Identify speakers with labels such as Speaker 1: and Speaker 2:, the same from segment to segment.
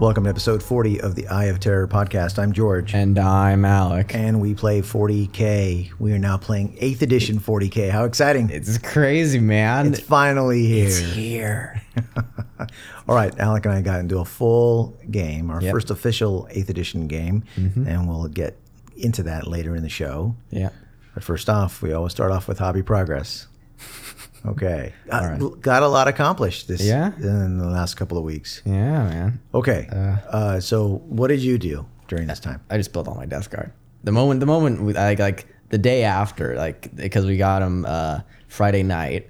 Speaker 1: Welcome to episode 40 of the Eye of Terror podcast. I'm George,
Speaker 2: And I'm Alec.
Speaker 1: and we play 40K. We are now playing 8th edition 40K. How exciting! It's
Speaker 2: it's crazy, man.
Speaker 1: finally here.
Speaker 2: here.
Speaker 1: All right, Alec and I got into a full game, our first official 8th edition game,
Speaker 2: Mm-hmm.
Speaker 1: and we'll get into that later in the show.
Speaker 2: yeah.
Speaker 1: But first off, we always start off with hobby progress. Okay. Uh, Got a lot accomplished this
Speaker 2: Yeah?
Speaker 1: in the last couple of weeks.
Speaker 2: Yeah, man.
Speaker 1: Okay. uh, so, what did you do during this time?
Speaker 2: I just built all my death guard. The moment, the moment, we, like, like the day after, like, because we got them uh, Friday night,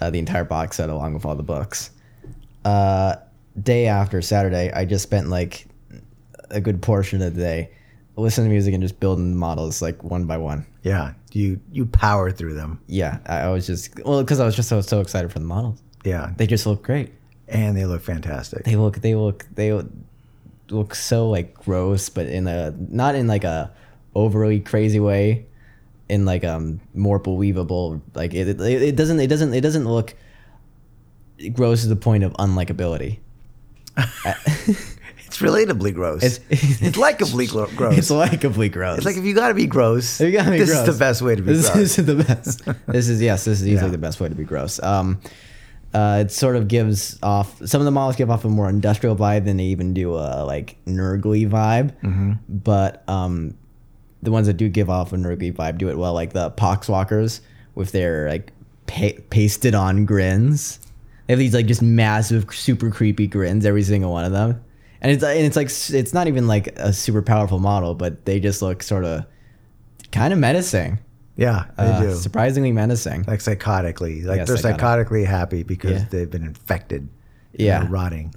Speaker 2: uh, the entire box set along with all the books. Uh, day after Saturday, I just spent like a good portion of the day listening to music and just building models like one by one.
Speaker 1: Yeah, you you power through them.
Speaker 2: Yeah, I, I was just well because I was just so so excited for the models.
Speaker 1: Yeah,
Speaker 2: They just look great.
Speaker 1: and they look fantastic.
Speaker 2: they look they look they look so like gross but in a not in like a overly crazy way in like um more believable like it, it, it doesn't it doesn't it doesn't look gross to the point of unlikability
Speaker 1: It's relatably gross. It's, likably gro- gross.
Speaker 2: it's
Speaker 1: It's,
Speaker 2: likably gross
Speaker 1: like if you got to be gross,
Speaker 2: You gotta be
Speaker 1: this
Speaker 2: gross.
Speaker 1: is the best way to be
Speaker 2: this,
Speaker 1: gross.
Speaker 2: This is the best. This is yes. This is easily
Speaker 1: Yeah.
Speaker 2: the best way to be gross. Um, uh, it sort of gives off some of the models give off a more industrial vibe than they even do a like nurgly vibe.
Speaker 1: Mm-hmm.
Speaker 2: But um, the ones that do give off a nurgly vibe do it well, like the poxwalkers with their like pa- pasted on grins. They have these like just massive, super creepy grins, every single one of them. And it's and it's like s- it's not even like a super powerful model, but they just look sort of kind of menacing.
Speaker 1: yeah, they
Speaker 2: Uh,
Speaker 1: do.
Speaker 2: Surprisingly menacing.
Speaker 1: Like psychotically, like
Speaker 2: Yeah,
Speaker 1: they're
Speaker 2: psychotic.
Speaker 1: psychotically happy because
Speaker 2: Yeah.
Speaker 1: they've been infected. and
Speaker 2: Yeah.
Speaker 1: they're rotting.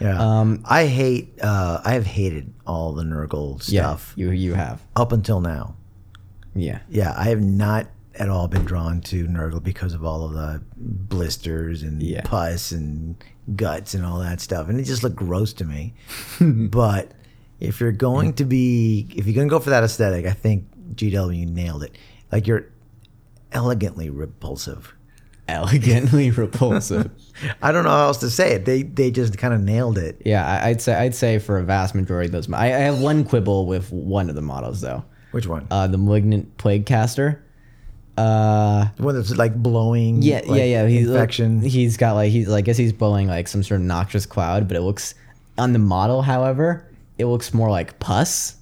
Speaker 1: Yeah,
Speaker 2: Um,
Speaker 1: I hate. Uh, I have hated all the Nurgle
Speaker 2: Yeah,
Speaker 1: stuff
Speaker 2: you you have.
Speaker 1: up until now.
Speaker 2: Yeah.
Speaker 1: Yeah, I have not at all been drawn to Nurgle because of all of the blisters and
Speaker 2: Yeah.
Speaker 1: pus and guts and all that stuff. And it just looked gross to me. but if you're going to be, if you're going to go for that aesthetic, I think GW nailed it. Like you're elegantly repulsive.
Speaker 2: Elegantly repulsive.
Speaker 1: I don't know how else to say it. They they just kind of nailed it.
Speaker 2: Yeah, I, I'd say I'd say for a vast majority of those. mo- I, I have one quibble with one of the models though.
Speaker 1: Which one?
Speaker 2: Uh, the malignant plague caster. Uh,
Speaker 1: the one that's like blowing.
Speaker 2: yeah,
Speaker 1: like,
Speaker 2: yeah, yeah. He's
Speaker 1: infection.
Speaker 2: he's got like he's like I guess he's blowing like some sort of noxious cloud, but it looks on the model, however, it looks more like pus,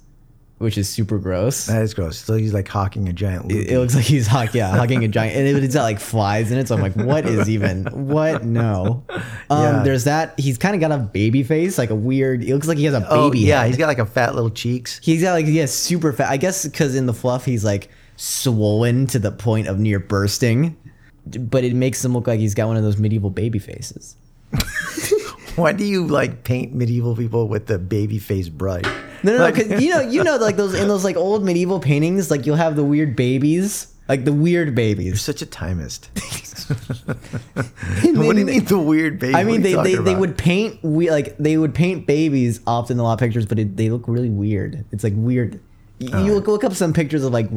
Speaker 2: which is super gross.
Speaker 1: that is gross. So he's like hawking a giant.
Speaker 2: It- It looks like he's hawk, yeah, hawking a giant, and it, it's got like flies in it. So I'm like, what is even? What? No. Um,
Speaker 1: Yeah.
Speaker 2: There's that. He's kind of got a baby face, like a weird. It looks like he has a baby.
Speaker 1: oh yeah,
Speaker 2: head.
Speaker 1: he's got like a fat little cheeks.
Speaker 2: he's got like yeah, super fat. I guess because in the fluff he's like swollen to the point of near bursting, but it makes him look like he's got one of those medieval baby faces.
Speaker 1: Why do you like paint medieval people with the baby face brush?
Speaker 2: No, no, no,
Speaker 1: Like-
Speaker 2: 'cause you know, you know, like those in those like old medieval paintings, like you'll have the weird babies, like the weird babies.
Speaker 1: Such a timist. what do you mean the weird baby?
Speaker 2: I
Speaker 1: What are
Speaker 2: mean, they,
Speaker 1: you
Speaker 2: they,
Speaker 1: talking
Speaker 2: they
Speaker 1: about?
Speaker 2: would paint we like they would paint babies often in a lot of pictures, but it, they look really weird. It's like weird. You,
Speaker 1: Oh,
Speaker 2: you look, look up some pictures of like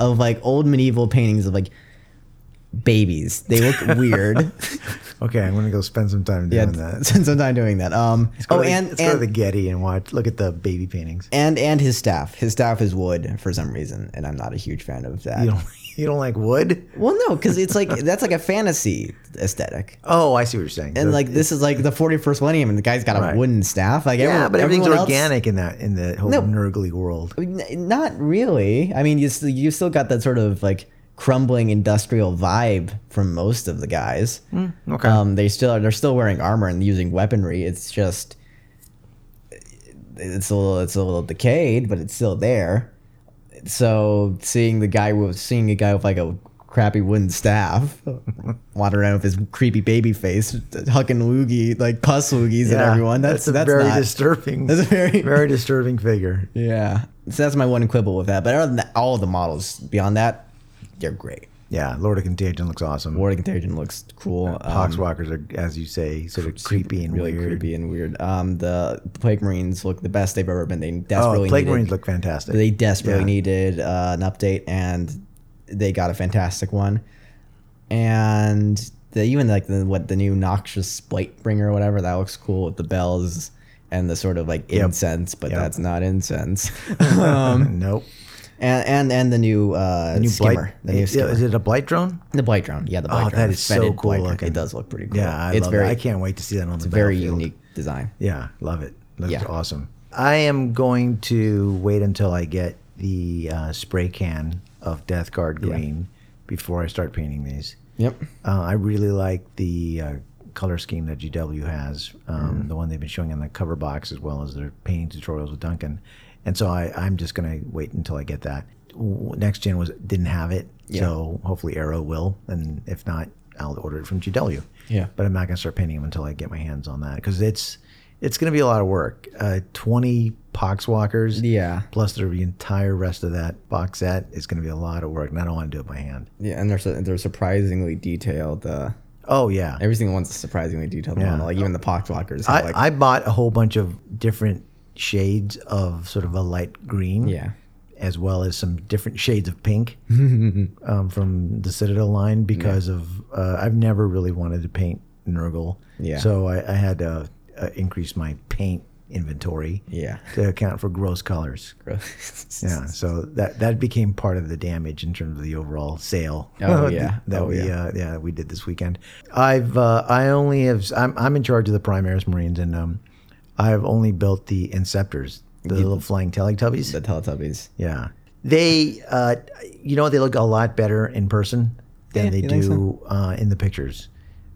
Speaker 2: of like old medieval paintings of like babies. They look weird.
Speaker 1: Okay, I'm gonna go spend some time doing
Speaker 2: yeah,
Speaker 1: that.
Speaker 2: since I'm not doing that. Um.
Speaker 1: Go
Speaker 2: Oh,
Speaker 1: to the-
Speaker 2: and
Speaker 1: let's go to
Speaker 2: and,
Speaker 1: the Getty and watch. Look at the baby paintings.
Speaker 2: and and his staff. His staff is wood for some reason, and I'm not a huge fan of that.
Speaker 1: You don't. You don't like wood?
Speaker 2: Well, no, because it's like that's like a fantasy aesthetic.
Speaker 1: Oh, I see what you're saying.
Speaker 2: And
Speaker 1: The-
Speaker 2: like this is like the 41st millennium, and the guy's got a
Speaker 1: Right.
Speaker 2: wooden staff. Like
Speaker 1: yeah,
Speaker 2: everyone-
Speaker 1: but everything's
Speaker 2: everyone else-
Speaker 1: organic in that in the whole
Speaker 2: No.
Speaker 1: nurgly world.
Speaker 2: N- not really. I mean, you still, you still got that sort of like crumbling industrial vibe from most of the guys.
Speaker 1: Okay.
Speaker 2: Um, they still are, they're still wearing armor and using weaponry. It's just it's a little it's a little decayed, but it's still there. So seeing the guy with seeing a guy with like a crappy wooden staff wandering around with his creepy baby face, hucking loogie like pus loogies at
Speaker 1: Yeah,
Speaker 2: everyone. That's
Speaker 1: a
Speaker 2: that's,
Speaker 1: very
Speaker 2: not-
Speaker 1: disturbing.
Speaker 2: that's a very
Speaker 1: very disturbing figure.
Speaker 2: yeah. So that's my one quibble with that. But other than that, all of the models beyond that, they're great.
Speaker 1: Yeah, Lord of Contagion looks awesome.
Speaker 2: Ward of Contagion looks cool. Um,
Speaker 1: Poxwalkers are, as you say, sort of creepy and
Speaker 2: really
Speaker 1: weird.
Speaker 2: creepy and weird. Um, the Plague Marines look the best they've ever been. They desperately
Speaker 1: Oh, Plague
Speaker 2: needed,
Speaker 1: Marines look fantastic.
Speaker 2: they desperately
Speaker 1: Yeah.
Speaker 2: needed uh, an update, and they got a fantastic one. And the, even like the what the new Noxious Blightbringer or whatever that looks cool with the bells and the sort of like
Speaker 1: Yep.
Speaker 2: incense, but
Speaker 1: Yep.
Speaker 2: that's not incense. um,
Speaker 1: nope.
Speaker 2: and, and and the new uh,
Speaker 1: New
Speaker 2: skimmer,
Speaker 1: blight.
Speaker 2: the new
Speaker 1: yeah,
Speaker 2: skimmer,
Speaker 1: is it a blight drone?
Speaker 2: the blight drone. Yeah, the blight
Speaker 1: Oh,
Speaker 2: drone.
Speaker 1: that
Speaker 2: the
Speaker 1: is so
Speaker 2: fetid
Speaker 1: cool
Speaker 2: blight drone.
Speaker 1: looking.
Speaker 2: It does look pretty cool.
Speaker 1: Yeah, I
Speaker 2: it's
Speaker 1: love
Speaker 2: very
Speaker 1: it. I can't wait to see that on the
Speaker 2: very
Speaker 1: battlefield.
Speaker 2: unique design.
Speaker 1: Yeah, love it. Looks
Speaker 2: Yeah.
Speaker 1: awesome. I am going to wait until I get the uh, spray can of Death Guard green before I start painting these.
Speaker 2: Yep.
Speaker 1: Uh, I really like the uh, color scheme that GW has, um,
Speaker 2: Mm-hmm.
Speaker 1: the one they've been showing on the cover box, as well as their painting tutorials with Duncan. And so I, I'm just going to wait until I get that. W- Next gen was didn't have it,
Speaker 2: Yeah.
Speaker 1: so hopefully Arrow will, and if not, I'll order it from GW.
Speaker 2: Yeah.
Speaker 1: but I'm not going to start painting them until I get my hands on that because it's it's going to be a lot of work. Uh, Twenty Poxwalkers,
Speaker 2: Yeah.
Speaker 1: plus the entire rest of that box set is going to be a lot of work, and I don't want to do it by hand.
Speaker 2: Yeah, and they're su- they're surprisingly detailed. Uh,
Speaker 1: Oh yeah,
Speaker 2: every single one's a surprisingly detailed
Speaker 1: Yeah.
Speaker 2: model. Like even the poxwalkers.
Speaker 1: I,
Speaker 2: Have, like,
Speaker 1: I bought a whole bunch of different shades of sort of a light green,
Speaker 2: yeah.
Speaker 1: as well as some different shades of pink um, from the Citadel line because of uh, I've never really wanted to paint Nurgle,
Speaker 2: Yeah.
Speaker 1: So I, I had to uh, increase my paint inventory
Speaker 2: Yeah.
Speaker 1: to account for gross colors.
Speaker 2: Gross.
Speaker 1: Yeah, so that that became part of the damage in terms of the overall sale.
Speaker 2: Oh, yeah.
Speaker 1: that
Speaker 2: Oh,
Speaker 1: we
Speaker 2: yeah.
Speaker 1: Uh, yeah we did this weekend. I've uh, I only have I'm I'm in charge of the Primaris Marines and um I've only built the Inceptors, the little flying Teletubbies.
Speaker 2: The Teletubbies.
Speaker 1: yeah, they uh you know what they look a lot better in person than
Speaker 2: Yeah,
Speaker 1: they
Speaker 2: you think
Speaker 1: do uh, in the pictures.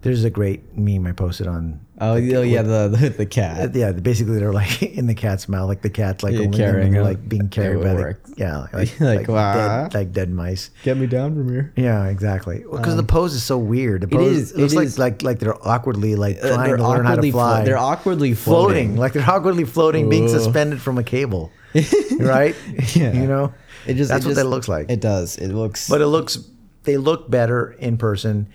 Speaker 1: There's a great meme I posted on
Speaker 2: Oh, yeah, yeah, the the, the
Speaker 1: uh,
Speaker 2: cat.
Speaker 1: yeah, basically they're like in the cat's mouth, like the cat's like
Speaker 2: Yeah,
Speaker 1: only
Speaker 2: carrying
Speaker 1: carrying,
Speaker 2: a-
Speaker 1: like being carried
Speaker 2: it
Speaker 1: by the,
Speaker 2: works.
Speaker 1: yeah, like like,
Speaker 2: Like, "Wah."
Speaker 1: dead, like dead mice.
Speaker 2: Get me down from here.
Speaker 1: Yeah, exactly. Because the pose is so weird. The pose
Speaker 2: is-
Speaker 1: it looks
Speaker 2: it
Speaker 1: like,
Speaker 2: is.
Speaker 1: like like they're awkwardly like
Speaker 2: Uh,
Speaker 1: trying
Speaker 2: they're
Speaker 1: to learn how to
Speaker 2: awkwardly flo-
Speaker 1: fly.
Speaker 2: they're awkwardly
Speaker 1: floating,
Speaker 2: floating.
Speaker 1: like they're awkwardly floating, being
Speaker 2: Ooh.
Speaker 1: suspended from a cable, right?
Speaker 2: Yeah.
Speaker 1: you know,
Speaker 2: It just
Speaker 1: that's
Speaker 2: it
Speaker 1: what
Speaker 2: just-
Speaker 1: that looks like.
Speaker 2: It does. It looks.
Speaker 1: But it looks they look better in person.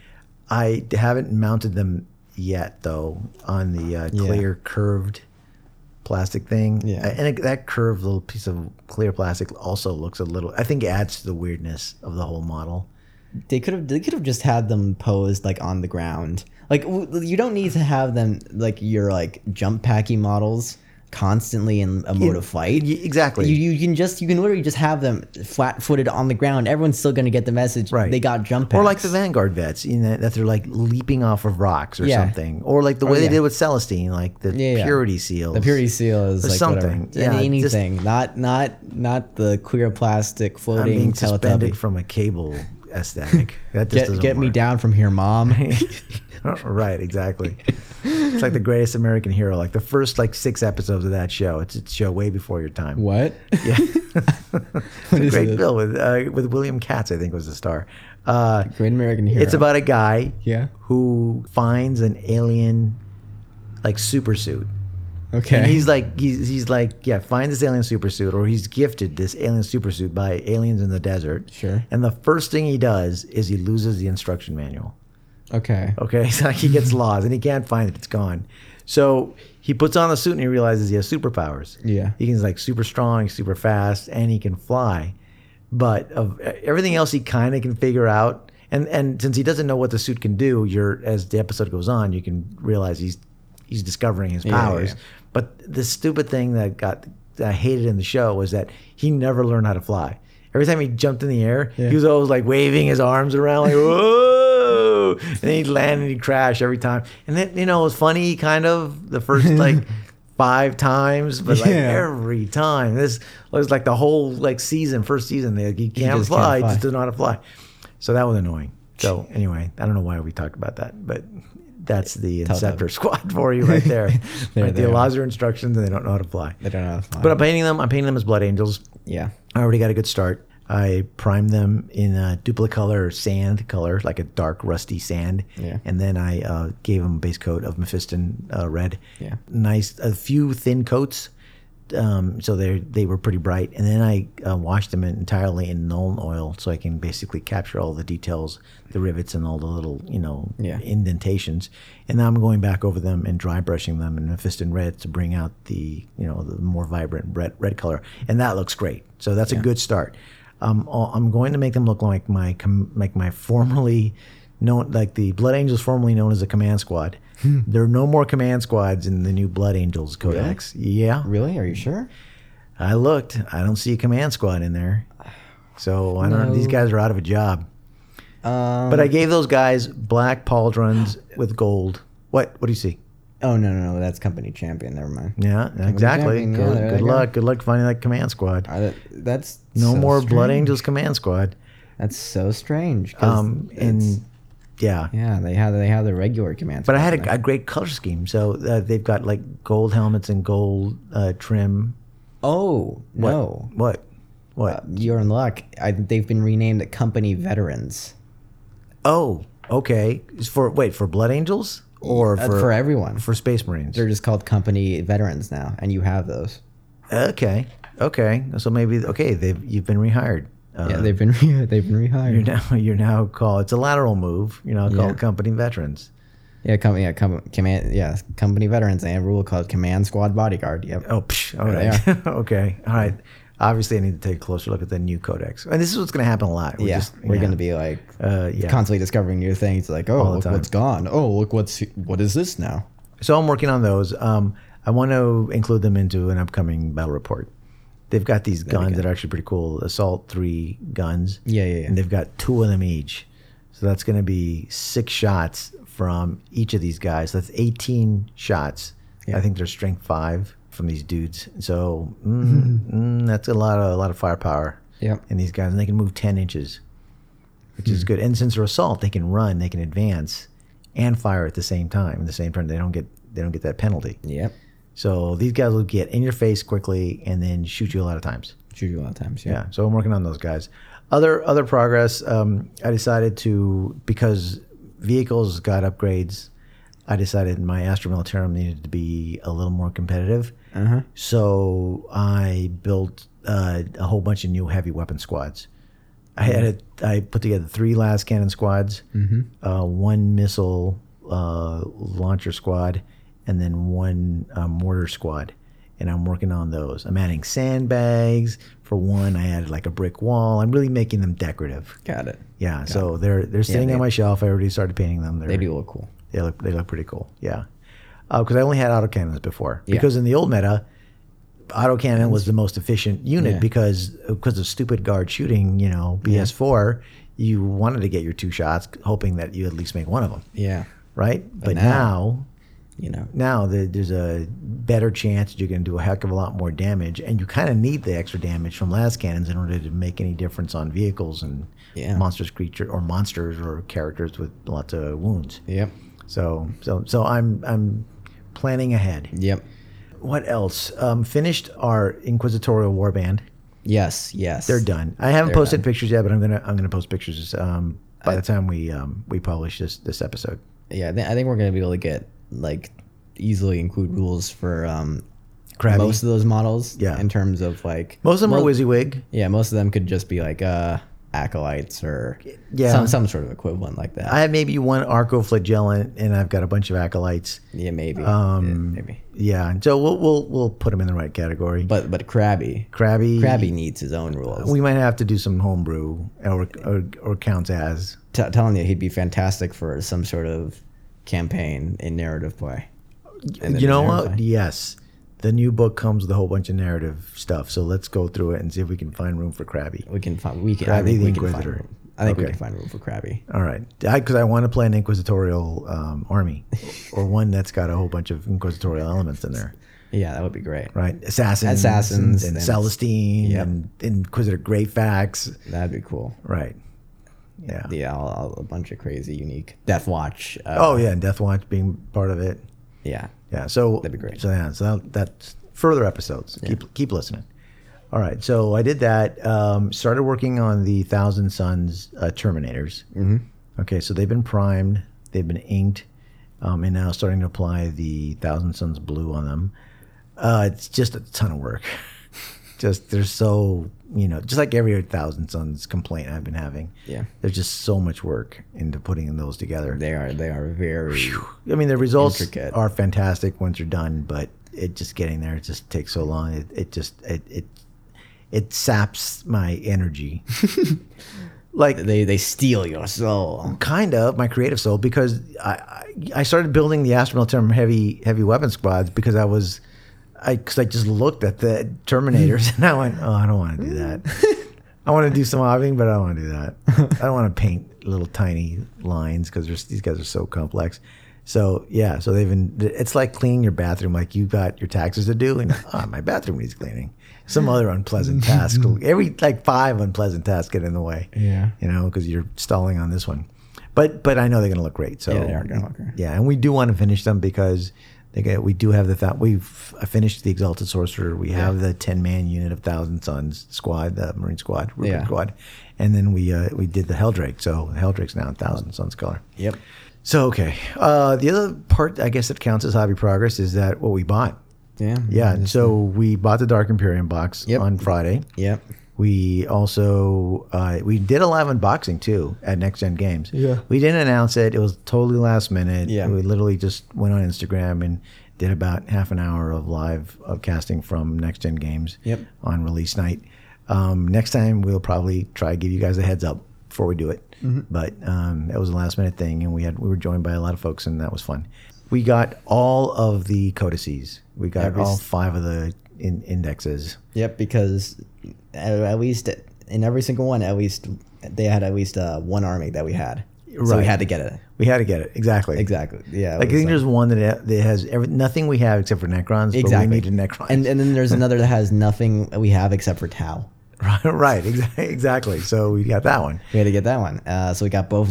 Speaker 1: I haven't mounted them yet though on the uh, clear curved plastic thing.
Speaker 2: Yeah.
Speaker 1: And it, that curved little piece of clear plastic also looks a little I think adds to the weirdness of the whole model.
Speaker 2: they could have they could have just had them posed like on the ground. Like w- you don't need to have them like your like jump packy models constantly in a mode of fight.
Speaker 1: Y- Exactly.
Speaker 2: You, you can just you can literally just have them flat footed on the ground. Everyone's still gonna get the message.
Speaker 1: Right.
Speaker 2: They got jump
Speaker 1: or like the
Speaker 2: packs.
Speaker 1: Vanguard vets, you know, that they're like leaping off of rocks or
Speaker 2: Yeah. Oh,
Speaker 1: something. Or like the way
Speaker 2: yeah.
Speaker 1: they did with Celestine, like the
Speaker 2: Yeah, yeah.
Speaker 1: purity seal.
Speaker 2: the purity seal is
Speaker 1: Or
Speaker 2: like
Speaker 1: something.
Speaker 2: something.
Speaker 1: Yeah, just-
Speaker 2: anything. not not not the clear plastic
Speaker 1: I'm
Speaker 2: floating
Speaker 1: being
Speaker 2: Teletubby.
Speaker 1: suspended from a cable aesthetic. That just
Speaker 2: Get
Speaker 1: doesn't
Speaker 2: get me
Speaker 1: work.
Speaker 2: down from here, mom.
Speaker 1: right, exactly. it's like the greatest American hero. Like the first like six episodes of that show. It's it's a show way before your time.
Speaker 2: what?
Speaker 1: Yeah,
Speaker 2: What is
Speaker 1: great
Speaker 2: this?
Speaker 1: bill with uh, with William Katz. I think was the star. Uh,
Speaker 2: Great American hero.
Speaker 1: it's about a guy
Speaker 2: yeah.
Speaker 1: who finds an alien like super suit. And
Speaker 2: Okay.
Speaker 1: he's like he's he's like yeah, find this alien super suit, or he's gifted this alien super suit by aliens in the desert.
Speaker 2: Sure.
Speaker 1: And the first thing he does is he loses the instruction manual.
Speaker 2: okay.
Speaker 1: Okay, so like he gets lost and he can't find it. It's gone. So he puts on the suit and he realizes he has superpowers.
Speaker 2: Yeah.
Speaker 1: he can like super strong, super fast, and he can fly. But of e, everything else, he kind of can figure out. And and since he doesn't know what the suit can do, you're as the episode goes on, you can realize he's he's discovering his
Speaker 2: yeah,
Speaker 1: powers.
Speaker 2: yeah.
Speaker 1: But the stupid thing that got that I hated in the show was that he never learned how to fly. Every time he jumped in the air,
Speaker 2: Yeah.
Speaker 1: he was always like waving his arms around, like whoa, and then he'd land and he'd crash every time. And then you know it was funny, kind of the first like five times, but like
Speaker 2: Yeah.
Speaker 1: every time this was like the whole like season, first season. They like, he can't
Speaker 2: just can't
Speaker 1: fly, he
Speaker 2: fly.
Speaker 1: just doesn't know how to fly. So that was annoying. So anyway, I don't know why we talked about that, but that's the Inceptor squad for you right there.
Speaker 2: There
Speaker 1: like
Speaker 2: they
Speaker 1: they
Speaker 2: are.
Speaker 1: lost their instructions and they don't know how to fly.
Speaker 2: I don't know. If
Speaker 1: But um, I'm painting them. I'm painting them as blood angels.
Speaker 2: yeah.
Speaker 1: I already got a good start. I primed them in a duplicolor sand color, like a dark rusty sand,
Speaker 2: Yeah.
Speaker 1: and then I uh, gave them a base coat of Mephiston uh, red.
Speaker 2: Yeah.
Speaker 1: nice, a few thin coats, um, so they they were pretty bright. And then I uh, washed them entirely in null oil, so I can basically capture all the details, the rivets, and all the little you know
Speaker 2: Yeah.
Speaker 1: indentations. And now I'm going back over them and dry brushing them in Mephiston red to bring out the you know the more vibrant red red color, and that looks great. So that's a good start. Um, I'll- I'm going to make them look like my com- like my formerly known like the Blood Angels formerly known as the Command Squad. there are no more command squads in the new Blood Angels Codex. Yeah,
Speaker 2: Really? Are you sure?
Speaker 1: I looked. I don't see a command squad in there. So I don't know. These
Speaker 2: No.
Speaker 1: guys are out of a job.
Speaker 2: Um,
Speaker 1: But I gave those guys black pauldrons with gold. What? What do you see?
Speaker 2: oh no no no, that's company champion. Never mind.
Speaker 1: Yeah, exactly.
Speaker 2: champion, yeah,
Speaker 1: good
Speaker 2: there
Speaker 1: good
Speaker 2: they go.
Speaker 1: luck. Good luck finding that command squad.
Speaker 2: Are that, that's
Speaker 1: No
Speaker 2: so
Speaker 1: more Blood
Speaker 2: strange.
Speaker 1: Angels command squad.
Speaker 2: That's so strange. 'cause
Speaker 1: Um,
Speaker 2: it's-
Speaker 1: and yeah,
Speaker 2: yeah, they have they have the regular commands.
Speaker 1: But I had a, a great color scheme. So uh, they've got like gold helmets and gold uh, trim.
Speaker 2: oh
Speaker 1: What?
Speaker 2: no,
Speaker 1: What? What?
Speaker 2: Uh, you're in luck. I, they've been renamed the company veterans
Speaker 1: oh, okay. It's For wait, for Blood Angels or
Speaker 2: Uh,
Speaker 1: for
Speaker 2: for everyone.
Speaker 1: for Space Marines?
Speaker 2: They're just called company veterans now, and you have those.
Speaker 1: Okay, okay. So maybe okay. They've you've been rehired. Uh,
Speaker 2: yeah, they've been re- they've been rehired.
Speaker 1: You're now you're now called. It's a lateral move. You're now called
Speaker 2: Yeah.
Speaker 1: company veterans.
Speaker 2: yeah, company yeah, com- command yeah, company veterans. They have a rule called command squad bodyguard. Yep.
Speaker 1: Oh, psh, all
Speaker 2: There
Speaker 1: right. okay, all right. Obviously, I need to take a closer look at the new codex. And this is what's going to happen a lot.
Speaker 2: yeah, we're
Speaker 1: yeah.
Speaker 2: gonna be like
Speaker 1: Uh, yeah.
Speaker 2: constantly discovering new things. Like oh,
Speaker 1: the
Speaker 2: look
Speaker 1: time.
Speaker 2: what's gone. Oh, look what's what is this now?
Speaker 1: So I'm working on those. Um, I want to include them into an upcoming battle report. They've got these guns that are actually pretty cool, assault three guns,
Speaker 2: Yeah, yeah, yeah.
Speaker 1: and they've got two of them each. So that's going to be six shots from each of these guys. That's 18 shots. I think they're strength five from these dudes. So mm, mm, that's a lot of a lot of firepower
Speaker 2: Yep.
Speaker 1: in these guys, and they can move 10 inches, which is good. And since they're assault, they can run, they can advance, and fire at the same time. At the same time, they don't get they don't get that penalty.
Speaker 2: Yep.
Speaker 1: So these guys will get in your face quickly and then shoot you a lot of times.
Speaker 2: Shoot you a lot of times.
Speaker 1: Yeah. So I'm working on those guys. Other other progress. Um, I decided to because vehicles got upgrades. I decided my Astra Militarum needed to be a little more competitive.
Speaker 2: Uh huh.
Speaker 1: So I built uh, a whole bunch of new heavy weapon squads. I had a, I put together three las cannon squads,
Speaker 2: Mm-hmm.
Speaker 1: uh, one missile uh, launcher squad, and then one uh, mortar squad. And I'm working on those. I'm adding sandbags for one. I added like a brick wall. I'm really making them decorative.
Speaker 2: Got it.
Speaker 1: Yeah. so they're they're sitting
Speaker 2: they-
Speaker 1: on my shelf. I already started painting them. They're,
Speaker 2: They do look cool.
Speaker 1: they look they look pretty cool. Yeah, because I only had autocannons before.
Speaker 2: Yeah.
Speaker 1: Because in the old meta, autocannon was the most efficient unit
Speaker 2: Yeah.
Speaker 1: because because of stupid guard shooting. You know, BS four. You wanted to get your two shots, hoping that you at least make one of them,
Speaker 2: Yeah.
Speaker 1: right? But, now,
Speaker 2: now- You know.
Speaker 1: now, the, there's a better chance that you're going to do a heck of a lot more damage, and you kind of need the extra damage from las cannons in order to make any difference on vehicles and
Speaker 2: Yeah.
Speaker 1: monsters, creature or monsters or characters with lots of wounds.
Speaker 2: Yep.
Speaker 1: So so so I'm I'm planning ahead.
Speaker 2: Yep.
Speaker 1: What else? Um, finished our Inquisitorial Warband.
Speaker 2: Yes. Yes.
Speaker 1: They're done. I haven't posted pictures yet, but I'm gonna I'm gonna post pictures um, by the time we um, we publish this this episode.
Speaker 2: Yeah. I, thi- I think we're gonna be able to get like easily include rules for um
Speaker 1: Crabby.
Speaker 2: most
Speaker 1: Most,
Speaker 2: of those models.
Speaker 1: Yeah.
Speaker 2: In terms of like
Speaker 1: of them are WYSIWYG.
Speaker 2: yeah, most of them could just be like uh acolytes or
Speaker 1: Yeah.
Speaker 2: some some sort of equivalent like that.
Speaker 1: I have maybe one Arcoflagellant, and I've got a bunch of acolytes.
Speaker 2: yeah, maybe.
Speaker 1: Um,
Speaker 2: Yeah, maybe.
Speaker 1: Yeah, and so we'll we'll we'll put them in the right category.
Speaker 2: But but Krabby.
Speaker 1: Crabby,
Speaker 2: Krabby needs his own rules.
Speaker 1: We might have to do some homebrew or or, or counts as.
Speaker 2: T- telling you, he'd be fantastic for some sort of campaign in narrative play. And then
Speaker 1: you know
Speaker 2: narrative
Speaker 1: what?
Speaker 2: play.
Speaker 1: Yes. The new book comes with a whole bunch of narrative stuff. So let's go through it and see if we can find room for Krabby.
Speaker 2: We can find. We can.
Speaker 1: Krabby
Speaker 2: I think
Speaker 1: the
Speaker 2: we can find.
Speaker 1: Inquisitor.
Speaker 2: room. I think we
Speaker 1: Okay.
Speaker 2: can find room for Krabby.
Speaker 1: All right. Because I, want to play an inquisitorial um, army or one that's got a whole bunch of inquisitorial elements in there,
Speaker 2: Yeah, that would be great.
Speaker 1: right? Assassins,
Speaker 2: Assassins
Speaker 1: and,
Speaker 2: and-
Speaker 1: Celestine
Speaker 2: Yep.
Speaker 1: and Inquisitor Greyfax.
Speaker 2: That'd be cool.
Speaker 1: Right. Yeah.
Speaker 2: Yeah, all, all, a bunch of crazy, unique Death Watch. Uh,
Speaker 1: Oh, yeah. And Death Watch being part of it.
Speaker 2: yeah,
Speaker 1: Yeah. So
Speaker 2: That'd be great.
Speaker 1: So yeah, so that, that's further episodes. Keep keep listening. All right. So I did that. Um, started working on the Thousand Suns uh, Terminators. Mm-hmm. Okay. So they've been primed. They've been inked. Um, and now starting to apply the Thousand Suns blue on them. Uh, it's just a ton of work. just they're so you know just like every Thousand Suns complaint I've been having.
Speaker 2: yeah.
Speaker 1: There's just so much work into putting those together.
Speaker 2: They are. They are very.
Speaker 1: I mean, the results
Speaker 2: Intricate.
Speaker 1: are fantastic once you're done, but it just getting there it just takes so long. It, it just it, it it saps my energy. Like
Speaker 2: They they steal your soul.
Speaker 1: kind of my creative soul because I, I I started building the Astro Term heavy heavy weapon squads because I was I because I just looked at the Terminators and I went oh I don't want to do that I want to do some hobbying but I don't want to do that I don't want to paint little tiny lines because these guys are so complex so yeah so they've been it's like cleaning your bathroom like you got your taxes to do and ah my bathroom needs cleaning some other unpleasant task every like five unpleasant tasks get in the way
Speaker 2: Yeah.
Speaker 1: you know, because you're stalling on this one. But but I know they're going to look great. So
Speaker 2: Yeah, they are gonna look great.
Speaker 1: Yeah, and we do want to finish them because they get, we do have the thou- we've I finished the Exalted Sorcerer. We have the ten man unit of Thousand Sons squad, the Marine squad, Rupert
Speaker 2: Yeah.
Speaker 1: squad, and then we uh, we did the Heldrake. So Heldrake's now in Thousand Sons color.
Speaker 2: Yep.
Speaker 1: So okay, uh, the other part I guess that counts as hobby progress is that what we bought.
Speaker 2: Yeah.
Speaker 1: Yeah, so we bought the Dark Imperium box
Speaker 2: Mm-hmm. Yep.
Speaker 1: on Friday.
Speaker 2: Yep.
Speaker 1: We also uh, we did a live unboxing too at Next Gen Games.
Speaker 2: Yeah.
Speaker 1: we didn't announce it. It was totally last minute.
Speaker 2: Yeah.
Speaker 1: we literally just went on Instagram and did about half an hour of live of casting from Next Gen Games.
Speaker 2: Yep.
Speaker 1: on release night. Um, next time we'll probably try to give you guys a heads up before we do it.
Speaker 2: Mm-hmm.
Speaker 1: But um, it was a last minute thing, and we had we were joined by a lot of folks, and that was fun. We got all of the codices. We got
Speaker 2: Every s-
Speaker 1: all five of the in- indexes.
Speaker 2: Yep. Because at, at least in every single one, at least they had at least uh, one army that we had. So
Speaker 1: Right.
Speaker 2: we had to get it.
Speaker 1: We had to get it exactly.
Speaker 2: Exactly. Yeah. it
Speaker 1: Like I
Speaker 2: was uh,
Speaker 1: think there's one that that has every, nothing we have except for Necrons.
Speaker 2: Exactly.
Speaker 1: But we needed Necrons.
Speaker 2: And and then there's another that has nothing that we have except for Tau.
Speaker 1: right, right, exa- exactly. So we got that one.
Speaker 2: We had to get that one. Uh, so we got both.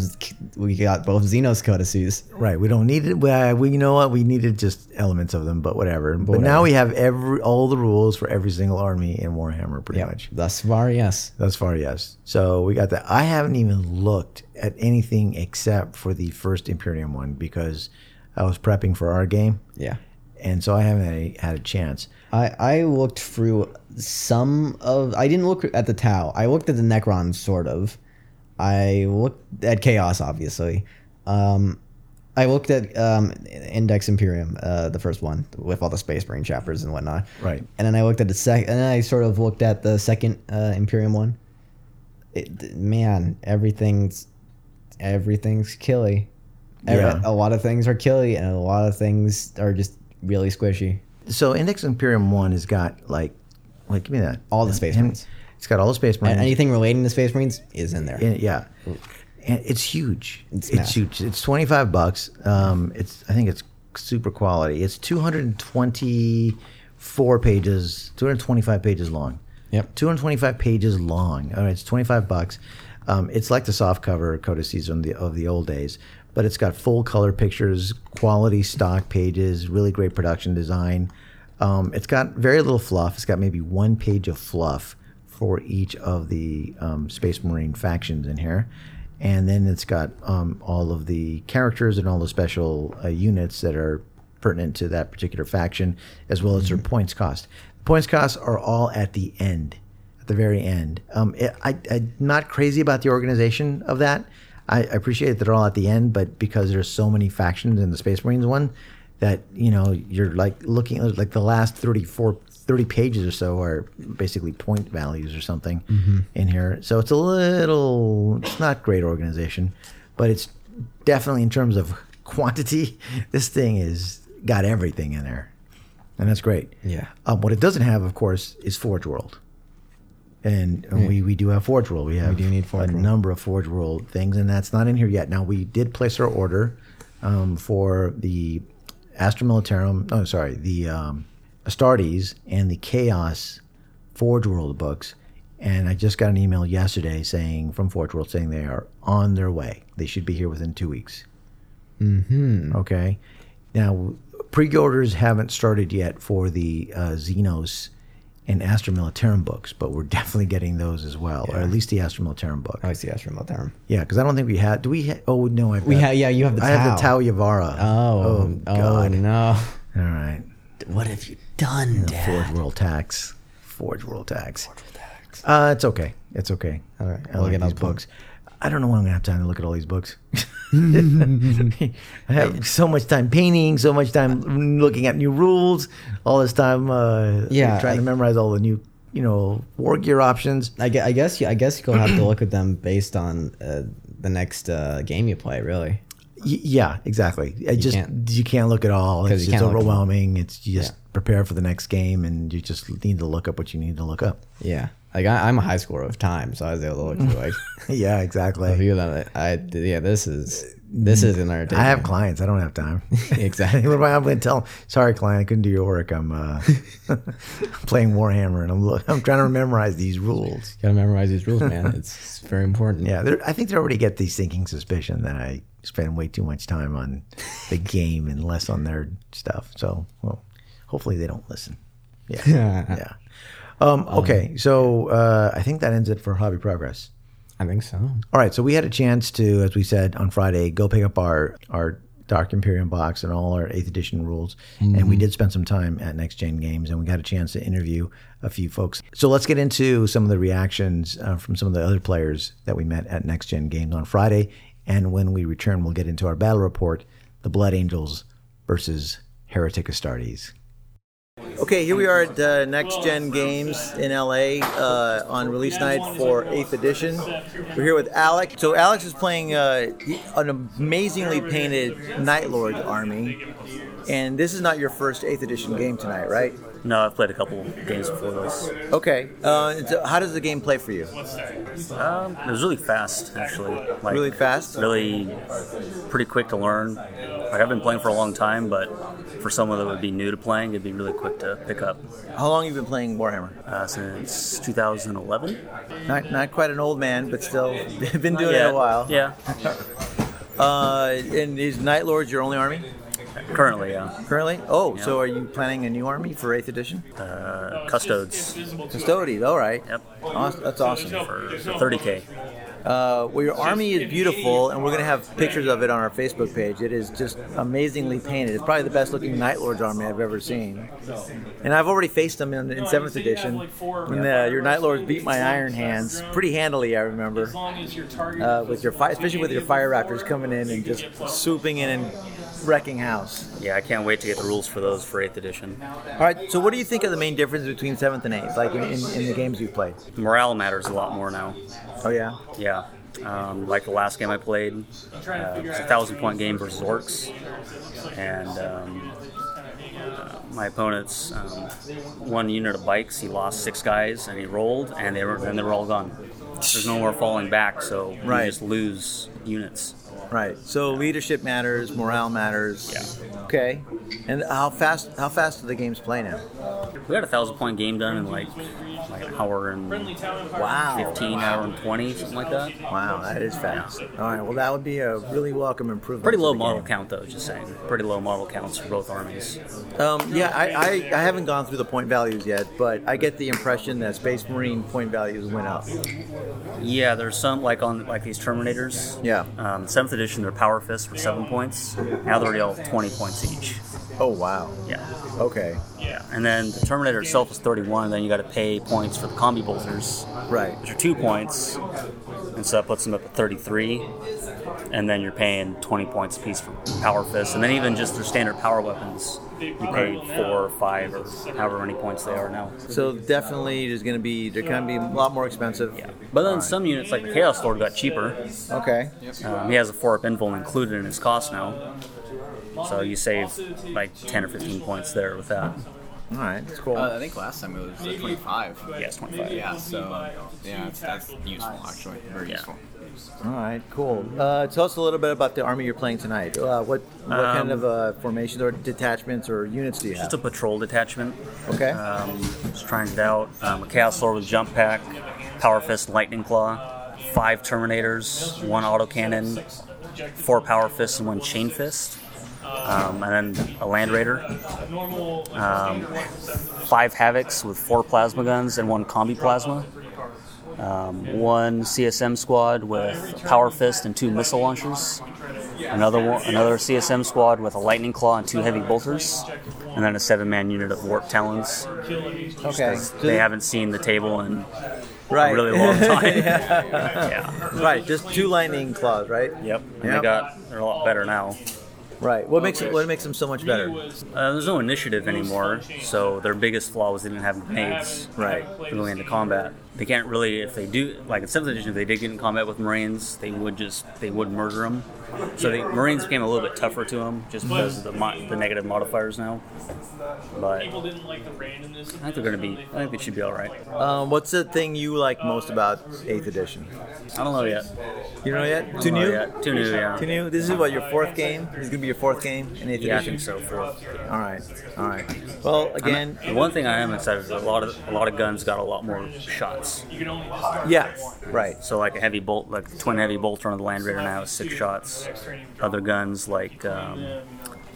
Speaker 2: We got both Xenos codices.
Speaker 1: Right. We don't need it. We, I- we you know what? We needed just elements of them, but whatever. But now
Speaker 2: whatever.
Speaker 1: we have every all the rules for every single army in Warhammer, pretty much.
Speaker 2: Thus far, yes.
Speaker 1: Thus far, yes. So we got that. I haven't even looked at anything except for the first Imperium one because I was prepping for our game,
Speaker 2: Yeah.
Speaker 1: and so I haven't had a, had a chance.
Speaker 2: I I looked through some of. I didn't look at the Tau. I looked at the Necron, sort of. I looked at Chaos, obviously. Um, I looked at um, Index Imperium, uh, the first one with all the Space Marine chapters and whatnot.
Speaker 1: Right.
Speaker 2: And then I looked at the second, and then I sort of looked at the second uh, Imperium one. It, th- man, everything's everything's killy. Every-
Speaker 1: Yeah.
Speaker 2: A lot of things are killy, and a lot of things are just really squishy.
Speaker 1: So Index Imperium One has got like, like give me that
Speaker 2: All the Space
Speaker 1: Him-
Speaker 2: Marines.
Speaker 1: It's got all the space marines.
Speaker 2: And anything relating to Space Marines is in there.
Speaker 1: And- yeah, and it's huge. It's,
Speaker 2: It's
Speaker 1: huge. It's twenty five bucks. Um, it's I think it's super quality. It's two hundred and twenty four pages, two hundred twenty five pages long.
Speaker 2: Yep.
Speaker 1: 225 pages long. All right, it's 25 bucks. Um, it's like the soft cover codices on the of the old days, but it's got full color pictures, quality stock pages, really great production design. Um, it's got very little fluff. It's got maybe one page of fluff for each of the um, Space Marine factions in here, and then it's got um, all of the characters and all the special uh, units that are pertinent to that particular faction, as well as their points cost. Points costs are all at the end, at the very end. Um, it, I, I'm not crazy about the organization of that. I, I appreciate that they're all at the end, but because there's so many factions in the Space Marines one, that you know you're like looking like the last 34 30 pages or so are basically point values or something in here so it's a little it's not great organization but it's definitely in terms of quantity this thing is got everything in there and that's great
Speaker 2: Yeah.
Speaker 1: um, what it doesn't have of course is forge world and, and we, we do have Forge World. We have
Speaker 2: Hmm. do need Forge
Speaker 1: a
Speaker 2: World.
Speaker 1: number of Forge World things, and that's not in here yet. Now we did place our order um, for the Astra Militarum. Oh, sorry, the um, Astartes and the Chaos Forge World books. And I just got an email yesterday saying from Forge World saying they are on their way. They should be here within two weeks. Mm-hmm. Okay. Now, pre-orders haven't started yet for the uh, Xenos and Astra Militarum books, but we're definitely getting those as well, or at least the Astra Militarum book.
Speaker 2: Oh, I see. That's remote arm.
Speaker 1: Yeah, because I don't think we had. Do we? Ha- oh no, I've
Speaker 2: We
Speaker 1: got-
Speaker 2: ha- yeah, you have the
Speaker 1: I have the Tau
Speaker 2: Tau.
Speaker 1: Yavara.
Speaker 2: Oh, oh,
Speaker 1: God!
Speaker 2: no.
Speaker 1: All right,
Speaker 2: What have you done, Dad?
Speaker 1: Forge World Tax. Forge World Tax. Uh, it's okay. It's okay.
Speaker 2: All right,
Speaker 1: I
Speaker 2: we'll
Speaker 1: like
Speaker 2: get
Speaker 1: these
Speaker 2: on book.
Speaker 1: books. I don't know when I'm gonna have time to look at all these books. I have so much time painting, so much time looking at new rules, all this time uh,
Speaker 2: Yeah,
Speaker 1: trying to
Speaker 2: I-
Speaker 1: memorize all the new you know war gear options.
Speaker 2: I guess, I guess you- I guess you'll have to look at them based on uh, the next uh, game you play, really.
Speaker 1: Y- yeah, exactly. I just
Speaker 2: can't.
Speaker 1: you can't look at all. It's,
Speaker 2: you
Speaker 1: it's
Speaker 2: can't look.
Speaker 1: overwhelming. It's you just prepare for the next game, and you just need to look up what you need to look up.
Speaker 2: Yeah, like I, I'm a high scorer of time, so I was able to look through like
Speaker 1: yeah, exactly.
Speaker 2: figure that I, I yeah this is this is an entertainment.
Speaker 1: I have clients. I don't have time.
Speaker 2: exactly.
Speaker 1: what am I going to tell them? Sorry, client, I couldn't do your work. I'm uh, playing Warhammer, and I'm look, I'm trying to memorize these rules.
Speaker 2: Gotta memorize these rules, man. It's, it's very important.
Speaker 1: Yeah, they're- I think they already get the sinking suspicion that I spend way too much time on the game and less on their stuff. So, well, hopefully they don't listen. Yeah,
Speaker 2: Yeah,
Speaker 1: yeah. Um, okay, so uh, I think that ends it for Hobby Progress.
Speaker 2: I think so.
Speaker 1: All right, so we had a chance to, as we said on Friday, go pick up our our Dark Imperium box and all our Eighth Edition rules, and we did spend some time at Next Gen Games, and we got a chance to interview a few folks. So let's get into some of the reactions uh, from some of the other players that we met at Next Gen Games on Friday, and when we return, we'll get into our battle report: the Blood Angels versus Heretic Astartes. Okay, here we are at uh, Next Gen Games in LA uh, on release night for 8th edition. We're here with Alex. So, Alex is playing uh, an amazingly painted Night Lord army. And this is not your first 8th edition game tonight, right?
Speaker 3: No, I've played a couple games before this.
Speaker 1: Okay. Uh, so how does the game play for you?
Speaker 3: Um, it was really fast, actually. Like,
Speaker 1: Really fast?
Speaker 3: Really pretty quick to learn. Like, I've been playing for a long time, but for someone that would be new to playing, it'd be really quick to pick up
Speaker 1: How long have you been playing Warhammer?
Speaker 3: uh, since 2011.
Speaker 1: Not, not quite an old man, but still been doing
Speaker 3: yeah.
Speaker 1: it a while.
Speaker 3: Yeah,
Speaker 1: Uh, and is Night Lords your only army
Speaker 3: currently, yeah.
Speaker 1: currently? Oh, so are you planning a new army for 8th edition?
Speaker 3: Uh, Custodes
Speaker 1: Custodes, all right.
Speaker 3: Yep.
Speaker 1: Awes- That's awesome.
Speaker 3: for 30K.
Speaker 1: Uh, well, your army is beautiful, and we're going to have pictures of it on our Facebook page. It is just amazingly painted. It's probably the best looking Night Lord's army I've ever seen. And I've already faced them in, in 7th edition. When uh, your Night Lords beat my Iron Hands pretty handily, I remember. Uh, with your fire, especially with your Fire Raptors coming in and just swooping in and wrecking house.
Speaker 3: Yeah, I can't wait to get the rules for those for 8th edition.
Speaker 1: All right, so what do you think of the main difference between 7th and 8th, like in, in, in the games you've played?
Speaker 3: Morale matters a lot more now.
Speaker 1: Oh, yeah?
Speaker 3: Yeah. Um, like the last game I played, uh, it was a thousand point game versus orcs, and um, uh, my opponent's um, one unit of bikes. He lost six guys, and he rolled, and they were then they were all gone. There's no more falling back, so
Speaker 1: Right.
Speaker 3: you just lose units.
Speaker 1: Right. So leadership matters, morale matters.
Speaker 3: Yeah.
Speaker 1: Okay. And how fast? How fast do the games play now?
Speaker 3: We had a thousand point game done in like like an hour and
Speaker 1: Wow.
Speaker 3: fifteen, hour and twenty, something like that.
Speaker 1: Wow, that is fast. All right. Well, that would be a really welcome improvement.
Speaker 3: Pretty
Speaker 1: to
Speaker 3: low
Speaker 1: the
Speaker 3: model
Speaker 1: game.
Speaker 3: count though, just saying. Pretty low model counts for both armies.
Speaker 1: Um, yeah, I, I, I haven't gone through the point values yet, but I get the impression that Space Marine point values went up.
Speaker 3: Yeah, there's some like on like these Terminators.
Speaker 1: Yeah.
Speaker 3: Um, seventh edition, their power fists were seven points. Now they're all twenty points each.
Speaker 1: Oh wow.
Speaker 3: Yeah.
Speaker 1: Okay.
Speaker 3: Yeah. And then the Terminator itself is thirty-one. Then you got to pay points for the combi bolters,
Speaker 1: Right.
Speaker 3: which are two points, and so that puts them up at thirty-three. And then you're paying twenty points apiece for power fists, and then even just their standard power weapons, you pay four or five or however many points they are now.
Speaker 1: So definitely, there's going to be they're going to be a lot more expensive. Yeah.
Speaker 3: But then some units like the Chaos Lord got cheaper.
Speaker 1: Okay.
Speaker 3: Um, he has a four up invul included in his cost now. So you save like 10 or 15 points there with that.
Speaker 1: All right. That's cool.
Speaker 4: Uh, I think last time it was uh, 25.
Speaker 3: Yeah, it's 25.
Speaker 4: Yeah, so yeah, it's, that's useful actually. Very
Speaker 3: Yeah.
Speaker 4: useful.
Speaker 1: All right, cool. Uh, tell us a little bit about the army you're playing tonight. Uh, what what
Speaker 3: Um,
Speaker 1: kind of uh, formations or detachments or units do you have?
Speaker 3: Just a patrol detachment.
Speaker 1: okay.
Speaker 3: Um, just trying it out. Um, a Chaos Lord with Jump Pack, Power Fist, Lightning Claw, five Terminators, one Autocannon, four Power Fists, and one Chain Fist. Um, and then a Land Raider. Um, five Havocs with four Plasma Guns and one Combi Plasma. Um, one CSM squad with Power Fist and two missile launchers. Another one, another CSM squad with a Lightning Claw and two heavy bolters, and then a seven-man unit of Warp Talons.
Speaker 1: okay.
Speaker 3: They haven't seen the table in
Speaker 1: right.
Speaker 3: a really long time.
Speaker 1: Yeah.
Speaker 3: yeah.
Speaker 1: Right. Just two lightning claws, right?
Speaker 3: Yep. And
Speaker 1: Yep.
Speaker 3: they got they're a lot better now.
Speaker 5: Right. What makes it, what makes them so much better?
Speaker 3: Uh, there's no initiative anymore, so their biggest flaw was they didn't have grenades.
Speaker 5: Right.
Speaker 3: For going into combat, they can't really. If they do, like in seventh edition, if they did get in combat with Marines, they would just they would murder them. So they, Marines became a little bit tougher to them just because of the mo- the negative modifiers now. But I
Speaker 6: People didn't like the randomness.
Speaker 3: think they're gonna be. I think it should be all right.
Speaker 5: Um, what's the thing you like most about Eighth Edition?
Speaker 3: I don't know yet.
Speaker 5: You don't know yet?
Speaker 3: I
Speaker 5: Too
Speaker 3: don't know
Speaker 5: new.
Speaker 3: yet. Too new. Yeah.
Speaker 5: Too new. This is what your fourth game. This is gonna be your fourth game in Eighth
Speaker 3: Yeah, I
Speaker 5: Edition.
Speaker 3: think so. Fourth.
Speaker 5: All right. All right. Well, again,
Speaker 3: The one thing I am excited is a lot of a lot of guns got a lot more shots.
Speaker 6: You can only just start
Speaker 5: yeah.
Speaker 6: with one.
Speaker 5: Right.
Speaker 3: So like a heavy bolt, like the twin heavy bolt on the Land Raider now is six shots. Other guns like um,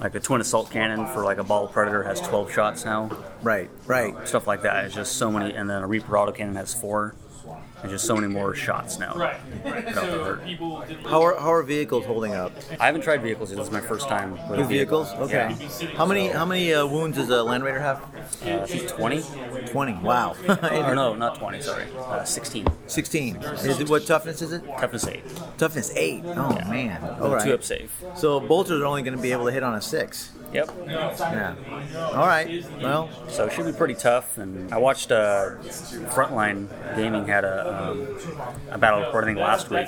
Speaker 3: like the twin assault cannon for like a ball predator has twelve shots now.
Speaker 5: Right. Right.
Speaker 3: Stuff like that. It's just so many, and then a Reaper auto cannon has four. There's just so many more shots now.
Speaker 6: Right.
Speaker 3: Got the
Speaker 6: So
Speaker 3: hurt.
Speaker 6: people didn't like
Speaker 5: How are, how are vehicles holding up?
Speaker 3: I haven't tried vehicles. yet. This is my first time with a
Speaker 5: New
Speaker 3: vehicle.
Speaker 5: vehicles? Okay. How many how many uh, wounds does a Land Raider have?
Speaker 3: Uh, I think twenty.
Speaker 5: Twenty. Wow.
Speaker 3: Or no, not twenty. Sorry, uh, sixteen.
Speaker 5: Sixteen. Is it, what toughness is it?
Speaker 3: Toughness eight.
Speaker 5: Toughness eight. Oh man. All
Speaker 3: Two
Speaker 5: right.
Speaker 3: up safe.
Speaker 5: So bolters are only going to be able to hit on a six.
Speaker 3: Yep.
Speaker 5: Yeah. All right. Well,
Speaker 3: So it should be pretty tough. And I watched uh, Frontline Gaming had a, um, a battle report I think last week.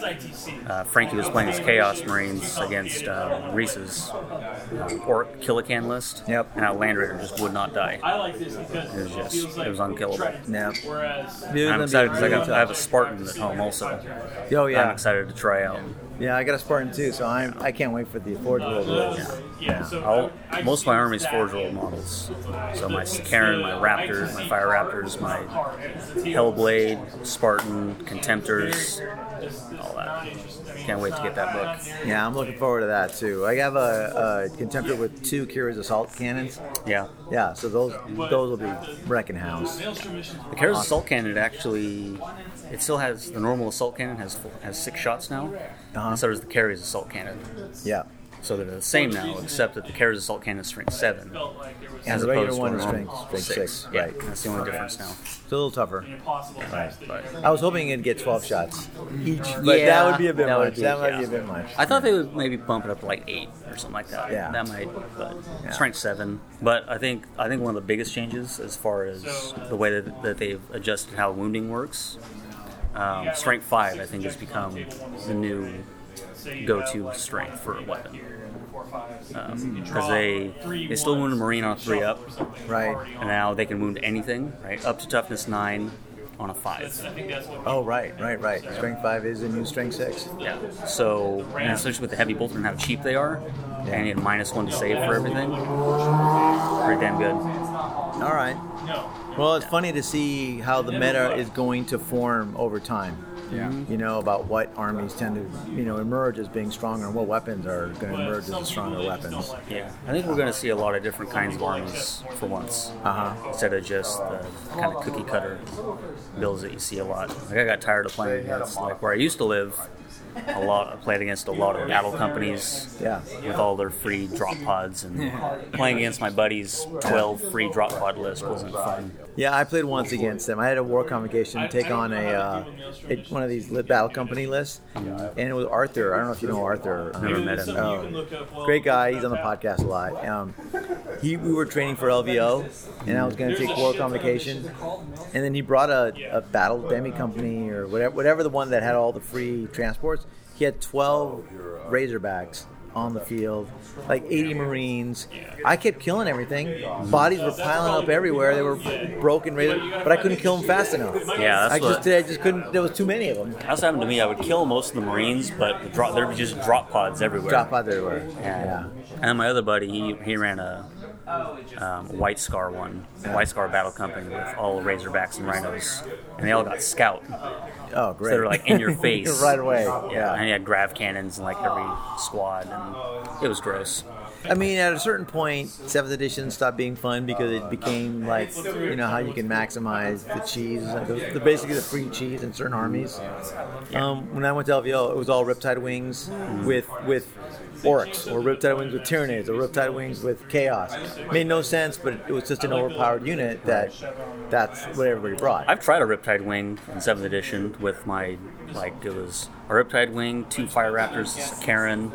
Speaker 3: Uh, Frankie was playing as Chaos Marines against um, Reese's uh, Orc Killican list.
Speaker 5: Yep.
Speaker 3: And how Land Raider just would not die.
Speaker 6: I like this because
Speaker 3: It was just-
Speaker 6: feels like
Speaker 3: it was unkillable.
Speaker 6: threatened.
Speaker 5: Yeah.
Speaker 6: Whereas
Speaker 5: Dude,
Speaker 3: I'm
Speaker 5: that'd
Speaker 3: excited
Speaker 5: be
Speaker 3: because I,
Speaker 5: really
Speaker 3: got- I have a Spartan at home also.
Speaker 5: tough. Oh
Speaker 3: I'm
Speaker 5: yeah,
Speaker 3: excited to try out.
Speaker 5: yeah. I got a Spartan too, so I'm I can't wait for the Forge World.
Speaker 6: those,
Speaker 5: rules.
Speaker 6: yeah. So
Speaker 3: I'll,
Speaker 6: I- I
Speaker 3: most of my army is
Speaker 6: that
Speaker 3: Forge
Speaker 6: in
Speaker 3: World models. So my Sakaran, my Raptor, my Fire Raptors, my
Speaker 6: part, and it's a team.
Speaker 3: Hellblade, Spartan, Contemptors,
Speaker 6: This- this
Speaker 3: all
Speaker 6: is
Speaker 3: that.
Speaker 6: not interesting. I mean,
Speaker 3: Can't wait
Speaker 6: it's
Speaker 3: to get
Speaker 6: not-
Speaker 3: that book.
Speaker 5: Yeah, I'm looking forward to that too. I have a, a Contemptor with two Kira's assault cannons.
Speaker 3: Yeah.
Speaker 5: Yeah, so those those will be wrecking house.
Speaker 6: Maelstrom missions
Speaker 3: The Kara's assault cannon actually, it still has the normal assault cannon has four, has six shots now,
Speaker 5: Uh-huh.
Speaker 3: and so does the Kara's assault cannon.
Speaker 5: Yeah,
Speaker 3: So they're the same now, except that the Kara's assault cannon is strength seven,
Speaker 6: felt like there was
Speaker 5: and
Speaker 3: as
Speaker 5: the regular
Speaker 3: opposed to
Speaker 5: one is
Speaker 3: a
Speaker 5: strength,
Speaker 3: normal
Speaker 5: strength
Speaker 3: six.
Speaker 5: six.
Speaker 3: Yeah,
Speaker 5: Right,
Speaker 3: that's the only difference now.
Speaker 5: it's a little tougher.
Speaker 6: impossible types that you
Speaker 3: But
Speaker 5: I was hoping it'd get 12 shots each, but that would be a bit
Speaker 3: that would
Speaker 5: much.
Speaker 3: be-
Speaker 5: that might
Speaker 3: yeah.
Speaker 5: be a bit much.
Speaker 3: I thought they would maybe bump it up to like eight or something like that.
Speaker 5: Yeah.
Speaker 3: That might, but strength seven. But I think I think one of the biggest changes as far as the way that, that they've adjusted how wounding works, um, strength five I think has become the new
Speaker 6: say you
Speaker 3: go-to
Speaker 6: have, like,
Speaker 3: strength for a weapon.
Speaker 6: four, five,
Speaker 3: because they they still wound a marine on a three up,
Speaker 5: Right.
Speaker 3: and now they can wound anything right up to toughness nine on a five.
Speaker 6: I think that's what
Speaker 5: Oh, right, right, right. Strength five is a new strength six.
Speaker 3: Yeah. So and especially with the heavy bolter and how cheap they are, and you get minus one to save for everything. Pretty damn good.
Speaker 5: All right. Well, it's funny to see how the meta is going to form over time.
Speaker 7: Yeah.
Speaker 5: You know about what armies tend to, you know, emerge as being stronger, and what weapons are going to emerge as the stronger weapons.
Speaker 3: Yeah. I think we're going to see a lot of different kinds of armies for once,
Speaker 5: Uh huh.
Speaker 3: instead of just the kind of cookie cutter builds that you see a lot. Like I got tired of playing against like where I used to live. A lot. I played against a lot of battle companies.
Speaker 5: Yeah.
Speaker 3: with all their free drop pods and playing against my buddies 12 free drop pod list wasn't fun
Speaker 5: Yeah, I played once against them. I had a war convocation take on a uh, it, one of these lit battle company lists, and it was Arthur. I don't know if you know Arthur. Never
Speaker 3: met him.
Speaker 6: you can look up. Well,
Speaker 5: great guy. He's on the podcast a lot. Um, he we were training for LVO, and I was going to take war convocation, and then he brought a, a battle demi company or whatever, whatever the one that had all the free transports. He had twelve Razorbacks on the field, like eighty Marines. I kept killing everything. Bodies were piling up everywhere. They were broken, Razor- but I couldn't kill them fast enough.
Speaker 3: yeah that's
Speaker 5: I
Speaker 3: what
Speaker 5: just I just couldn't. There was too many of them.
Speaker 3: that's what happened to me i would kill most of the marines but the drop, there'd be just drop pods everywhere
Speaker 5: Drop out everywhere.
Speaker 3: yeah.
Speaker 5: Yeah.
Speaker 3: and my other buddy he, he ran a um, white scar one white scar battle company with all razorbacks and rhinos and they all got scout
Speaker 5: Oh, great.
Speaker 3: so they're like in your face
Speaker 5: right away.
Speaker 3: yeah,
Speaker 5: yeah.
Speaker 3: and he had grav cannons in like every squad, and it was gross.
Speaker 5: I mean, at a certain point, seventh edition stopped being fun because it became like you know how you can maximize the cheese, the, the basically the free cheese in certain armies. Um, when I went to LVO, it was all Riptide Wings with with orcs, or Riptide Wings with Tyranids, or Riptide Wings with Chaos. made no sense, but it was just an overpowered unit that that's what everybody brought.
Speaker 3: I've tried a Riptide Wing in 7th edition with my, like, it was a Riptide Wing, two Fire Raptors, Karen,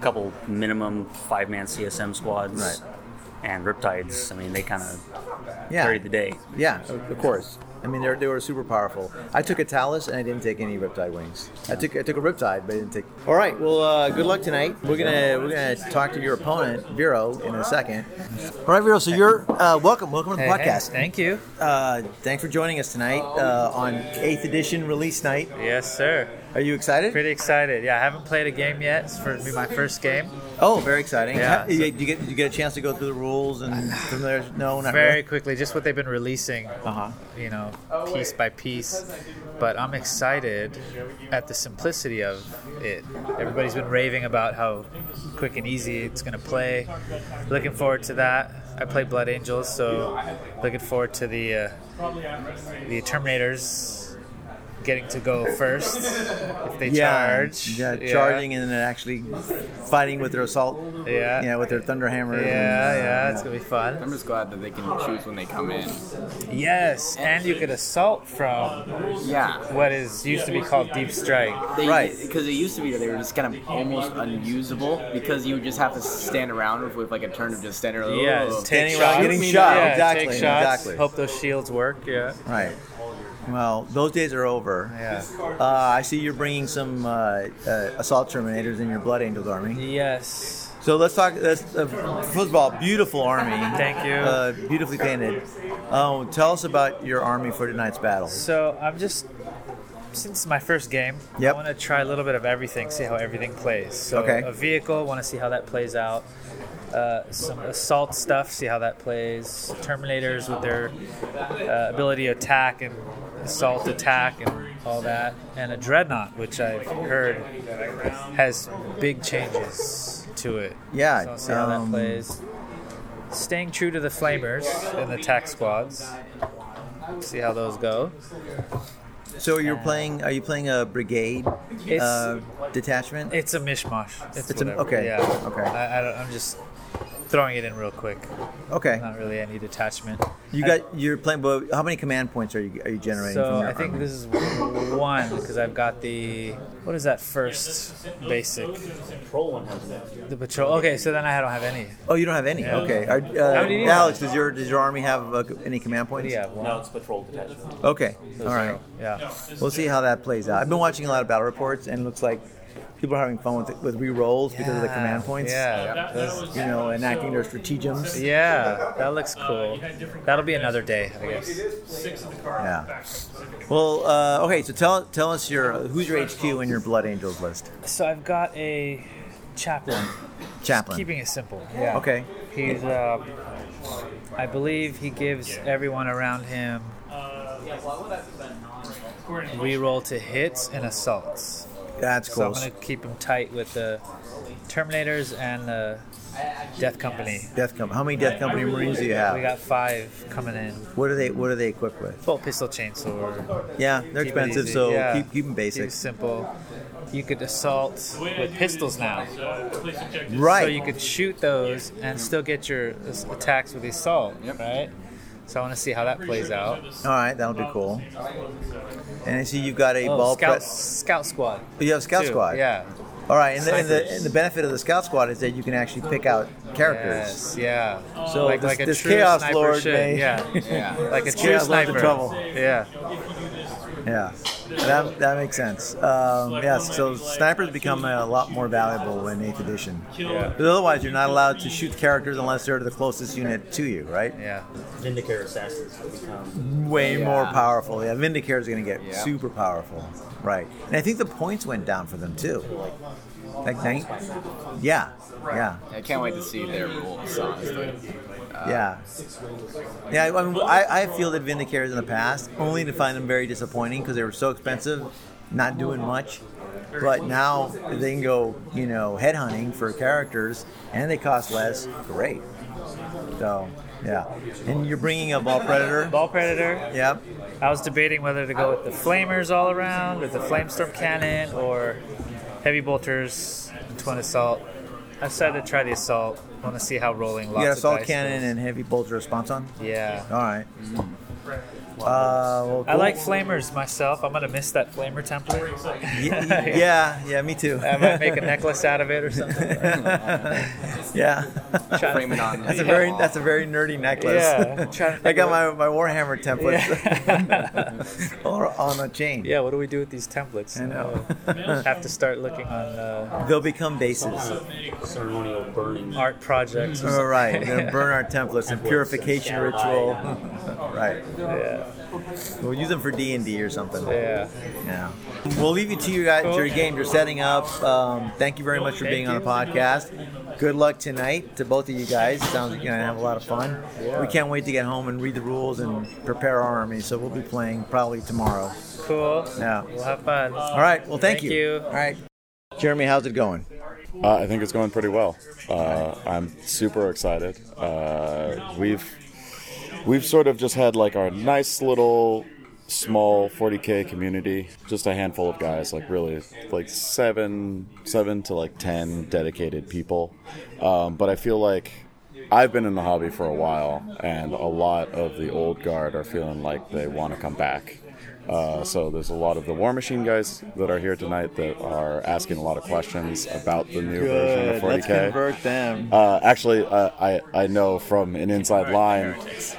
Speaker 3: couple minimum five man CSM squads.
Speaker 5: Right.
Speaker 3: And Riptides, I mean, they kind of
Speaker 5: Yeah.
Speaker 3: carried the day.
Speaker 5: Yeah, of of course. I mean, they're, they were super powerful. I took a Talus and I didn't take any Riptide wings. I took I took a Riptide, but I didn't take. All right. Well, uh, good luck tonight. We're gonna we're gonna talk to your opponent Vero in a second.
Speaker 1: All right, Vero. So you're uh, welcome. Welcome to the
Speaker 5: Hey, hey,
Speaker 1: podcast.
Speaker 5: thank you. Uh, thanks for joining us tonight uh, on Eighth Edition release night.
Speaker 8: Yes, sir.
Speaker 5: Are you excited?
Speaker 8: Pretty excited. Yeah, I haven't played a game yet. It's for me my first game.
Speaker 5: Oh, very exciting.
Speaker 8: Yeah.
Speaker 5: How- you, you get you get a chance to go through the rules and from there. No, not
Speaker 8: Very
Speaker 5: really.
Speaker 8: quickly, just what they've been releasing,
Speaker 5: Uh huh.
Speaker 8: you know, piece by piece. But I'm excited at the simplicity of it. Everybody's been raving about how quick and easy it's going to play. Looking forward to that. I play Blood Angels, so looking forward to the uh, the Terminators getting to go first if they charge.
Speaker 5: Yeah, charging and then actually fighting with their assault.
Speaker 8: Yeah.
Speaker 5: You know, with their thunder hammer.
Speaker 8: Yeah,
Speaker 5: and, uh,
Speaker 8: yeah, it's gonna be fun.
Speaker 4: I'm just glad that they can choose when they come in.
Speaker 8: Yes, and you could assault from
Speaker 4: Yeah.
Speaker 8: what is used to be called deep strike.
Speaker 4: They,
Speaker 5: Right.
Speaker 4: Because it used to be that they were just kind of almost unusable because you would just have to stand around with, with like a turn of just standing. Like,
Speaker 8: Yes,
Speaker 4: "Whoa."
Speaker 8: take
Speaker 5: Standing around
Speaker 8: shots.
Speaker 5: getting shot,
Speaker 8: Yeah,
Speaker 5: exactly,
Speaker 8: take shots.
Speaker 5: exactly.
Speaker 8: Hope those shields work. Yeah.
Speaker 5: Right. Well, those days are over.
Speaker 8: Yeah.
Speaker 5: Uh, I see you're bringing some uh, uh, assault terminators in your Blood Angels army.
Speaker 8: Yes.
Speaker 5: So let's talk. Let's, uh, first of all, beautiful army.
Speaker 8: Thank you.
Speaker 5: Uh, beautifully painted. Oh, tell us about your army for tonight's battle.
Speaker 8: So I'm just since my first game,
Speaker 5: Yep.
Speaker 8: I want to try a little bit of everything, see how everything plays. So
Speaker 5: Okay.
Speaker 8: a vehicle, want to see how that plays out. Uh, some assault stuff, see how that plays. Terminators with their uh, ability to attack and assault attack and all that, and a dreadnought, which I've heard has big changes to it.
Speaker 5: Yeah,
Speaker 8: so I'll see how that
Speaker 5: um,
Speaker 8: plays. Staying true to the flamers and the attack squads. See how those go.
Speaker 5: So
Speaker 8: Uh,
Speaker 5: you're playing? Are you playing a brigade uh, detachment?
Speaker 8: It's a mishmash. It's,
Speaker 5: It's a-
Speaker 8: whatever.
Speaker 5: okay,
Speaker 8: Yeah.
Speaker 5: okay.
Speaker 8: I, I don't, I'm just throwing it in real quick.
Speaker 5: okay.
Speaker 8: Not really any detachment.
Speaker 5: You
Speaker 8: I-
Speaker 5: got you're playing. But how many command points are you are you generating?
Speaker 8: So
Speaker 5: from your
Speaker 8: I think
Speaker 5: army?
Speaker 8: this is one because I've got the what is that first basic the patrol. Okay, so then I don't have any.
Speaker 5: Oh, you don't have any.
Speaker 8: Yeah.
Speaker 5: Okay. Are,
Speaker 8: How
Speaker 5: uh,
Speaker 8: many do you
Speaker 5: Alex, does your does your army have uh, any command points?
Speaker 8: Yeah, one.
Speaker 3: No, it's patrol detachment.
Speaker 5: Okay. All right.
Speaker 8: Yeah.
Speaker 5: We'll see how that plays out. I've been watching a lot of battle reports, and it looks like people are having fun with with re-rolls because of the command points.
Speaker 8: Yeah. Those-
Speaker 5: You know, enacting their stratagems.
Speaker 8: yeah, that looks cool. That'll be another day, I guess.
Speaker 5: Yeah. Well, uh, okay. So tell tell us your uh, who's your HQ in your Blood Angels list?
Speaker 8: So I've got a chaplain.
Speaker 5: Chaplain.
Speaker 8: Keeping it simple. Yeah.
Speaker 5: okay.
Speaker 8: He's, uh, I believe he gives everyone around him reroll to hits and assaults.
Speaker 5: That's
Speaker 8: So I'm
Speaker 5: cool.
Speaker 8: going to keep him tight with the Terminators and the Death Company.
Speaker 5: Death Company. How many Death Company Marines do you
Speaker 8: We
Speaker 5: have?
Speaker 8: got five coming in.
Speaker 5: What are they What are they equipped with?
Speaker 8: Bolt pistol chainsaw.
Speaker 5: Yeah, they're
Speaker 8: Keep it
Speaker 5: expensive,
Speaker 8: easy.
Speaker 5: so
Speaker 8: Yeah.
Speaker 5: keep keep them
Speaker 8: Keep it
Speaker 5: basic.
Speaker 8: simple. You could assault with pistols now.
Speaker 5: Right.
Speaker 8: So you could shoot those and still get your s- attacks with the assault, right? So I want to see how that plays out.
Speaker 5: All right, that'll be cool. And I see you've got a
Speaker 8: Oh,
Speaker 5: ball
Speaker 8: scout,
Speaker 5: press.
Speaker 8: scout squad.
Speaker 5: You have Scout
Speaker 8: too.
Speaker 5: Squad.
Speaker 8: Yeah.
Speaker 5: All right, and the, and, the,
Speaker 8: Snipers.
Speaker 5: and the benefit of the Scout Squad is that you can actually pick out characters.
Speaker 8: Yes. Yeah.
Speaker 5: So
Speaker 8: like,
Speaker 5: this-
Speaker 8: like a
Speaker 5: this
Speaker 8: true
Speaker 5: Chaos
Speaker 8: sniper
Speaker 5: Lord
Speaker 8: should.
Speaker 5: may-
Speaker 8: Yeah.
Speaker 4: Yeah.
Speaker 8: Like a
Speaker 5: This
Speaker 8: true
Speaker 5: Chaos Lord's
Speaker 8: sniper.
Speaker 5: in trouble.
Speaker 8: Yeah.
Speaker 5: Yeah, that, that makes sense. Um, yes, so snipers become a lot more valuable in 8th edition.
Speaker 8: Yeah.
Speaker 5: But otherwise, you're not allowed to shoot characters unless they're the closest unit to you, right?
Speaker 8: Yeah.
Speaker 3: Vindicator assassins will become.
Speaker 5: Way
Speaker 4: Yeah.
Speaker 5: more powerful. Yeah, Vindicator is going to get
Speaker 4: Yeah.
Speaker 5: super powerful. Right. And I think the points went down for them too. Like, nine, yeah, yeah.
Speaker 4: I can't wait to see their rules. Honestly.
Speaker 5: Yeah. Yeah, I, mean, I, I fielded Vindicators in the past, only to find them very disappointing because they were so expensive, not doing much. But now they can go, you know, headhunting for characters and they cost less. Great. So, yeah. And you're bringing a Ball Predator.
Speaker 8: Ball predator.
Speaker 5: Yep.
Speaker 8: I was debating whether to go with the flamers all around, with the flamestorm cannon, or heavy bolters and twin assault. I decided to try the assault. want to see how rolling
Speaker 5: You
Speaker 8: lots
Speaker 5: got
Speaker 8: of
Speaker 5: assault
Speaker 8: dice
Speaker 5: cannon
Speaker 8: goes.
Speaker 5: and heavy bolt response on.
Speaker 8: yeah.
Speaker 5: All right. Uh, well,
Speaker 8: I like flamers myself. I'm gonna miss that flamer template.
Speaker 5: Yeah, yeah, yeah, me too.
Speaker 8: I might make a necklace out of it or something.
Speaker 5: yeah.
Speaker 4: Frame it on.
Speaker 5: That's a very that's a very nerdy necklace.
Speaker 8: Yeah, trying to
Speaker 5: I got
Speaker 8: think
Speaker 5: my, my Warhammer template
Speaker 8: Yeah.
Speaker 5: or on a chain.
Speaker 8: yeah. What do we do with these templates?
Speaker 5: I know.
Speaker 8: Uh, have to start looking on uh,
Speaker 5: They'll become bases.
Speaker 6: Ceremonial burning.
Speaker 8: art projects. or
Speaker 5: All
Speaker 8: something.
Speaker 5: right. They're gonna burn our templates and purification ritual. right.
Speaker 8: Yeah.
Speaker 5: We'll use them for D and D or something.
Speaker 8: Yeah.
Speaker 5: Yeah. We'll leave you to your guys, your game you're setting up. Um, thank you very much for being on the podcast. Good luck tonight to both of you guys. Sounds like you're gonna have a lot of fun. We can't wait to get home and read the rules and prepare our army. So we'll be playing probably tomorrow.
Speaker 8: Cool.
Speaker 5: Yeah.
Speaker 8: We'll have fun.
Speaker 5: All right. Well, thank,
Speaker 8: Thank you.
Speaker 5: All right. Jeremy, how's it going?
Speaker 9: Uh, I think it's going pretty well. Uh, I'm super excited. Uh, we've we've sort of just had like our nice little small 40k community, just a handful of guys, like really like seven seven to like ten dedicated people. Um, but I feel like I've been in the hobby for a while, and a lot of the old guard are feeling like they want to come back. Uh, so there's a lot of the War Machine guys that are here tonight that are asking a lot of questions about the new version of 40k.
Speaker 5: Let's convert them.
Speaker 9: Uh, actually, uh, I I know from an inside line.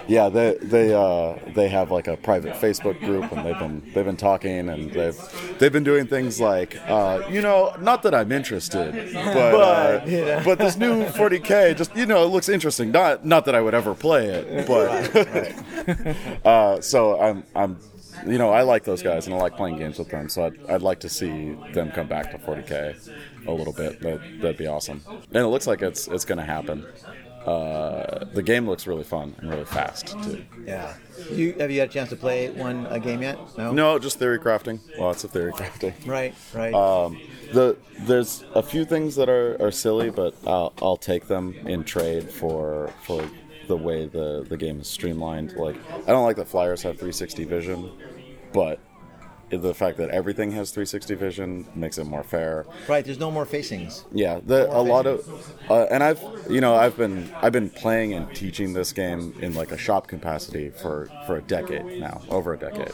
Speaker 9: Yeah, they they uh, they have like a private Facebook group, and they've been they've been talking, and they've they've been doing things like uh, you know, not that I'm interested, but uh,
Speaker 5: But, you know.
Speaker 9: but this new 40k just you know it looks interesting. Not not that I would ever play it, but uh, so I'm I'm. You know, I like those guys and I like playing games with them, so I'd, I'd like to see them come back to 40k a little bit. That, that'd be awesome. And it looks like it's it's going to happen. Uh, the game looks really fun and really fast too.
Speaker 5: Yeah. You have you had a chance to play one a game yet? No.
Speaker 9: No, just theory crafting. Lots of theory crafting.
Speaker 5: Right. Right.
Speaker 3: Uh,
Speaker 9: Um, the there's a few things that are, are silly, but I'll, I'll take them in trade for for the way the, the game is streamlined. Like I don't like that flyers have 360 vision, but the fact that everything has 360 vision makes it more fair.
Speaker 5: right. There's no more facings.
Speaker 9: Yeah, the, a lot of, uh, and I've you know I've been I've been playing and teaching this game in like a shop capacity for for a decade now, over a decade,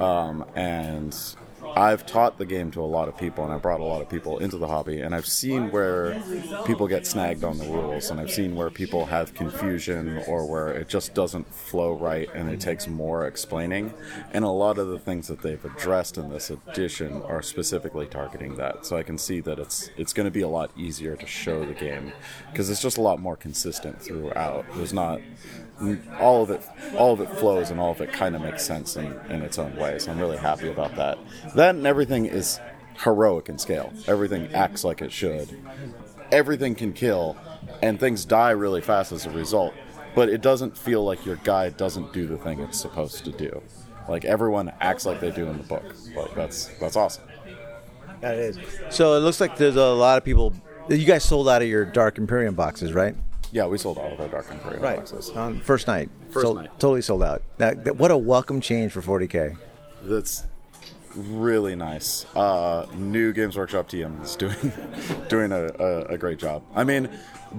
Speaker 9: um, and I've taught the game to a lot of people, and I brought a lot of people into the hobby, and I've seen where people get snagged on the rules, and I've seen where people have confusion or where it just doesn't flow right, and it takes more explaining, and a lot of the things that they've addressed in this edition are specifically targeting that, so I can see that it's it's going to be a lot easier to show the game because it's just a lot more consistent throughout. There's not all of it all of it flows and all of it kind of makes sense in, in its own way. So I'm really happy about that. That and everything is heroic in scale. Everything acts like it should. Everything can kill, and things die really fast as a result. But it doesn't feel like your guy doesn't do the thing it's supposed to do. Like everyone acts like they do in the book. Like that's that's awesome.
Speaker 5: That is. So it looks like there's a lot of people. You guys sold out of your Dark Imperium boxes, right?
Speaker 9: Yeah, we sold all of our Dark Imperial boxes.
Speaker 5: On first night.
Speaker 9: First
Speaker 5: Sold-
Speaker 9: night.
Speaker 5: Totally sold out. That, that- what a welcome change for 40K.
Speaker 9: That's really nice. Uh, new Games Workshop TM is doing doing a, a, a great job. I mean,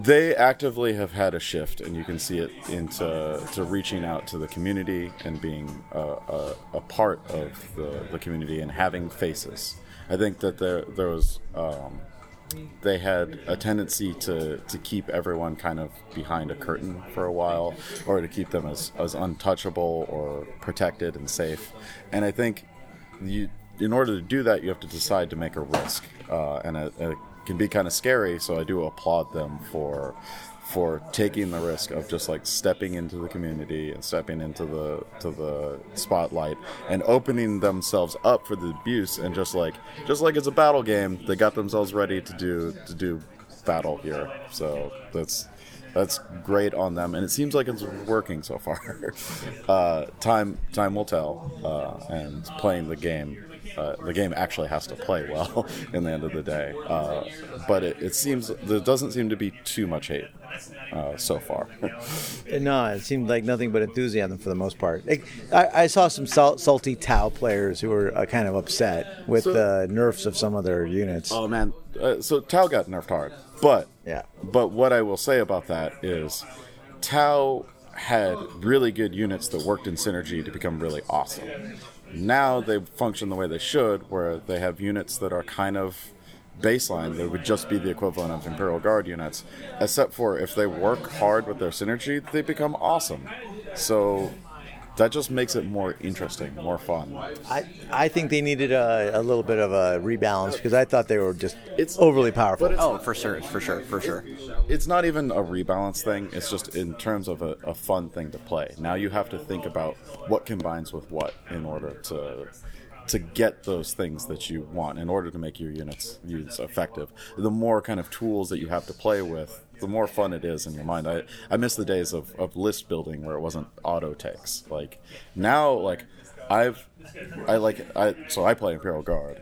Speaker 9: they actively have had a shift, and you can see it into to reaching out to the community and being a, a, a part of the, the community and having faces. I think that there there was. Um, they had a tendency to, to keep everyone kind of behind a curtain for a while or to keep them as, as untouchable or protected and safe. And I think you, in order to do that, you have to decide to make a risk. Uh, and it, it can be kind of scary, so I do applaud them for for taking the risk of just like stepping into the community and stepping into the to the spotlight and opening themselves up for the abuse and just like just like it's a battle game, they got themselves ready to do to do battle here. So that's that's great on them, and it seems like it's working so far. uh, time time will tell, uh, and playing the game. Uh, the game actually has to play well in the end of the day, uh, but it, it seems there doesn't seem to be too much hate uh, so far.
Speaker 5: Uh, No, it seemed like nothing but enthusiasm for the most part. Like, I, I saw some sal- salty Tau players who were uh, kind of upset with the nerfs of some of their units.
Speaker 9: oh man, uh, so Tao got nerfed hard. But
Speaker 5: Yeah.
Speaker 9: but what I will say about that is Tau had really good units that worked in synergy to become really awesome. Now they function the way they should, where they have units that are kind of baseline that would just be the equivalent of Imperial Guard units, except for if they work hard with their synergy, they become awesome. So that just makes it more interesting, more fun.
Speaker 5: I, I think they needed a, a little bit of a rebalance because I thought they were just
Speaker 9: It's-
Speaker 5: overly powerful.
Speaker 9: but it's-
Speaker 4: Oh, for sure, for sure, for sure.
Speaker 9: it's not even a rebalance thing. It's just in terms of a, a fun thing to play. Now you have to think about what combines with what in order to to get those things that you want in order to make your units units effective. The more kind of tools that you have to play with, the more fun it is in your mind. I, I miss the days of, of list building where it wasn't auto takes. Like now like I've I like I so I play Imperial Guard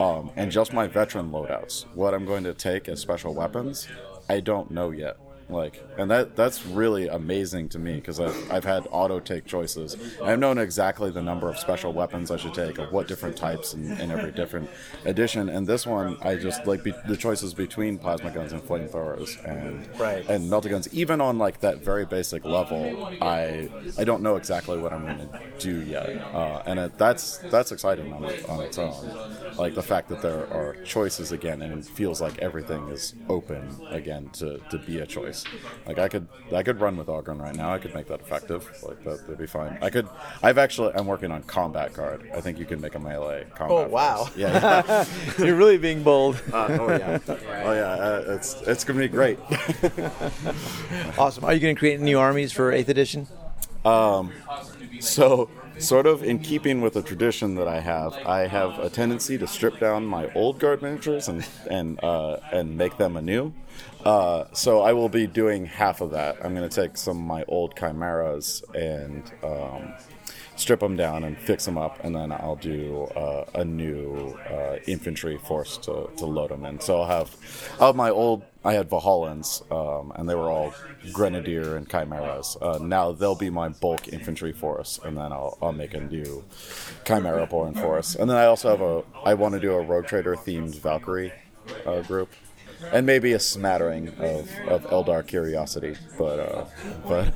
Speaker 9: um, and just my veteran loadouts. What I'm going to take as special weapons, I don't know yet. Like, and that that's really amazing to me because I've, I've had auto take choices. I've known exactly the number of special weapons I should take, of what different types in, in every different edition. And this one, I just like be, the choices between plasma guns and flamethrowers and
Speaker 5: Right.
Speaker 9: and melter guns. Even on like that very basic level, I I don't know exactly what I'm going to do yet, uh, and it, that's that's exciting on, it, on its own. Like the fact that there are choices again, and it feels like everything is open again to, to be a choice. Like I could I could run with Ogren right now. I could make that effective. Like that would be fine. I could. I've actually I'm working on combat guard. I think you can make a melee
Speaker 5: Oh,
Speaker 9: combat.
Speaker 5: wow.
Speaker 9: force. Yeah.
Speaker 5: You're really being bold.
Speaker 9: oh yeah. Oh yeah. Uh, it's it's gonna be great.
Speaker 5: Awesome. Are you going to create new armies for 8th edition?
Speaker 9: So, sort of in keeping with a tradition that I have, I have a tendency to strip down my old guard miniatures and and uh, and make them anew. Uh, so I will be doing half of that. I'm going to take some of my old chimeras and um, strip them down and fix them up, and then I'll do uh, a new uh, infantry force to, to load them in. So I'll have I'll have my old I had Valhallans, um, and they were all Grenadier and Chimeras. Uh, now they'll be my bulk infantry force, and then I'll, I'll make a new Chimera born force. And then I also have a I want to do a Rogue Trader themed Valkyrie uh, group, and maybe a smattering of, of Eldar curiosity. But uh, but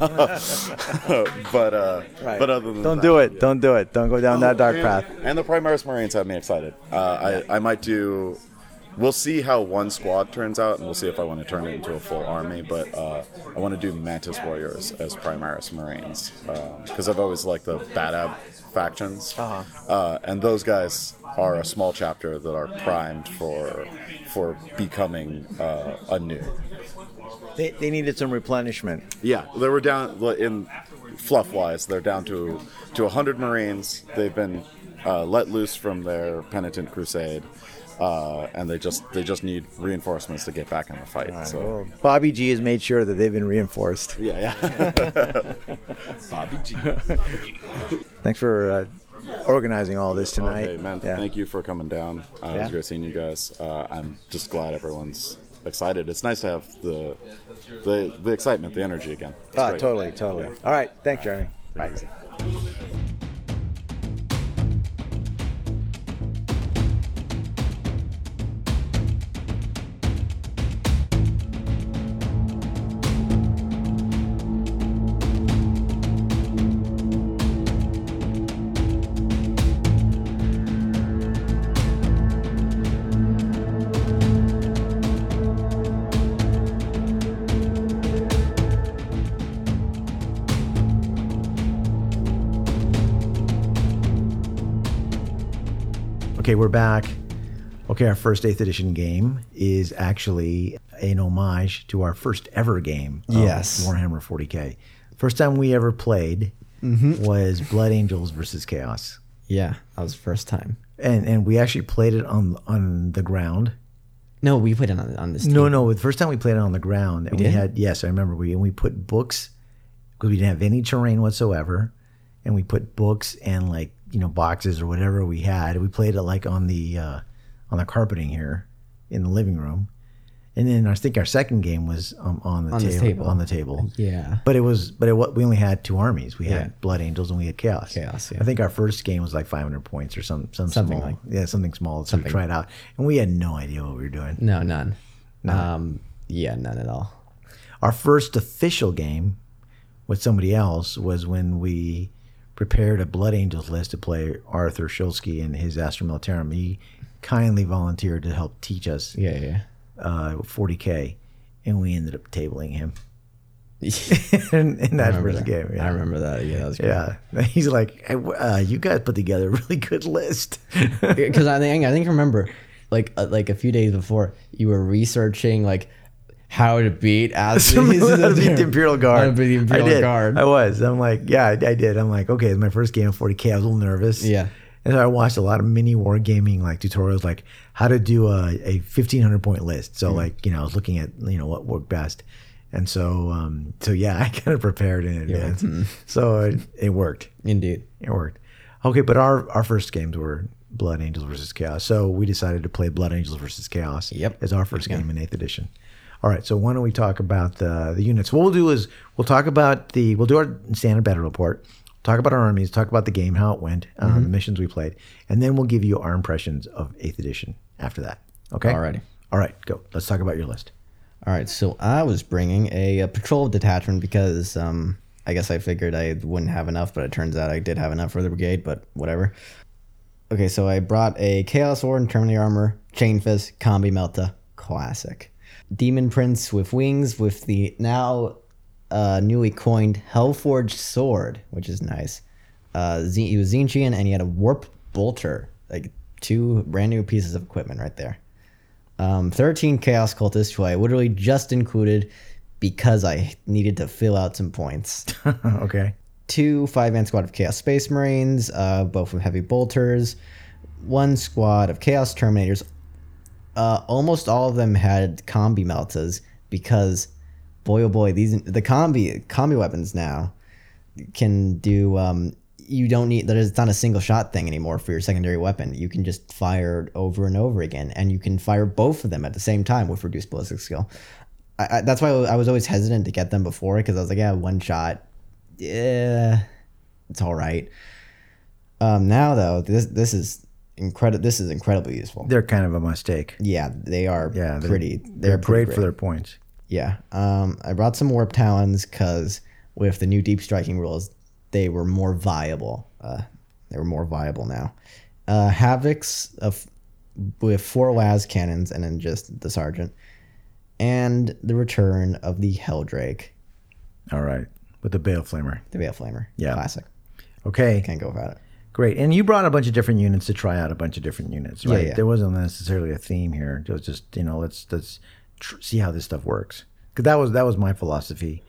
Speaker 9: but uh, but other than
Speaker 5: Don't
Speaker 9: that,
Speaker 5: do it. Don't do it. Don't go down that dark
Speaker 9: and,
Speaker 5: path.
Speaker 9: And the Primaris Marines have me excited. Uh, I, I might do. We'll see how one squad turns out, and we'll see if I want to turn it into a full army. But uh, I want to do Mantis Warriors as Primaris Marines because I've always liked the Badab factions, uh
Speaker 5: Uh-huh.
Speaker 9: and those guys are a small chapter that are primed for for becoming uh, a new.
Speaker 5: They, they needed some replenishment.
Speaker 9: Yeah, they were down in fluff wise. They're down to to hundred Marines. They've been uh, let loose from their penitent crusade, uh, and they just they just need reinforcements to get back in the fight. so
Speaker 5: Bobby G has made sure that they've been reinforced.
Speaker 9: yeah, yeah. Bobby G.
Speaker 5: Thanks for uh, organizing all this tonight.
Speaker 9: Hey man,
Speaker 5: Yeah.
Speaker 9: thank you for coming down. Uh, It
Speaker 5: Yeah.
Speaker 9: was great seeing you guys. Uh, I'm just glad everyone's excited. It's nice to have the the, the excitement, the energy again. It's
Speaker 5: Ah,
Speaker 9: great.
Speaker 5: totally, totally. All right. Thanks, Jeremy.
Speaker 9: Amazing.
Speaker 1: Okay, we're back. Okay, our first 8th edition game is actually an homage to our first ever game of
Speaker 2: Yes.
Speaker 1: Warhammer 40K. First time we ever played was Blood Angels versus Chaos.
Speaker 2: Yeah, that was the first time.
Speaker 1: And and we actually played it on on the ground.
Speaker 2: No, we put it on, on this.
Speaker 1: No, no. The first time we played it on the ground, and we
Speaker 2: did?
Speaker 1: had yes, I remember. We and we put books because we didn't have any terrain whatsoever, and we put books and like you know boxes or whatever we had. We played it like on the uh, on the carpeting here in the living room, and then I think our second game was um, on the
Speaker 2: On
Speaker 1: table,
Speaker 2: this table.
Speaker 1: on the table.
Speaker 2: Yeah.
Speaker 1: But it was, but it, wa- we only had two armies. We
Speaker 2: Yeah.
Speaker 1: had Blood Angels and we had Chaos.
Speaker 2: Chaos, yeah.
Speaker 1: I think our first game was like 500 points or some, some
Speaker 2: Something
Speaker 1: small-
Speaker 2: like-
Speaker 1: yeah, something small. So we tried out, and we had no idea what we were doing.
Speaker 2: No, none. Um, yeah, none at all.
Speaker 1: Our first official game with somebody else was when we prepared a Blood Angels list to play Arthur Shulsky and his Astra Militarum. He kindly volunteered to help teach us
Speaker 2: Yeah, yeah.
Speaker 1: uh, 40K, and we ended up tabling him
Speaker 2: yeah.
Speaker 1: in, in that
Speaker 2: remember
Speaker 1: first
Speaker 2: that.
Speaker 1: game.
Speaker 2: I
Speaker 1: Yeah.
Speaker 2: remember that. Yeah, that was great.
Speaker 1: Yeah, he's like, "Hey, w- uh, you guys put together a really good list.
Speaker 2: because I think I think I remember like uh, like a few days before you were researching like how to beat as
Speaker 1: Some how to beat the Imperial Guard.
Speaker 2: How to beat the Imperial
Speaker 1: I did.
Speaker 2: Guard.
Speaker 1: I was. I'm like, yeah, I, I did. I'm like, okay, it's my first game of 40k. I was a little nervous.
Speaker 2: Yeah.
Speaker 1: And so I watched a lot of mini wargaming like tutorials, like how to do a, a 1500 point list.
Speaker 2: Mm-hmm.
Speaker 1: So like, you know, I was looking at you know what worked best, and so um, so yeah, I kind of prepared in advance.
Speaker 2: Mm-hmm.
Speaker 1: So it, it worked.
Speaker 2: Indeed.
Speaker 1: It worked. Okay, but our our first games were Blood Angels versus Chaos. So we decided to play Blood Angels versus Chaos.
Speaker 2: Yep.
Speaker 1: As our first game in Eighth Edition. All right. So why don't we talk about the the units? What we'll do is we'll talk about the we'll do our standard battle report. Talk about our armies. Talk about the game, how it went, uh,
Speaker 2: Mm-hmm.
Speaker 1: the missions we played, and then we'll give you our impressions of Eighth Edition after that. Okay.
Speaker 2: Alrighty.
Speaker 1: All right. Go. Let's talk about your list.
Speaker 2: All right, so I was bringing a, uh patrol detachment because um, I guess I figured I wouldn't have enough, but it turns out I did have enough for the brigade. But whatever. Okay, so I brought a Chaos War and Terminator Armor, Chain Fist, Combi Melta, classic. Demon Prince with wings with the now uh, newly coined Hellforged Sword, which is nice. Uh, Z- he was Zinchian and he had a Warp Bolter, like two brand new pieces of equipment right there. Um, 13 Chaos Cultists, who I literally just included because I needed to fill out some points
Speaker 1: okay.
Speaker 2: two five man squad of Chaos Space Marines, uh, both with heavy bolters, one squad of Chaos Terminators. Uh, almost all of them had combi meltas because, boy oh boy, these the combi combi weapons now can do. Um, you don't need that. It's not a single shot thing anymore for your secondary weapon. You can just fire over and over again, and you can fire both of them at the same time with reduced ballistic skill. I, I, that's why I was always hesitant to get them before because I was like, yeah, one shot, yeah, it's all right. Um, now though, this this is incredible. This is incredibly useful.
Speaker 1: They're kind of a mistake.
Speaker 2: yeah, they are.
Speaker 1: Yeah. They're,
Speaker 2: pretty.
Speaker 1: They're,
Speaker 2: pretty
Speaker 1: great for their points.
Speaker 2: yeah. Um, I brought some warp talons because with the new deep striking rules, they were more viable. Uh, they were more viable now. Uh, Havocs of with four las cannons and then just the sergeant, and the return of the Helldrake,
Speaker 1: All right. With the Bale Flamer.
Speaker 2: the Bale Flamer.
Speaker 1: Yeah.
Speaker 2: classic.
Speaker 1: Okay.
Speaker 2: Can't go without it.
Speaker 1: Great. And you brought a bunch of different units to try out a bunch of different units, right?
Speaker 2: yeah.
Speaker 1: There wasn't necessarily a theme here. It was just, you know, let's let's tr- see how this stuff works. Cuz that was that was my philosophy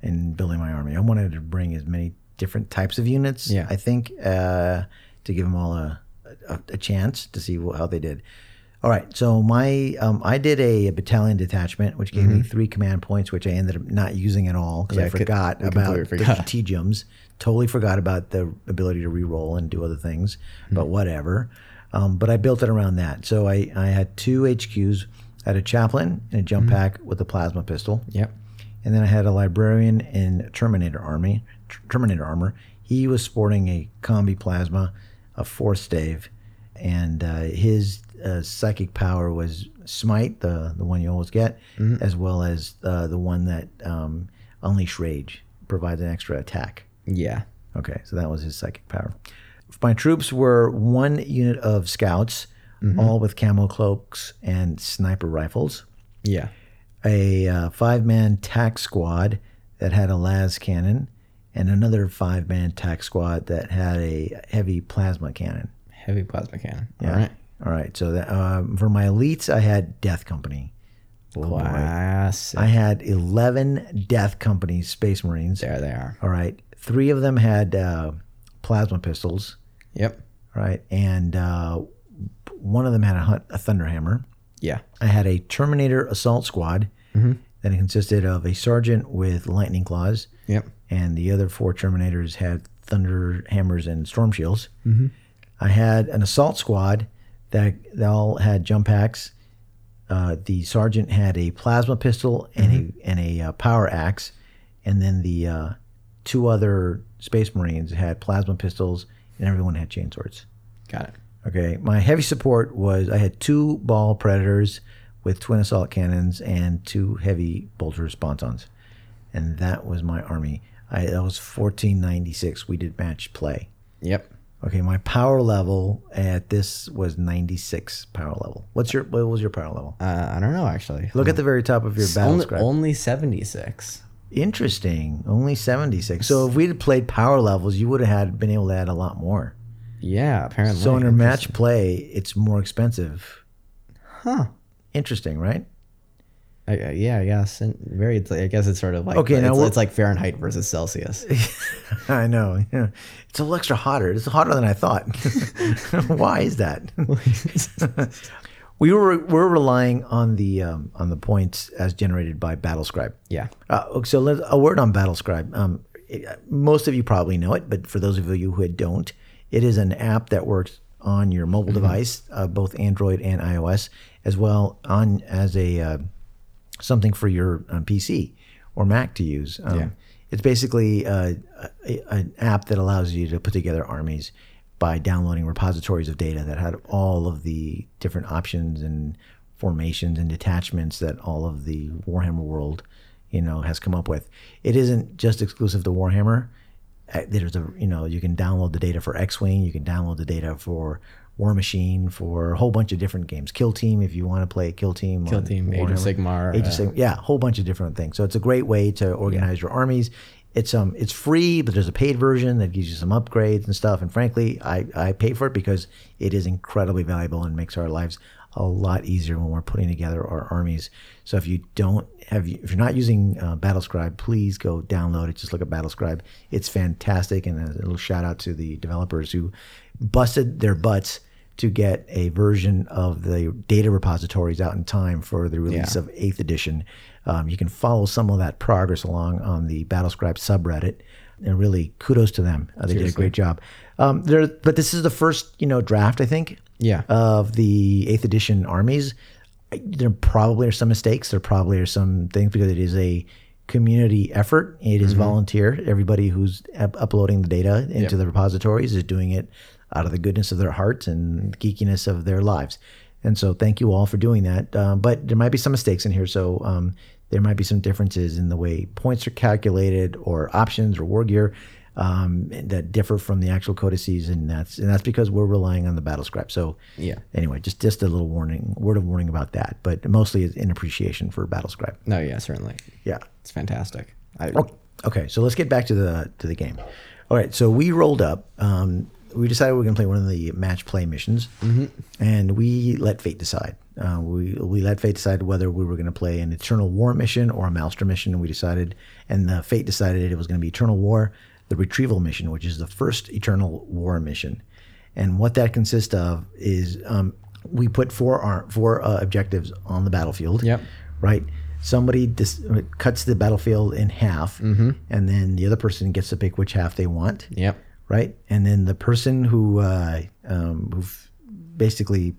Speaker 1: in building my army. I wanted to bring as many different types of units,
Speaker 2: Yeah.
Speaker 1: I think, uh, to give them all a a, a chance to see wh- how they did. All right, so my um, I did a, battalion detachment, which gave me
Speaker 2: Mm-hmm.
Speaker 1: three command points, which I ended up not using at all because
Speaker 2: Yeah,
Speaker 1: I
Speaker 2: I could-
Speaker 1: forgot
Speaker 2: we
Speaker 1: about
Speaker 2: completely
Speaker 1: the
Speaker 2: forgot.
Speaker 1: strategems. Totally forgot about the ability to re-roll and do other things,
Speaker 2: Hmm.
Speaker 1: but whatever. Um, but I built it around that. So I, I had two HQs. I had a chaplain and a jump
Speaker 2: Hmm.
Speaker 1: pack with a plasma pistol,
Speaker 2: Yep.
Speaker 1: and then I had a librarian in Terminator army, Tr- Terminator armor. He was sporting a combi plasma, a force stave, and uh, his uh, psychic power was smite, the the one you always get, as well as uh, the one that um, unleash rage provides an extra attack.
Speaker 2: Yeah.
Speaker 1: Okay, so that was his psychic power. My troops were one unit of scouts, all with camo cloaks and sniper rifles
Speaker 2: Yeah.
Speaker 1: a uh, five man tax squad that had a las cannon and another five man tax squad that had a heavy plasma cannon.
Speaker 2: Heavy plasma cannon. All right.
Speaker 1: All right. So that, um, for my elites, I had Death Company. Oh, boy.
Speaker 2: Classic.
Speaker 1: I had 11 Death Company Space Marines.
Speaker 2: there they are.
Speaker 1: All right. Three of them had uh, plasma pistols.
Speaker 2: Yep.
Speaker 1: All right. And uh, one of them had a, hun- a Thunder Hammer.
Speaker 2: Yeah.
Speaker 1: I had a Terminator assault squad that consisted of a sergeant with lightning claws,
Speaker 2: Yep.
Speaker 1: and the other four Terminators had thunder hammers and storm shields. I had an assault squad that they all had jump packs. Uh, the sergeant had a plasma pistol and a and a uh, power axe, and then the uh, two other Space Marines had plasma pistols, and everyone had chainswords.
Speaker 2: Got it.
Speaker 1: Okay. My heavy support was I had two ball predators with twin assault cannons and two heavy bolter sponsons, and that was my army. I, that was 1496. We did match play.
Speaker 2: Yep.
Speaker 1: Okay, my power level at this was 96 power level. What's your what was your power level?
Speaker 2: Uh, I don't know actually.
Speaker 1: Look at the very top of your battle
Speaker 2: only,
Speaker 1: scribe.
Speaker 2: only 76.
Speaker 1: Interesting. Only 76. So if we had played power levels, you would have had been able to add a lot more.
Speaker 2: Yeah, apparently.
Speaker 1: So under match play, it's more expensive.
Speaker 2: Huh.
Speaker 1: Interesting, right?
Speaker 2: I, I- uh, yeah, I guess. And very, it's like- I guess it's sort of like
Speaker 1: Okay, now
Speaker 2: it's,
Speaker 1: we'll-
Speaker 2: it's like Fahrenheit versus Celsius.
Speaker 1: I know. Yeah. It's a little extra hotter. It's hotter than I thought. Why is that? we were we're relying on the um, on the points as generated by Battlescribe.
Speaker 2: yeah.
Speaker 1: Uh, okay, so let a word on Battlescribe. Um, it, uh, most of you probably know it, but for those of you who don't, it is an app that works on your mobile device, uh, both Android and iOS, as well on as a uh, something for your um, PC or Mac to use. Um,
Speaker 2: Yeah.
Speaker 1: It's basically uh, a, an app that allows you to put together armies by downloading repositories of data that had all of the different options and formations and detachments that all of the Warhammer world, you know, has come up with. It isn't just exclusive to Warhammer. Uh, There's a you know you can download the data for X-wing, you can download the data for War Machine, for a whole bunch of different games. Kill Team, if you want to play Kill Team,
Speaker 2: Kill
Speaker 1: on
Speaker 2: Team, Age of
Speaker 1: Warhammer.
Speaker 2: Sigmar.
Speaker 1: Age
Speaker 2: uh,
Speaker 1: of Sigmar. Yeah, a whole bunch of different things. So it's a great way to organize your armies. It's um it's free, but there's a paid version that gives you some upgrades and stuff. And frankly, I, I pay for it because it is incredibly valuable and makes our lives a lot easier when we're putting together our armies. So if you don't have if you're not using uh, Battlescribe, please go download it. Just look at Battlescribe. It's fantastic. And a little shout out to the developers who busted their butts to get a version of the data repositories out in time for the release
Speaker 2: Yeah.
Speaker 1: of 8th edition. Um, you can follow some of that progress along on the Battlescribe subreddit. And really, kudos to them. Uh, they did a
Speaker 2: Seriously.
Speaker 1: great job. Um, there, but this is the first, you know, draft I think
Speaker 2: Yeah.
Speaker 1: of the eighth edition armies. I- There probably are some mistakes. There probably are some things because it is a community effort. It is volunteer. Everybody who's up- uploading the data into the repositories is doing it out of the goodness of their hearts and the geekiness of their lives. And so, thank you all for doing that. Uh, but there might be some mistakes in here, so um, there might be some differences in the way points are calculated, or options, or war gear um, that differ from the actual codices, and that's and that's because we're relying on the battle script. So
Speaker 2: Yeah.
Speaker 1: Anyway, just just a little warning, word of warning about that, but mostly it's in appreciation for battle script.
Speaker 2: No, yeah, certainly.
Speaker 1: Yeah.
Speaker 2: It's fantastic. I,
Speaker 1: Oh. Okay, so let's get back to the to the game. All right, so we rolled up. Um, we decided we were going to play one of the match play missions, and we let fate decide. Uh, we we let fate decide whether we were going to play an Eternal War mission or a Maelstrom mission, and we decided, and the fate decided it was going to be Eternal War, the Retrieval mission, which is the first Eternal War mission, and what that consists of is um, we put four ar- four uh, objectives on the battlefield
Speaker 2: Yep.
Speaker 1: right? Somebody dis- cuts the battlefield in half, and then the other person gets to pick which half they want,
Speaker 2: Yep.
Speaker 1: right? And then the person who uh, um, who f- basically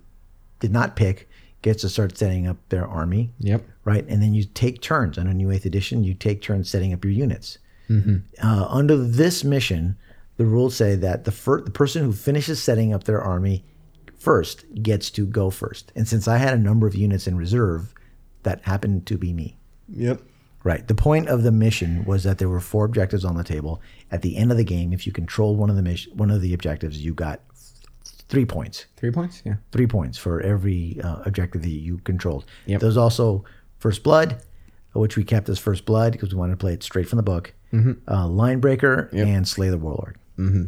Speaker 1: did not pick gets to start setting up their army,
Speaker 2: Yep.
Speaker 1: right? And then you take turns. On a new eighth edition, you take turns setting up your units. Uh, under this mission, the rules say that the fir- the person who finishes setting up their army first gets to go first. And since I had a number of units in reserve, that happened to be me.
Speaker 2: Yep.
Speaker 1: Right. The point of the mission was that there were four objectives on the table. At the end of the game, if you controlled one of the mission, one of the objectives, you got three points
Speaker 2: Three points? Yeah.
Speaker 1: three points for every uh, objective that you controlled.
Speaker 2: Yep.
Speaker 1: There's also First Blood, which we kept as First Blood because we wanted to play it straight from the book.
Speaker 2: Mm-hmm.
Speaker 1: Uh, Linebreaker and Slay the Warlord. Mm-hmm.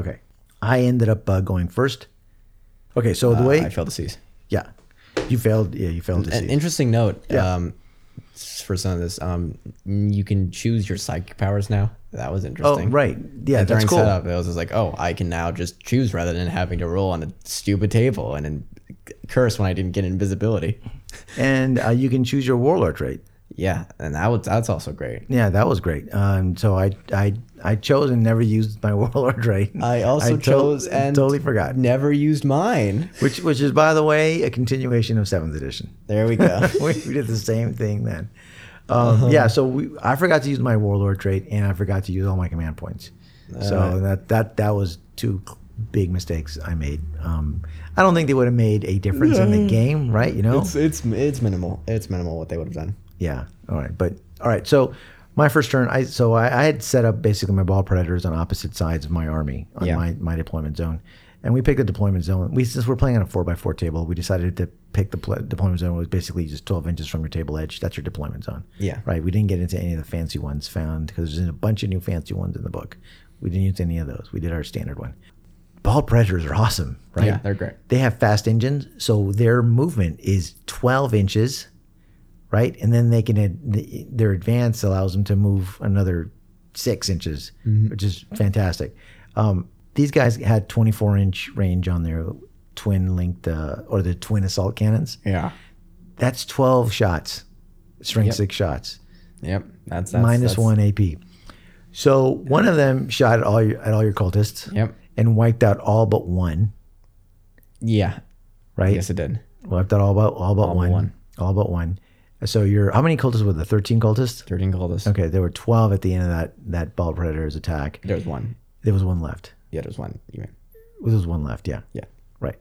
Speaker 1: Okay, I ended up uh, going first. Okay, so the way
Speaker 2: Uh, I failed to seize.
Speaker 1: yeah, you failed. Yeah, you failed to
Speaker 2: An
Speaker 1: see.
Speaker 2: interesting note
Speaker 1: Yeah.
Speaker 2: um, for some of this. Um, you can choose your psychic powers now. That was
Speaker 1: oh,
Speaker 2: interesting.
Speaker 1: right. Yeah,
Speaker 2: During
Speaker 1: that's cool.
Speaker 2: setup, it was just like, oh, I can now just choose rather than having to roll on a stupid table and then curse when I didn't get invisibility.
Speaker 1: And uh, you can choose your Warlord trait.
Speaker 2: Yeah, and that was that's also great.
Speaker 1: Yeah, that was great. Um, so I, I, I chose and never used my Warlord trait.
Speaker 2: I also
Speaker 1: to-
Speaker 2: chose and
Speaker 1: totally forgot.
Speaker 2: Never used mine.
Speaker 1: which which is by the way a continuation of seventh edition
Speaker 2: There we go.
Speaker 1: we, we did the same thing then um,
Speaker 2: Uh-huh.
Speaker 1: yeah so we, i forgot to use
Speaker 2: Uh-huh.
Speaker 1: my warlord trait and i forgot to use all my command points so that that that was two big mistakes I made. Um, I don't think they would have made a difference in the game, right? You know,
Speaker 2: It's it's it's minimal. It's minimal what they would have done.
Speaker 1: yeah. All right, but all right. So my first turn, I so I, I had set up basically my ball predators on opposite sides of my army on
Speaker 2: Yeah.
Speaker 1: my my deployment zone, and we picked a deployment zone. We since we're playing on a four by four table, we decided to pick the pl- deployment zone was basically just twelve inches from your table edge. That's your deployment zone.
Speaker 2: Yeah.
Speaker 1: Right. We didn't get into any of the fancy ones found because there's a bunch of new fancy ones in the book. We didn't use any of those. We did our standard one. Ball predators are awesome, right?
Speaker 2: Yeah, they're great.
Speaker 1: They have fast engines, so their movement is 12 inches, right? And then they can ad- their advance allows them to move another six inches,
Speaker 2: Mm-hmm.
Speaker 1: which is fantastic. Um, these guys had 24 inch range on their twin linked uh, or the twin assault cannons.
Speaker 2: Yeah.
Speaker 1: That's 12 shots, string six shots.
Speaker 2: Yep. That's, that's
Speaker 1: Minus
Speaker 2: that's-
Speaker 1: one AP. So one of them shot at all your, at all your cultists
Speaker 2: Yep.
Speaker 1: and wiped out all but one.
Speaker 2: Yeah.
Speaker 1: Right?
Speaker 2: Yes, it did.
Speaker 1: Wiped out all but all but one.
Speaker 2: one.
Speaker 1: All but one. So you're how many cultists were there? Thirteen cultists.
Speaker 2: Thirteen Goldus.
Speaker 1: Okay, there were twelve at the end of that that bald predator's attack.
Speaker 2: There was one.
Speaker 1: There was one left.
Speaker 2: Yeah, there was one. Even.
Speaker 1: There was one left. Yeah.
Speaker 2: Yeah.
Speaker 1: Right.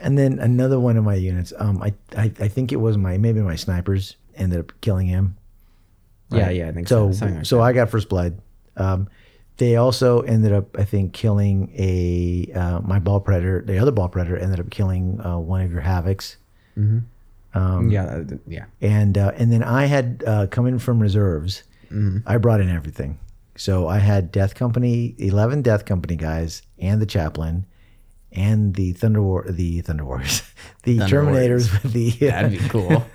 Speaker 1: And then another one of my units. Um, I I, I think it was my maybe my snipers ended up killing him.
Speaker 2: Yeah. Yeah. I think so.
Speaker 1: So
Speaker 2: Something like
Speaker 1: so I got first blood. Um, they also ended up I think killing a uh, my ball predator. The other ball predator ended up killing uh, one of your havocs.
Speaker 2: that. yeah. that- Yeah.
Speaker 1: and uh, and then I had uh, come in from reserves.
Speaker 2: Mm-hmm.
Speaker 1: I brought in everything, so I had Death Company, eleven Death Company guys, and the chaplain, and the Thunder War, the Thunder Wars, the
Speaker 2: Thunder
Speaker 1: Terminators with the
Speaker 2: That'd be cool.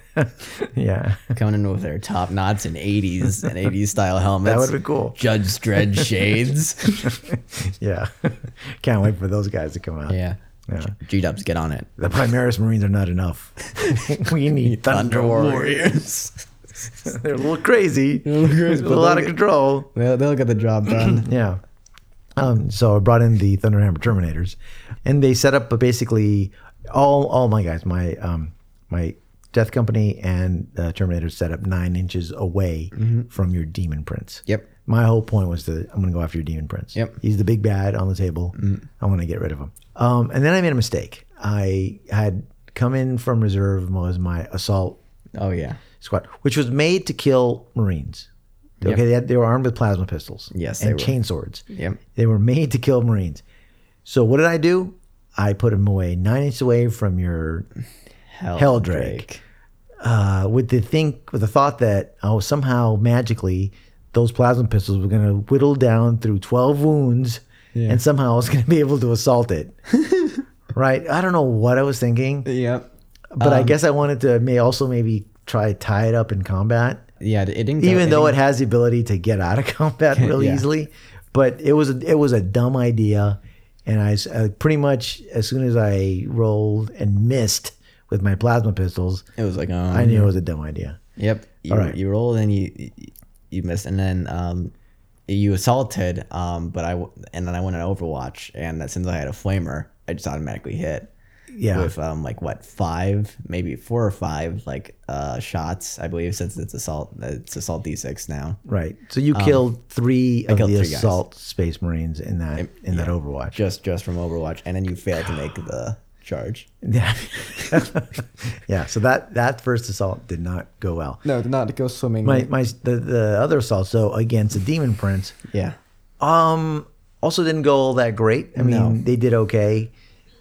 Speaker 1: yeah.
Speaker 2: Coming in with their top knots and 80s and 80s style helmets.
Speaker 1: That would be cool.
Speaker 2: Judge Dredd shades.
Speaker 1: Yeah, can't wait for those guys to come out.
Speaker 2: yeah.
Speaker 1: Yeah.
Speaker 2: G Dubs, get on it.
Speaker 1: The Primaris Marines are not enough. we need Thunder,
Speaker 2: Thunder
Speaker 1: Warriors.
Speaker 2: Warriors.
Speaker 1: They're a little crazy, a
Speaker 2: little crazy, but
Speaker 1: little out
Speaker 2: they'll
Speaker 1: of control.
Speaker 2: they'll, they'll get the job done.
Speaker 1: Yeah. Um, so I brought in the Thunderhammer Terminators, and they set up uh, basically all all my guys, my um, my Death Company and uh, Terminators set up nine inches away from your Demon Prince.
Speaker 2: Mm-hmm. Yep.
Speaker 1: My whole point was that I'm going to go after your Demon Prince.
Speaker 2: Yep. Mm.
Speaker 1: He's the big bad on the table. I want to get rid of him. Um, and then I made a mistake. I had come in from reserve was my assault
Speaker 2: Oh, yeah.
Speaker 1: squad, which was made to kill Marines. Okay, they, had, they were armed with plasma pistols.
Speaker 2: Yes, they
Speaker 1: and
Speaker 2: were.
Speaker 1: chain swords.
Speaker 2: Yep.
Speaker 1: They were made to kill Marines. So what did I do? I put them away nine inches away from your
Speaker 2: Hell,
Speaker 1: Helldrake. uh, with the think with the thought that oh somehow magically those plasma pistols were going to whittle down through twelve wounds, and somehow I was going to be able to assault it. right? I don't know what I was thinking,
Speaker 2: Yep.
Speaker 1: but I guess I wanted to may also maybe try tie it up in combat.
Speaker 2: Yeah. It didn't
Speaker 1: even though it
Speaker 2: didn't-
Speaker 1: has the ability to get out of combat really
Speaker 2: Yeah.
Speaker 1: easily. But it was a, it was a dumb idea, and I, s- I pretty much as soon as I rolled and missed with my plasma pistols,
Speaker 2: it was like, um,
Speaker 1: I knew it was a dumb idea.
Speaker 2: Yep. You,
Speaker 1: All right.
Speaker 2: You rolled and you you missed, and then um, you assaulted. Um, but I w- and then I went on Overwatch, and since I had a flamer, I just automatically hit
Speaker 1: Yeah,
Speaker 2: with um like what five, maybe four or five like uh shots, I believe, since it's assault. It's assault D six now.
Speaker 1: right. So you killed three of
Speaker 2: um, killed
Speaker 1: the
Speaker 2: three guys.
Speaker 1: assault space marines in that in that Overwatch.
Speaker 2: Just just from Overwatch, and then you failed to make the charge.
Speaker 1: Yeah, yeah. So that that first assault did not go well.
Speaker 2: No, not to go swimming.
Speaker 1: My my the, the other assault so against the demon prince.
Speaker 2: yeah.
Speaker 1: Um, also didn't go all that great. I mean,
Speaker 2: No.
Speaker 1: they did okay.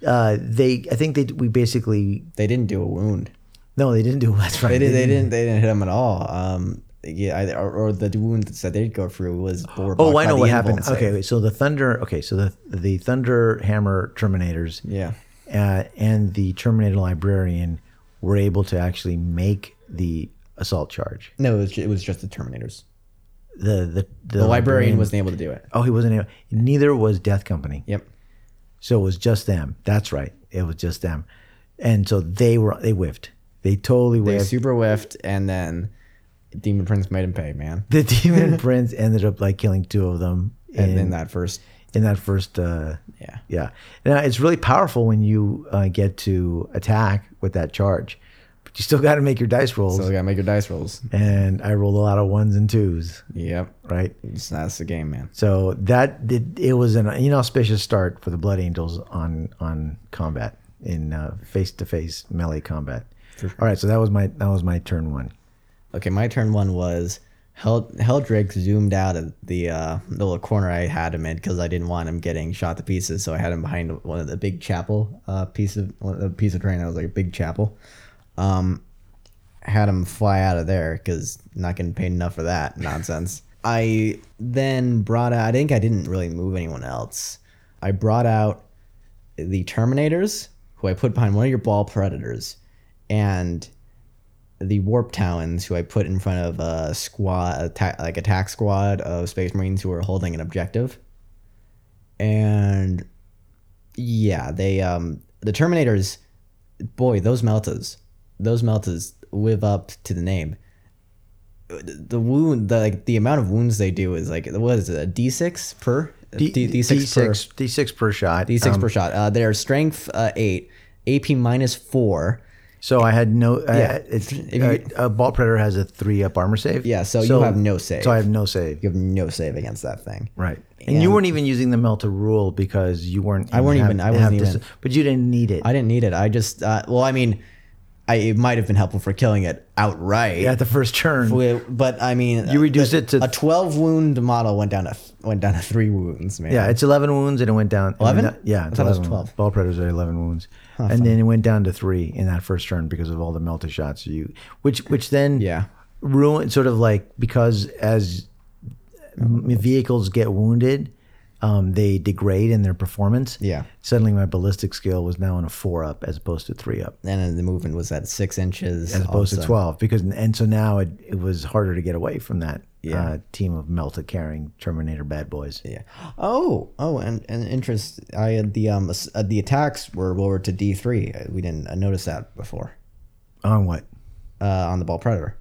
Speaker 1: Uh, they, I think they, we basically
Speaker 2: They didn't do a wound.
Speaker 1: no, they didn't do. That's right.
Speaker 2: They, did, they didn't. They didn't hit him at all. Um, yeah, I, or, or the wounds that they did go through was were
Speaker 1: Oh,
Speaker 2: blocked
Speaker 1: I
Speaker 2: by
Speaker 1: know
Speaker 2: the
Speaker 1: what
Speaker 2: anvil
Speaker 1: happened.
Speaker 2: and saved.
Speaker 1: Okay, wait, so the thunder. Okay, so the the thunder hammer terminators.
Speaker 2: Yeah.
Speaker 1: Uh, and the terminator librarian were able to actually make the assault charge.
Speaker 2: No, it was, ju- it was just the Terminators.
Speaker 1: The the the,
Speaker 2: The librarian wasn't able to do it.
Speaker 1: Oh, he wasn't. Able, neither was Death Company.
Speaker 2: Yep.
Speaker 1: So it was just them. That's right. It was just them, and so they were they whiffed. They totally
Speaker 2: They
Speaker 1: whiffed.
Speaker 2: super whiffed, and then Demon Prince made him pay, man.
Speaker 1: the demon prince ended up like killing two of them
Speaker 2: And
Speaker 1: in,
Speaker 2: then that first,
Speaker 1: in that first uh
Speaker 2: yeah,
Speaker 1: yeah now it's really powerful when you uh, get to attack with that charge but you still got to make your dice rolls.
Speaker 2: So you gotta make your dice rolls.
Speaker 1: and I rolled a lot of ones and twos,
Speaker 2: Yep.
Speaker 1: right?
Speaker 2: It's, that's the game, man.
Speaker 1: So that did, it was an inauspicious start for the Blood Angels on on combat in face to face melee combat. All right, so that was my that was my turn one.
Speaker 2: Okay, my turn one was Held Heldrick zoomed out of the uh, the little corner I had him in because I didn't want him getting shot to pieces, so I had him behind one of the big chapel uh, piece of one of the piece of terrain that was like a big chapel. Um, had him fly out of there because not getting paid enough for that nonsense. I then brought out. I think I didn't really move anyone else. I brought out the Terminators, who I put behind one of your ball predators, and the warp talons who I put in front of a squad, attack, like attack squad of space marines who were holding an objective. And yeah, they um the Terminators, boy, those meltas, those meltas live up to the name. The the wound, the, like the amount of wounds they do is like what is it, a D six per D D6 per-
Speaker 1: D6 D6 per shot.
Speaker 2: D6
Speaker 1: Um,
Speaker 2: per shot. Uh, their strength uh, eight, AP minus four.
Speaker 1: So I had no. Yeah.
Speaker 2: Yeah.
Speaker 1: it's,
Speaker 2: If you-
Speaker 1: uh, a ball predator has a three up armor save.
Speaker 2: Yeah, so you have no save.
Speaker 1: So I have no save.
Speaker 2: You have no save against that thing.
Speaker 1: Right. And, you
Speaker 2: And-
Speaker 1: weren't even using the melt to rule because you weren't.
Speaker 2: I weren't even- I wasn't
Speaker 1: dis-
Speaker 2: even-
Speaker 1: but you didn't need it.
Speaker 2: I didn't need it. I just uh, well, I mean, I it might have been helpful for killing it outright.
Speaker 1: at the first turn.
Speaker 2: We- But I mean, uh,
Speaker 1: You reduced it to-
Speaker 2: a twelve wound model went down to went down to three wounds, man.
Speaker 1: Yeah, it's 11 wounds and it went down. and
Speaker 2: 11?
Speaker 1: that- yeah, it's
Speaker 2: I thought it was
Speaker 1: 11.
Speaker 2: 12.
Speaker 1: Ball Predators are 11 wounds. and then it went down to three in that first turn because of all the melted shots you, which which then
Speaker 2: Yeah.
Speaker 1: ruined sort of like because as m- vehicles get wounded, um, they degrade in their performance.
Speaker 2: Yeah.
Speaker 1: Suddenly my ballistic skill was now on a four up as opposed to three up
Speaker 2: and then the movement was at six inches
Speaker 1: as opposed to
Speaker 2: also.
Speaker 1: 12 because and so now it, it was harder to get away from that
Speaker 2: Yeah.
Speaker 1: uh, team of melted carrying Terminator bad boys.
Speaker 2: Yeah. Oh, oh, and and interest. I had the um ass- uh, the attacks were lowered to D three. We didn't uh, notice that before
Speaker 1: On what?
Speaker 2: uh, on the ball predator.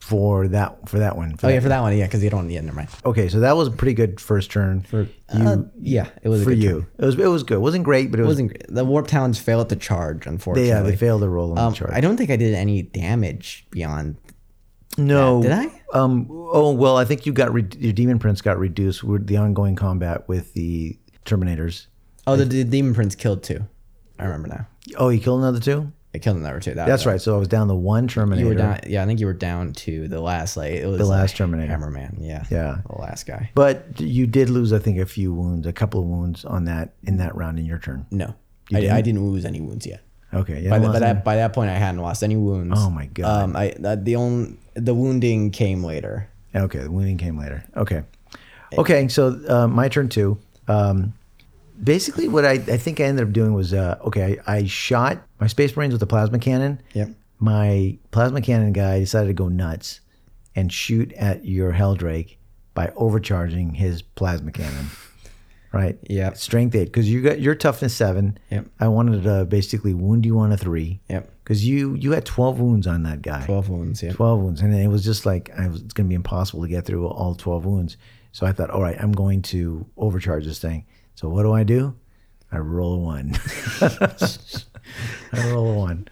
Speaker 1: For that for that one. For
Speaker 2: Oh
Speaker 1: that
Speaker 2: yeah, for that one, yeah, because you don't. Yeah, never mind.
Speaker 1: Okay, so that was a pretty good first turn for you.
Speaker 2: Uh, yeah, it was a
Speaker 1: for
Speaker 2: good
Speaker 1: you,
Speaker 2: turn.
Speaker 1: it was it was good. It wasn't great, but it
Speaker 2: It
Speaker 1: was.
Speaker 2: wasn't great. the warp talons failed to charge. Unfortunately,
Speaker 1: they, yeah, they failed to roll on
Speaker 2: Um,
Speaker 1: the chart.
Speaker 2: I don't think I did any damage beyond.
Speaker 1: no,
Speaker 2: did I?
Speaker 1: Um. Oh well, I think you got re- your demon prints got reduced with the ongoing combat with the Terminators.
Speaker 2: Oh, the, the demon prince killed two. I remember now.
Speaker 1: Oh, you killed another two.
Speaker 2: It killed another two. That,
Speaker 1: That's
Speaker 2: that-
Speaker 1: right. So I was down to one Terminator.
Speaker 2: You were down. Yeah, I think you were down to the last. Like it was
Speaker 1: The last
Speaker 2: like,
Speaker 1: Terminator.
Speaker 2: Hammerman. Yeah.
Speaker 1: Yeah.
Speaker 2: The last guy.
Speaker 1: But you did lose, I think, a few wounds, a couple of wounds on that in that round in your turn.
Speaker 2: No, I, I didn't lose any wounds yet.
Speaker 1: Okay. Yeah.
Speaker 2: By, the,
Speaker 1: well,
Speaker 2: by that by that point, I hadn't lost any wounds.
Speaker 1: Oh my God.
Speaker 2: Um, I that, the only the wounding came later.
Speaker 1: Okay, the wounding came later. Okay, okay. So uh, my turn too. Um, basically, what I, I think I ended up doing was uh, okay. I, I shot my space marines with a plasma cannon.
Speaker 2: Yep.
Speaker 1: My plasma cannon guy decided to go nuts and shoot at your Helldrake by overcharging his plasma cannon. Right.
Speaker 2: Yep.
Speaker 1: Strength eight because you got your toughness seven.
Speaker 2: Yep.
Speaker 1: I wanted to basically wound you on a three.
Speaker 2: Yep.
Speaker 1: Because you you had twelve wounds on that guy.
Speaker 2: Twelve wounds. Yep.
Speaker 1: 12 wounds. And it was just like, I was, it's going to be impossible to get through all 12 wounds. So I thought, all right, I'm going to overcharge this thing. So what do I do? I roll a one. I roll a one.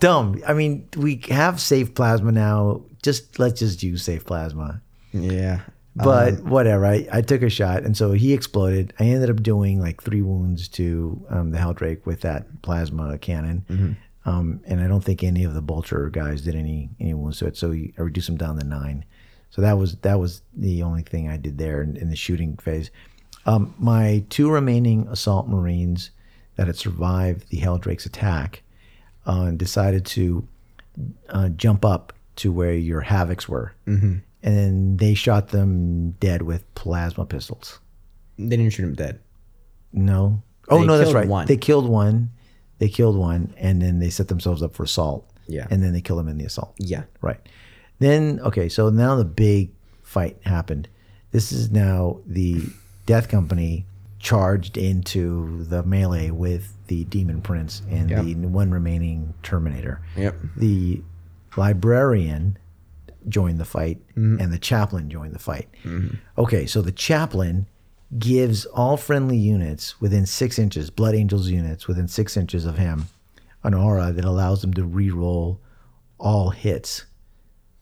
Speaker 1: Dumb. I mean, we have safe plasma now. Just let's just use safe plasma.
Speaker 2: Yeah.
Speaker 1: But whatever. I, I took a shot, and so he exploded. I ended up doing like three wounds to um, the Helldrake with that plasma cannon. Um, and I don't think any of the Vulture guys did any any wounds to it. So he, I reduced him down to nine. So that was that was the only thing I did there in, in the shooting phase. Um, my two remaining assault marines that had survived the Helldrake's attack uh, decided to uh, jump up to where your havocs were, mm-hmm. and then they shot them dead with plasma pistols.
Speaker 2: They didn't shoot him dead.
Speaker 1: No, oh
Speaker 2: They
Speaker 1: no, that's
Speaker 2: killed
Speaker 1: right.
Speaker 2: one.
Speaker 1: They killed one. They killed one, and then they set themselves up for assault.
Speaker 2: Yeah.
Speaker 1: and then they kill them in the assault.
Speaker 2: Yeah.
Speaker 1: Right. Then okay, so now the big fight happened. This is now the Death Company charged into the melee with the Demon Prince and
Speaker 2: Yep.
Speaker 1: the one remaining Terminator.
Speaker 2: Yep.
Speaker 1: The librarian joined the fight and the chaplain joined the fight. Okay, so the chaplain gives all friendly units within six inches, Blood Angels units within six inches of him, an aura that allows them to re-roll all hits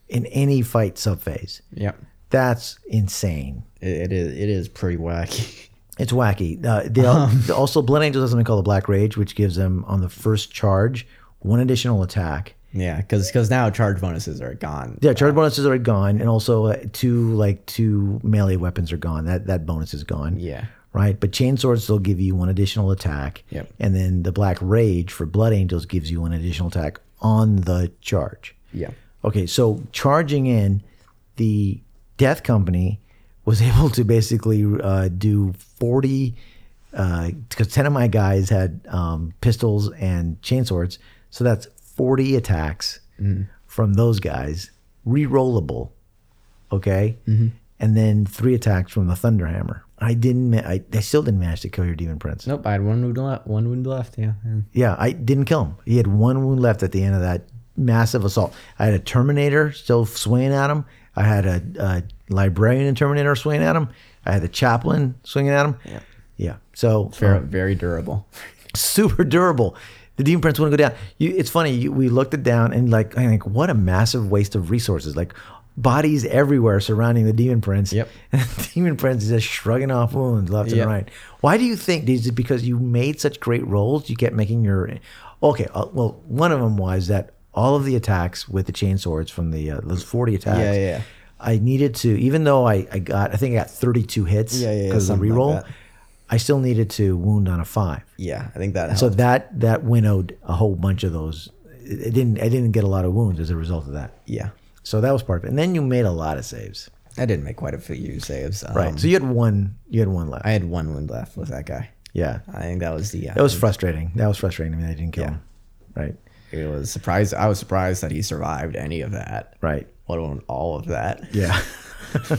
Speaker 1: in any fight subphase.
Speaker 2: Yep.
Speaker 1: That's insane.
Speaker 2: It, it is. It is pretty wacky.
Speaker 1: It's wacky. Uh, they al- also Blood Angels has something called the Black Rage, which gives them on the first charge one additional attack.
Speaker 2: yeah, because now charge bonuses are gone.
Speaker 1: Yeah, charge bonuses are gone, and also uh, two like two melee weapons are gone. That that bonus is gone.
Speaker 2: Yeah.
Speaker 1: Right, but chain swords will give you one additional attack,
Speaker 2: Yep.
Speaker 1: and then the Black Rage for Blood Angels gives you an additional attack on the charge.
Speaker 2: Yeah.
Speaker 1: Okay, so charging in, the Death Company was able to basically uh, do 40, because 10 of my guys had um, pistols and chainswords. So that's 40 attacks from those guys, rerollable. Okay? And then three attacks from the Thunderhammer. I didn't, ma- I, I still didn't manage to kill your Demon Prince.
Speaker 2: Nope. I had one wound left. One wound left. Yeah. yeah.
Speaker 1: Yeah, I didn't kill him. He had one wound left at the end of that massive assault. I had a Terminator still swinging at him. I had a, a librarian and Terminator swinging at him. I had the chaplain swinging at him. Yeah. Yeah. So um,
Speaker 2: Very, very durable.
Speaker 1: super durable. The demon prints wouldn't go down. You, it's funny. You, we looked it down and like, I think what a massive waste of resources. Like bodies everywhere surrounding the demon prince.
Speaker 2: Yep.
Speaker 1: And the demon prince is just shrugging off wounds left
Speaker 2: Yep.
Speaker 1: and right. Why do you think? Is it because you made such great rolls? You kept making your. Okay. Uh, well, one of them was that all of the attacks with the chain swords from the uh, those forty attacks.
Speaker 2: Yeah, yeah, yeah.
Speaker 1: I needed to, even though I, I got, I think I got 32 hits
Speaker 2: Yeah, yeah, yeah,
Speaker 1: because of the
Speaker 2: something
Speaker 1: reroll,
Speaker 2: like that.
Speaker 1: I still needed to wound on a five.
Speaker 2: Yeah, I think that helped.
Speaker 1: So that that winnowed a whole bunch of those. It it didn't. I didn't get a lot of wounds as a result of that.
Speaker 2: yeah,
Speaker 1: So that was part of it. And then you made a lot of saves,
Speaker 2: I did make quite a few saves. Um,
Speaker 1: right? so you had one. You had one left.
Speaker 2: I had one wound left with that guy.
Speaker 1: yeah,
Speaker 2: I think that was the. Uh,
Speaker 1: that was frustrating. That was frustrating. I mean, they didn't kill him. Right.
Speaker 2: It was surprised. I was surprised that he survived any of that.
Speaker 1: Right.
Speaker 2: Let alone all of that.
Speaker 1: Yeah.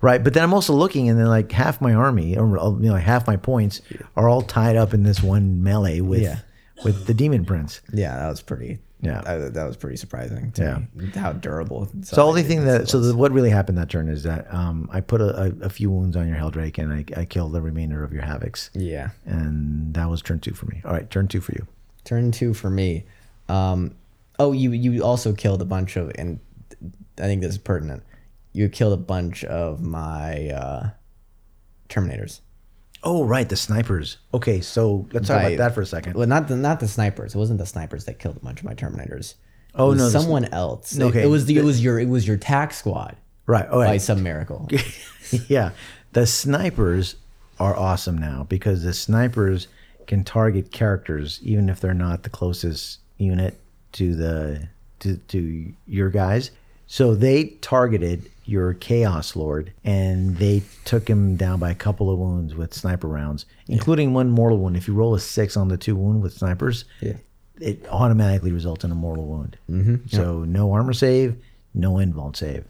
Speaker 1: right. But then I'm also looking, and then like half my army, or uh, you know, half my points are all tied up in this one melee with
Speaker 2: Yeah.
Speaker 1: with the demon prince.
Speaker 2: Yeah, that was pretty.
Speaker 1: Yeah.
Speaker 2: I, that was pretty surprising. To
Speaker 1: Yeah.
Speaker 2: me, how durable.
Speaker 1: So the only thing that so the, what really happened that turn is that um, I put a, a, a few wounds on your Heldrake and I, I killed the remainder of your Havocs,
Speaker 2: yeah.
Speaker 1: and that was turn two for me. All right, turn two for you.
Speaker 2: Turn two for me. Um, oh, you you also killed a bunch of, and I think this is pertinent. You killed a bunch of my uh, Terminators.
Speaker 1: Oh right, the snipers. Okay, so let's talk
Speaker 2: Right.
Speaker 1: about that for a second.
Speaker 2: Well, not the not the snipers. It wasn't the snipers that killed a bunch of my Terminators.
Speaker 1: Oh,
Speaker 2: It was
Speaker 1: no, the sn-
Speaker 2: someone else.
Speaker 1: Okay.
Speaker 2: Okay, it, was the it was your it was your tax squad
Speaker 1: Right. All
Speaker 2: by
Speaker 1: right.
Speaker 2: some miracle.
Speaker 1: yeah, the snipers are awesome now because the snipers can target characters even if they're not the closest unit to the to, to your guys. So they targeted your chaos lord and they took him down by a couple of wounds with sniper rounds, including one mortal wound. If you roll a six on the two wound with snipers,
Speaker 2: Yeah.
Speaker 1: it automatically results in a mortal wound. Mm-hmm. So no armor save, no invuln save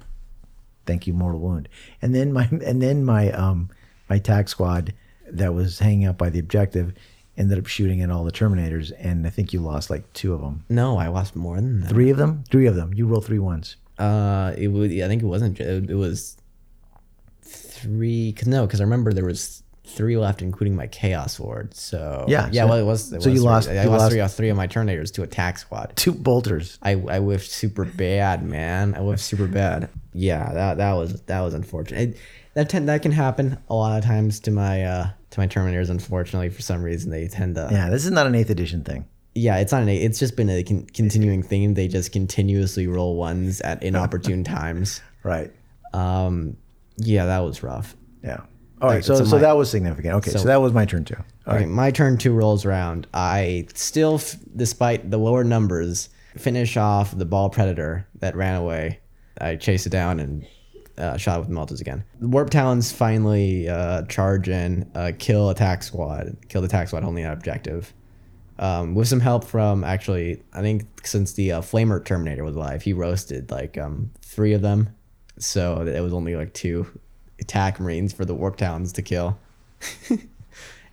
Speaker 1: thank you mortal wound and then my and then my um my tax squad that was hanging out by the objective ended up shooting at all the terminators and i think you lost like two of them
Speaker 2: No, I lost more than that.
Speaker 1: three of them three of them you roll three ones
Speaker 2: Uh, it was. I think it wasn't. It, it was three. Cause no, because I remember there was three left, including my chaos ward. So
Speaker 1: Yeah,
Speaker 2: yeah.
Speaker 1: so-
Speaker 2: well, it was. It
Speaker 1: so
Speaker 2: was
Speaker 1: you
Speaker 2: three.
Speaker 1: lost-
Speaker 2: I
Speaker 1: you
Speaker 2: lost
Speaker 1: lost-
Speaker 2: three, three of my Terminators to attack squad.
Speaker 1: two bolters
Speaker 2: I, I whiffed super bad, man. I whiffed super bad. Yeah, that that was that was unfortunate. It, that tend that can happen a lot of times to my uh to my terminators. Unfortunately, for some reason, they tend to. Yeah,
Speaker 1: yeah this is not an eighth edition thing
Speaker 2: it's not an. It's just been a con- continuing theme. They just continuously roll ones at inopportune times.
Speaker 1: right
Speaker 2: Um, yeah, that was rough.
Speaker 1: yeah all right so
Speaker 2: so
Speaker 1: so,
Speaker 2: my-
Speaker 1: that was significant okay so,
Speaker 2: so-
Speaker 1: that was my turn too all
Speaker 2: Okay,
Speaker 1: right
Speaker 2: my turn two rolls around. I still, f- despite the lower numbers, finish off the ball predator that ran away. I chase it down and uh, shot with Maltas again. The warp talons finally uh, charge in, uh, kill attack squad, kill the attack squad, only an objective. Um, with some help from actually, I think since the uh, flamer terminator was alive, he roasted like um, three of them, so it was only like two attack marines for the warp talons to kill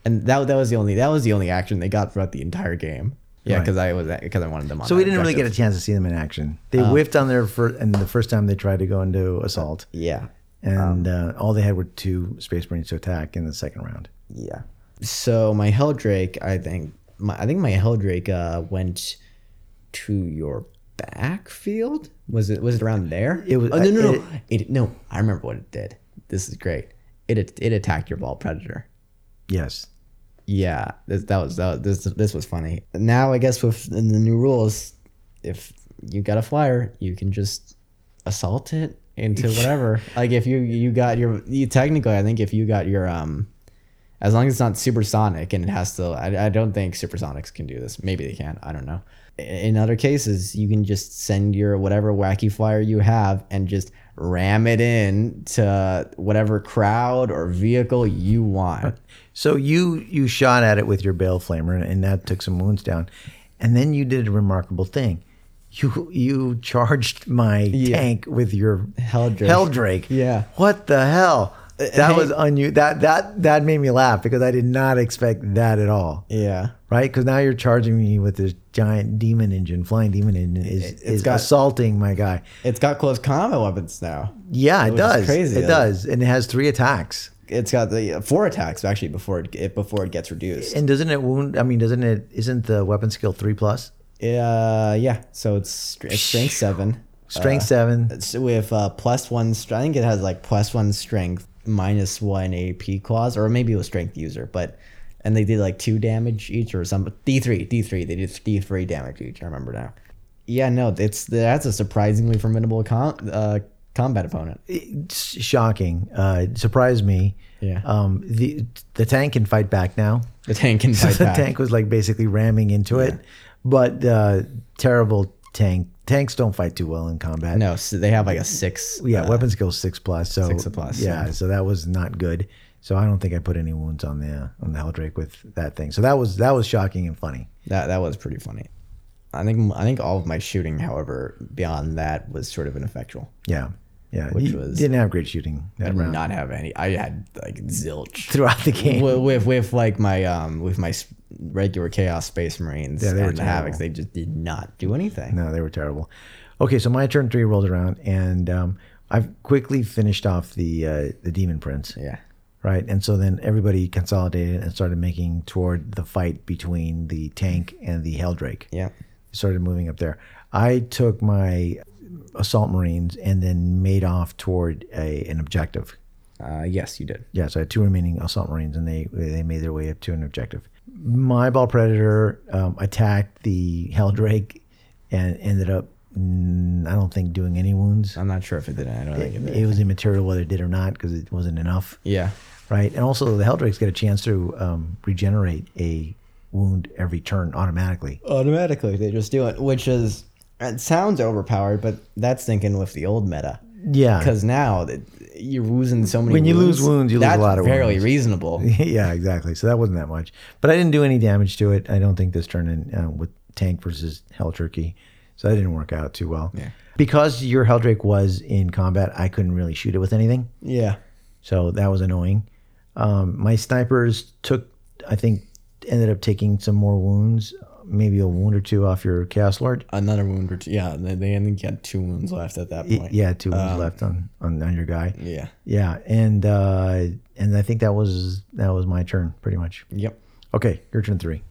Speaker 2: and that that was the only that was the only action they got throughout the entire game. Yeah,
Speaker 1: Right.
Speaker 2: because I was because I wanted them on.
Speaker 1: so we didn't really get a
Speaker 2: objective.
Speaker 1: chance to see them in action Uh, they whiffed on their first and the first time they tried to go into assault
Speaker 2: Yeah,
Speaker 1: and uh, all they had were two space marines to attack in the second round
Speaker 2: yeah. So my Helldrake, I think, my, I think my Heldrake uh, went to your backfield. Was it was it around there?
Speaker 1: It was- uh,
Speaker 2: Oh, no, no,
Speaker 1: it-
Speaker 2: no. It, no, I remember what it did. This is great. It it attacked your ball predator.
Speaker 1: Yes.
Speaker 2: Yeah, this, that was that was, this this was funny. Now I guess with in the new rules, if you got a flyer, you can just assault it into whatever. like if you you got your you technically, I think if you got your um, as long as it's not supersonic and it has to, I, I don't think supersonics can do this. Maybe they can. I don't know. I- In other cases, you can just send your whatever wacky flyer you have and just ram it in to whatever crowd or vehicle you want.
Speaker 1: So you you shot at it with your bale flamer, and, and that took some wounds down. And then you did a remarkable thing. You you charged my tank with your
Speaker 2: Heldrake.
Speaker 1: Heldrake.
Speaker 2: Yeah. Uh,
Speaker 1: What the hell? That
Speaker 2: hey-
Speaker 1: was unu- that that that made me laugh because I did not expect that at all.
Speaker 2: Yeah.
Speaker 1: Right? Because now you're charging me with this giant demon engine, flying demon engine is is
Speaker 2: got-
Speaker 1: assaulting my guy.
Speaker 2: It's got close combat weapons now.
Speaker 1: Yeah, it
Speaker 2: Which is
Speaker 1: does.
Speaker 2: crazy,
Speaker 1: it
Speaker 2: though.
Speaker 1: does, and it has three attacks.
Speaker 2: It's got the uh, four attacks actually before it, it before it gets reduced.
Speaker 1: And doesn't it wound? I mean, doesn't it? Isn't the weapon skill three plus?
Speaker 2: Uh, yeah. So it's, str- it's strength seven.
Speaker 1: Strength
Speaker 2: Uh,
Speaker 1: seven.
Speaker 2: it's with uh, plus one. Str- I think it has like plus one strength, minus one AP clause, or maybe it was strength user, but. And they did like two damage each, or some D three, D three. They did D three damage each. I remember now. Yeah, no, it's that's a surprisingly formidable com- uh, combat opponent.
Speaker 1: It's shocking. Uh, it surprised me.
Speaker 2: Yeah.
Speaker 1: Um, the the tank can fight back now.
Speaker 2: The tank can fight
Speaker 1: the
Speaker 2: back.
Speaker 1: tank was like basically ramming into it, but uh, terrible tank. Tanks don't fight too well in combat.
Speaker 2: No, so they have like a six.
Speaker 1: Yeah,
Speaker 2: uh,
Speaker 1: weapon skill six plus. So
Speaker 2: six plus,
Speaker 1: Yeah,
Speaker 2: yeah.
Speaker 1: so that was not good. So I don't think I put any wounds on the on the Heldrake with that thing. So that was that was shocking and funny.
Speaker 2: That that was pretty funny. I think I think all of my shooting, however, beyond that was sort of ineffectual.
Speaker 1: Yeah. Yeah.
Speaker 2: Which
Speaker 1: You
Speaker 2: was-
Speaker 1: didn't have great shooting
Speaker 2: I
Speaker 1: that
Speaker 2: did
Speaker 1: round
Speaker 2: not have any. I had like zilch
Speaker 1: throughout the game.
Speaker 2: with, with with like my um with my s- regular chaos space marines
Speaker 1: Yeah, they were
Speaker 2: and the
Speaker 1: terrible.
Speaker 2: havocs. They just did not do anything.
Speaker 1: No, they were terrible. Okay, so my turn three rolls around, and um, I've quickly finished off the uh, the demon prince,
Speaker 2: Yeah,
Speaker 1: right? And so then everybody consolidated and started making toward the fight between the tank and the Heldrake.
Speaker 2: yeah.
Speaker 1: Started moving up there. I took my assault marines and then made off toward a, an objective.
Speaker 2: Uh, yes, you did.
Speaker 1: Yeah, so I had two remaining assault marines, and they they made their way up to an objective. My ball predator um, attacked the Heldrake and ended up, mm, I don't think, doing any wounds.
Speaker 2: I'm not sure if it did. I don't think it did.
Speaker 1: It was immaterial whether it did or not because it wasn't enough,
Speaker 2: Yeah,
Speaker 1: right? And also, the Heldrakes get a chance to um, regenerate a wound every turn automatically.
Speaker 2: automatically they just do it, which is it sounds overpowered, but that's thinking with the old meta.
Speaker 1: Yeah,
Speaker 2: because now that you're losing so many.
Speaker 1: When you
Speaker 2: wounds,
Speaker 1: lose wounds, you lose a
Speaker 2: that's
Speaker 1: lot of
Speaker 2: fairly
Speaker 1: wounds.
Speaker 2: reasonable.
Speaker 1: yeah, exactly. So that wasn't that much, but I didn't do any damage to it. I don't think this turn in uh, with tank versus hell turkey, so that didn't work out too well.
Speaker 2: Yeah.
Speaker 1: Because your Heldrake was in combat, I couldn't really shoot it with anything,
Speaker 2: Yeah,
Speaker 1: so that was annoying. Um, my snipers took, I think, ended up taking some more wounds, maybe a wound or two off your Chaos Lord.
Speaker 2: another wound or two. Yeah, and then they only got two wounds left at that
Speaker 1: Y-
Speaker 2: point.
Speaker 1: Yeah, two wounds left on, on on your guy.
Speaker 2: Oh, Um, yeah,
Speaker 1: Yeah, and uh, and I think that was that was my turn pretty much.
Speaker 2: yep.
Speaker 1: Okay, your turn three.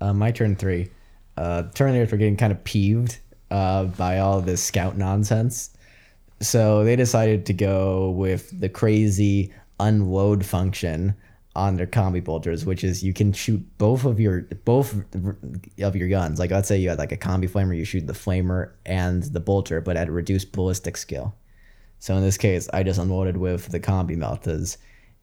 Speaker 2: Uh, my turn three. Uh, Terminators were getting kind of peeved uh, by all this scout nonsense. So they decided to go with the crazy unload function on their combi bolters, which is you can shoot both of your both of your guns. Like let's say you had like a combi flamer, you shoot the flamer and the bolter, but at a reduced ballistic skill. So in this case, I just unloaded with the combi meltas.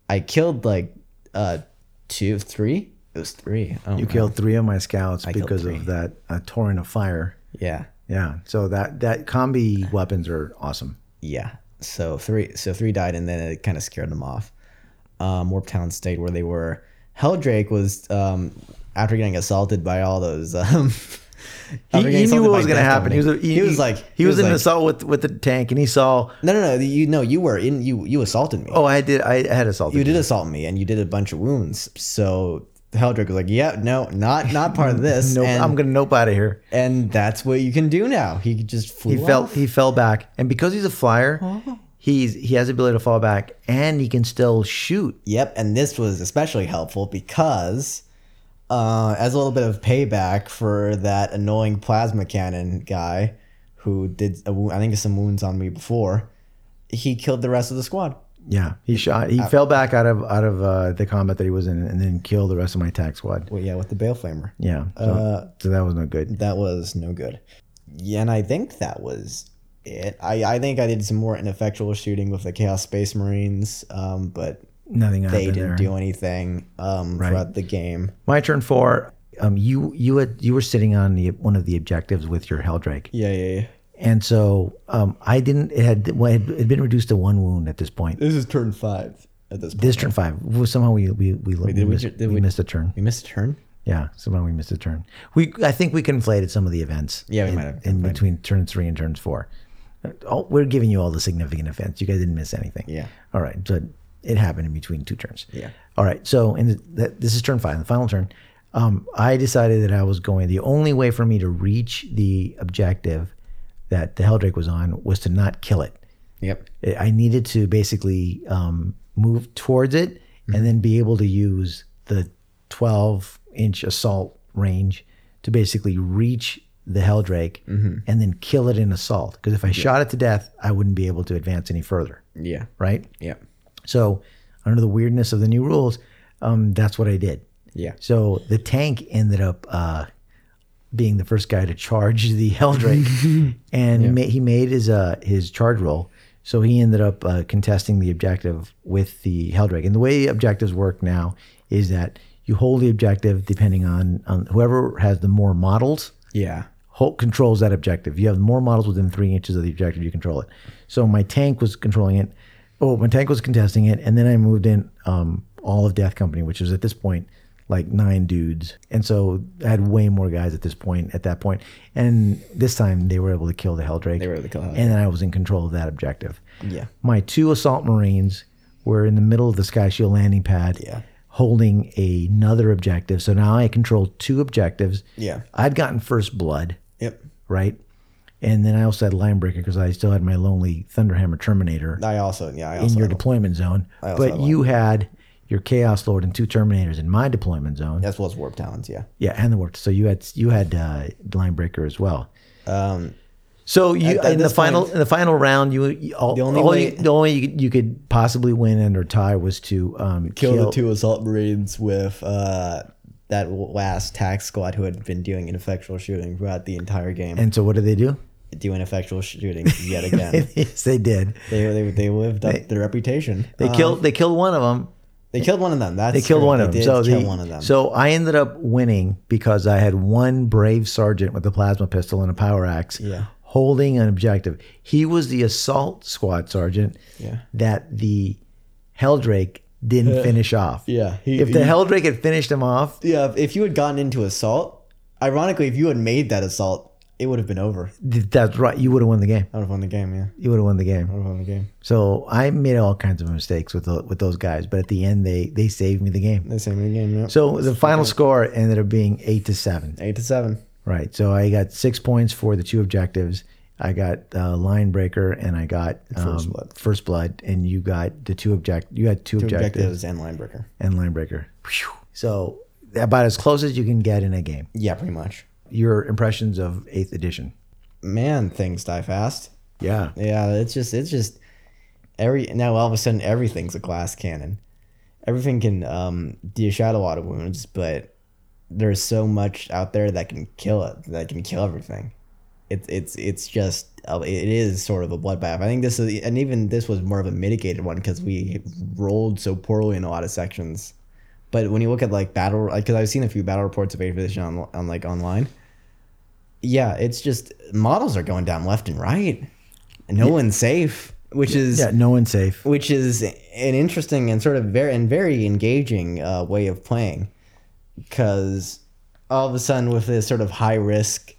Speaker 2: I killed like uh two, three. It was three. Oh,
Speaker 1: You killed three of my scouts
Speaker 2: killed
Speaker 1: because
Speaker 2: three.
Speaker 1: of that uh, torrent of fire.
Speaker 2: Yeah.
Speaker 1: Yeah, so that that combi weapons are awesome.
Speaker 2: Yeah. So three so three died and then it kind of scared them off. Um Warp Town stayed where they were. Helldrake was um after getting assaulted by all those um
Speaker 1: He,
Speaker 2: after
Speaker 1: he
Speaker 2: getting
Speaker 1: knew
Speaker 2: assaulted
Speaker 1: what
Speaker 2: by
Speaker 1: was going to
Speaker 2: Death
Speaker 1: happen. He was, a,
Speaker 2: Dominator.
Speaker 1: he,
Speaker 2: he, was like
Speaker 1: he, was, in
Speaker 2: like,
Speaker 1: an assault with with the tank, and he saw.
Speaker 2: No no no you no you were in you you assaulted me.
Speaker 1: Oh, I did. I had assaulted.
Speaker 2: you did assault me and you did a bunch of wounds. So Heldrake was like, Yeah, no, not not part of this.
Speaker 1: Nope,
Speaker 2: and,
Speaker 1: I'm going to nope out of here.
Speaker 2: and that's what you can do now. He just flew
Speaker 1: He fell.
Speaker 2: off.
Speaker 1: He fell back, and because he's a flyer,
Speaker 2: Oh.
Speaker 1: he's he has the ability to fall back, and he can still shoot.
Speaker 2: Yep, and this was especially helpful because uh, as a little bit of payback for that annoying plasma cannon guy who did a wo- I think some wounds on me before, he killed the rest of the squad.
Speaker 1: Yeah, he shot.
Speaker 2: Uh,
Speaker 1: He fell back out of out of uh, the combat that he was in, and then killed the rest of my attack squad.
Speaker 2: Well, yeah, with the bale flamer.
Speaker 1: Yeah, so,
Speaker 2: Uh,
Speaker 1: so that was no good.
Speaker 2: that was no good. Yeah, and I think that was it. I, I think I did some more ineffectual shooting with the Chaos Space Marines, um, but
Speaker 1: Nothing
Speaker 2: they
Speaker 1: happened
Speaker 2: didn't
Speaker 1: there.
Speaker 2: do anything um,
Speaker 1: Right.
Speaker 2: throughout the game.
Speaker 1: My turn four. Um, you you had you were sitting on the one of the objectives with your Heldrake.
Speaker 2: Yeah, yeah, yeah.
Speaker 1: And so um, I didn't. It had well, it had been reduced to one wound at this point.
Speaker 2: This is turn five at this point.
Speaker 1: This turn five. well, Somehow we we we,
Speaker 2: did we
Speaker 1: missed,
Speaker 2: ju-
Speaker 1: we,
Speaker 2: did we-
Speaker 1: missed a turn.
Speaker 2: We missed a turn?
Speaker 1: Yeah, somehow we missed a turn. We I think we conflated some of the events.
Speaker 2: Yeah, we
Speaker 1: in,
Speaker 2: might have
Speaker 1: in between turn three and turn four. Oh, we're giving you all the significant events. You guys didn't miss anything.
Speaker 2: Yeah.
Speaker 1: All right. So it happened in between two turns.
Speaker 2: Yeah.
Speaker 1: All right. So in the, that, this is turn five, the final turn. Um, I decided that I was going. The only way for me to reach the objective that the Heldrake was on was to not kill it.
Speaker 2: Yep.
Speaker 1: I- I needed to basically um, move towards it and then be able to use the 12 inch assault range to basically reach the Heldrake and then kill it in assault. Because if I shot it to death, I wouldn't be able to advance any further,
Speaker 2: Yeah.
Speaker 1: right?
Speaker 2: Yep.
Speaker 1: So, under the weirdness of the new rules, um, that's what I did.
Speaker 2: Yeah.
Speaker 1: So the tank ended up uh, being the first guy to charge the Heldrake, and ma- he made his uh, his charge roll. So he ended up uh, contesting the objective with the Heldrake. And the way objectives work now is that you hold the objective depending on, on whoever has the more models
Speaker 2: Yeah.
Speaker 1: Hulk controls that objective. You have more models within three inches of the objective, you control it. So my tank was controlling it. Oh, my tank was contesting it, and then I moved in um, all of Death Company, which was at this point like nine dudes, and so I had way more guys at this point. At that point, and this time they were able to kill the Helldrake.
Speaker 2: They were able to kill Heldrake.
Speaker 1: and then I was in control of that objective.
Speaker 2: Yeah.
Speaker 1: my two assault marines were in the middle of the Sky Shield landing pad.
Speaker 2: Yeah.
Speaker 1: Holding another objective, so now I control two objectives.
Speaker 2: Yeah.
Speaker 1: I'd gotten first blood
Speaker 2: Yep.
Speaker 1: right? And then I also had Linebreaker because I still had my lonely Thunderhammer Terminator
Speaker 2: I also, yeah, I
Speaker 1: in
Speaker 2: also.
Speaker 1: your deployment zone.
Speaker 2: also
Speaker 1: But
Speaker 2: had
Speaker 1: you had your Chaos Lord and two Terminators in my deployment zone.
Speaker 2: as well as Warp Talons, yeah.
Speaker 1: Yeah, and the work. So you had you had uh, Linebreaker as well.
Speaker 2: Um,
Speaker 1: So you
Speaker 2: at
Speaker 1: in the
Speaker 2: this
Speaker 1: final
Speaker 2: point-
Speaker 1: in the final round, you, you all,
Speaker 2: The only
Speaker 1: all
Speaker 2: way-
Speaker 1: you, the only you could, you could possibly win and or tie was to um,
Speaker 2: kill, the two assault marines with uh, that last tax squad who had been doing ineffectual shooting throughout the entire game.
Speaker 1: And so what did they do?
Speaker 2: do ineffectual shooting yet again.
Speaker 1: yes, they did.
Speaker 2: they, they they lived up their reputation.
Speaker 1: They
Speaker 2: Uh,
Speaker 1: killed they killed one of them.
Speaker 2: they killed one of them. That's
Speaker 1: They killed
Speaker 2: true.
Speaker 1: one of
Speaker 2: They
Speaker 1: them.
Speaker 2: did
Speaker 1: So,
Speaker 2: kill
Speaker 1: the-
Speaker 2: one of them.
Speaker 1: so I ended up winning because I had one brave sergeant with a plasma pistol and a power axe
Speaker 2: Yeah.
Speaker 1: holding an objective. He was the assault squad sergeant
Speaker 2: Yeah.
Speaker 1: that the Heldrake didn't finish off.
Speaker 2: yeah, he,
Speaker 1: If the
Speaker 2: he-
Speaker 1: Heldrake had finished him off,
Speaker 2: yeah, if you had gotten into assault, ironically, if you had made that assault, it would have been over.
Speaker 1: th- that's right. You would have won the game.
Speaker 2: I would have won the game. Yeah,
Speaker 1: You would have won the game.
Speaker 2: I would have won the game.
Speaker 1: So I made all kinds of mistakes with tho- with those guys, but at the end they they saved me the game.
Speaker 2: The same in the game. Yeah.
Speaker 1: So the final score ended up being eight to seven.
Speaker 2: eight to seven.
Speaker 1: Right. So I got six points for the two objectives. I got uh, line breaker and I got um,
Speaker 2: First blood.
Speaker 1: first blood, and you got the two object. You had two,
Speaker 2: Two
Speaker 1: objectives,
Speaker 2: objectives and linebreaker.
Speaker 1: and line breaker. Phew. So about as close as you can get in a game.
Speaker 2: Yeah, pretty much.
Speaker 1: Your impressions of Eighth Edition?
Speaker 2: Man, things die fast.
Speaker 1: Yeah.
Speaker 2: Yeah, it's just it's just every now all of a sudden everything's a glass cannon. Everything can um do shot a lot of wounds, but there's so much out there that can kill it, that can kill everything. It's it's it's just uh, it is sort of a bloodbath. I think this is and even this was more of a mitigated one because we rolled so poorly in a lot of sections. But when you look at like battle, because I've seen a few battle reports of Eighth Edition on, on like online. Yeah, it's just models are going down left and right. And No one's safe, which is
Speaker 1: Yeah. No one's safe.
Speaker 2: which is an interesting and sort of very and very engaging uh, way of playing because all of a sudden with this sort of high risk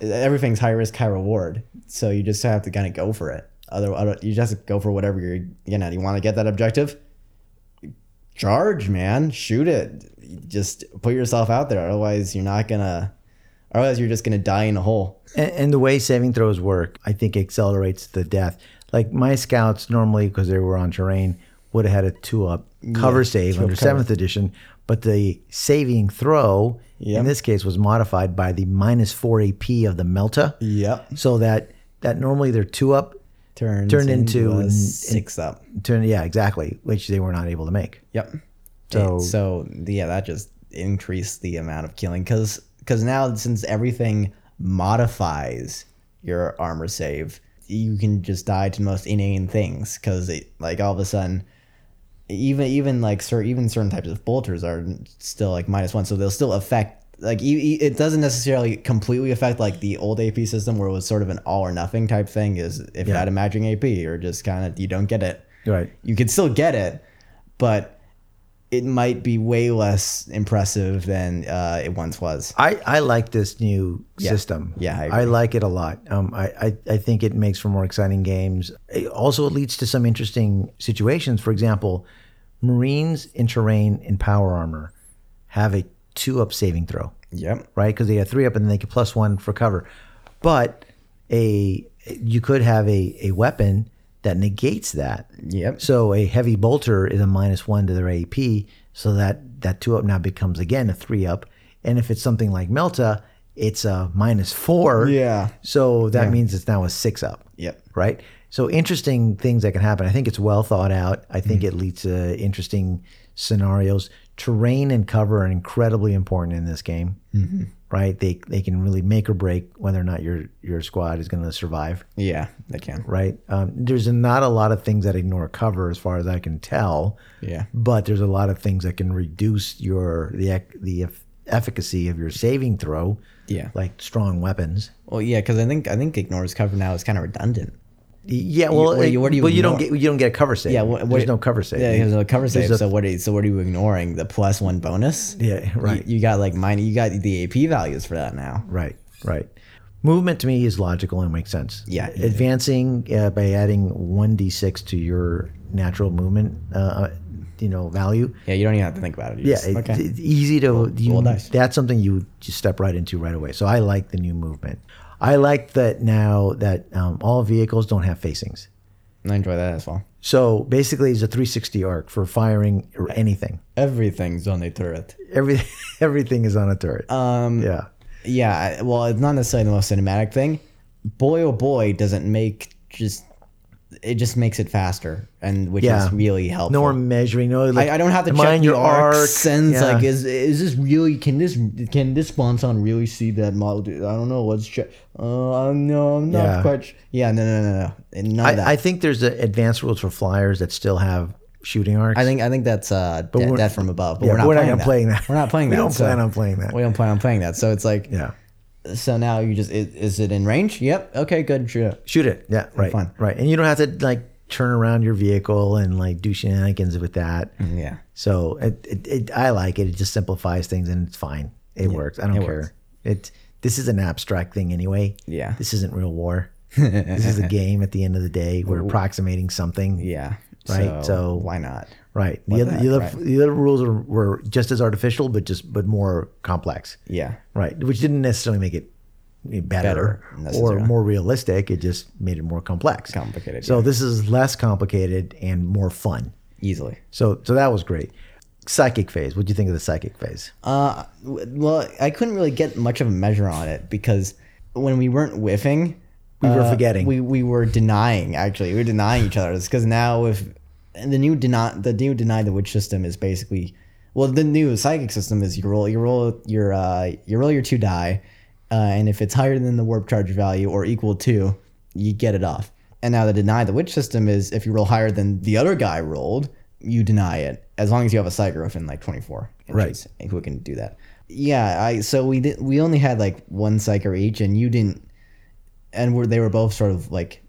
Speaker 2: everything's high risk high reward so you just have to kind of go for it other, other you just have to go for whatever you're you know you want to get that objective charge man shoot it just put yourself out there otherwise you're not gonna otherwise you're just gonna die in a hole
Speaker 1: And, and the way saving throws work, I think accelerates the death. Like my scouts normally, because they were on terrain, would have had a two up cover save under
Speaker 2: cover.
Speaker 1: seventh edition, But the saving throw
Speaker 2: Yep.
Speaker 1: in this case was modified by the minus four AP of the Melta.
Speaker 2: Yep.
Speaker 1: So that that normally they're two up
Speaker 2: Turns
Speaker 1: Turned into
Speaker 2: a
Speaker 1: an-
Speaker 2: six up.
Speaker 1: turn yeah, exactly, which they were not able to make.
Speaker 2: Yep.
Speaker 1: So-
Speaker 2: So so yeah, that just increased the amount of killing because because now since everything modifies your armor save, you can just die to the most inane things because like all of a sudden. Even even like cer even certain types of bolters are still like minus one, so they'll still affect like e- e- it doesn't necessarily completely affect like the old AP system where it was sort of an all or nothing type thing. Is if you
Speaker 1: Yeah.
Speaker 2: had a matching AP or just kind of you don't get it,
Speaker 1: Right.
Speaker 2: you could still get it, but it might be way less impressive than uh, it once was.
Speaker 1: I, I like this new
Speaker 2: Yeah.
Speaker 1: system.
Speaker 2: Yeah, I
Speaker 1: I,
Speaker 2: agree.
Speaker 1: like it a lot. Um, I, I, I think it makes for more exciting games. It also, it leads to some interesting situations. For example, Marines in terrain and power armor have a two up saving throw,
Speaker 2: Yep.
Speaker 1: right? Because they have three up and then they get plus one for cover. But a you could have a, a weapon that negates that.
Speaker 2: Yep.
Speaker 1: So a heavy bolter is a minus one to their AP, so that that two up now becomes again a three up, and if it's something like Melta, it's a minus four.
Speaker 2: Yeah.
Speaker 1: So that means it's now a six up.
Speaker 2: Yep.
Speaker 1: Right. So interesting things that can happen. I think it's well thought out. I
Speaker 2: Mm-hmm.
Speaker 1: think it leads to interesting scenarios. Terrain and cover are incredibly important in this game.
Speaker 2: Mm-hmm.
Speaker 1: Right. They they can really make or break whether or not your your squad is going to survive
Speaker 2: Yeah, they can.
Speaker 1: right? Um, there's not a lot of things that ignore cover, as far as I can tell.
Speaker 2: Yeah.
Speaker 1: But there's a lot of things that can reduce your the ec- the eff- efficacy of your saving throw,
Speaker 2: Yeah. Like,
Speaker 1: like strong weapons.
Speaker 2: well, yeah, because I think I think ignores cover now is kind of redundant.
Speaker 1: Yeah, well,
Speaker 2: what do you- what do you
Speaker 1: well, you don't
Speaker 2: ignore?
Speaker 1: get you don't get a cover save.
Speaker 2: Yeah. What, what,
Speaker 1: there's no cover save.
Speaker 2: Yeah, there's no cover
Speaker 1: There's
Speaker 2: save.
Speaker 1: a-
Speaker 2: so what? Are you, so what are you ignoring? The plus one bonus.
Speaker 1: yeah, right,
Speaker 2: You, you got like mine. You got the AP values for that now.
Speaker 1: right, right. Movement to me is logical and makes sense.
Speaker 2: Yeah.
Speaker 1: advancing uh, by adding one d6 to your natural movement, uh, you know, value.
Speaker 2: Yeah, you don't even have to think about it. You
Speaker 1: Yeah,
Speaker 2: just-
Speaker 1: it-
Speaker 2: okay.
Speaker 1: it's easy to. You,
Speaker 2: roll dice.
Speaker 1: That's something you just step right into right away. So I like the new movement. I like that now that um, all vehicles don't have facings.
Speaker 2: I enjoy that as well.
Speaker 1: So basically, it's a 360 arc for firing or anything.
Speaker 2: Everything's on a turret.
Speaker 1: Every, everything is on a turret.
Speaker 2: Um,
Speaker 1: yeah,
Speaker 2: yeah I- well it's not necessarily the most cinematic thing boy oh boy doesn't make just it just makes it faster and which
Speaker 1: Yeah.
Speaker 2: is really helpful
Speaker 1: no more measuring. No, like,
Speaker 2: I, I don't have to
Speaker 1: mind
Speaker 2: check your arc,
Speaker 1: arc.
Speaker 2: sense
Speaker 1: Yeah.
Speaker 2: like is is this really can this can this sponson really see that model do- i don't know let's check uh no i'm not
Speaker 1: Yeah.
Speaker 2: quite sh- yeah no no no no And none of that
Speaker 1: I, I think there's a advanced rules for flyers that still have shooting arcs.
Speaker 2: I think I think that's uh, de-
Speaker 1: we're-
Speaker 2: death from above, but
Speaker 1: yeah,
Speaker 2: we're not,
Speaker 1: we're not
Speaker 2: playing,
Speaker 1: gonna
Speaker 2: that.
Speaker 1: playing that.
Speaker 2: We're not playing
Speaker 1: We
Speaker 2: that.
Speaker 1: don't plan on playing that.
Speaker 2: We don't plan on playing that. So it's like,
Speaker 1: Yeah,
Speaker 2: so now you just is, is it in range? Yep. Okay. Good. Sure.
Speaker 1: shoot it. Yeah, right,
Speaker 2: fun.
Speaker 1: right. And you don't have to like turn around your vehicle and like do shenanigans with that.
Speaker 2: Mm, Yeah.
Speaker 1: So it, it, it, I like it. It just simplifies things and it's fine. It works. I don't
Speaker 2: it
Speaker 1: care.
Speaker 2: works.
Speaker 1: It this is an abstract thing anyway.
Speaker 2: Yeah.
Speaker 1: This isn't real war. this is a game at the end of the day. We're approximating something.
Speaker 2: Yeah.
Speaker 1: Right, so-
Speaker 2: why not?
Speaker 1: Right. The other,
Speaker 2: that,
Speaker 1: the, other,
Speaker 2: right.
Speaker 1: the other rules are, were just as artificial, but just but more complex.
Speaker 2: Yeah.
Speaker 1: Right. Which didn't necessarily make it better,
Speaker 2: Better,
Speaker 1: or
Speaker 2: necessarily.
Speaker 1: more realistic. It just made it more complex.
Speaker 2: Complicated,
Speaker 1: So
Speaker 2: yeah.
Speaker 1: this is less complicated and more fun.
Speaker 2: Easily.
Speaker 1: So so that was great. Psychic phase. What do you think of the psychic phase?
Speaker 2: Uh, w- well, I couldn't really get much of a measure on it because when we weren't whiffing,
Speaker 1: We were
Speaker 2: uh,
Speaker 1: forgetting.
Speaker 2: We we were denying. Actually, we were denying each other's because now if and the new deny the new deny the witch system is basically well the new psychic system is you roll you roll your uh you roll your two die, uh, and if it's higher than the warp charge value or equal to, you get it off. And now the deny the witch system is if you roll higher than the other guy rolled, you deny it as long as you have a psychic within like twenty four.
Speaker 1: Right.
Speaker 2: Who can do that? Yeah, I so we did we only had like one psychic each, and you didn't and were they were both sort of like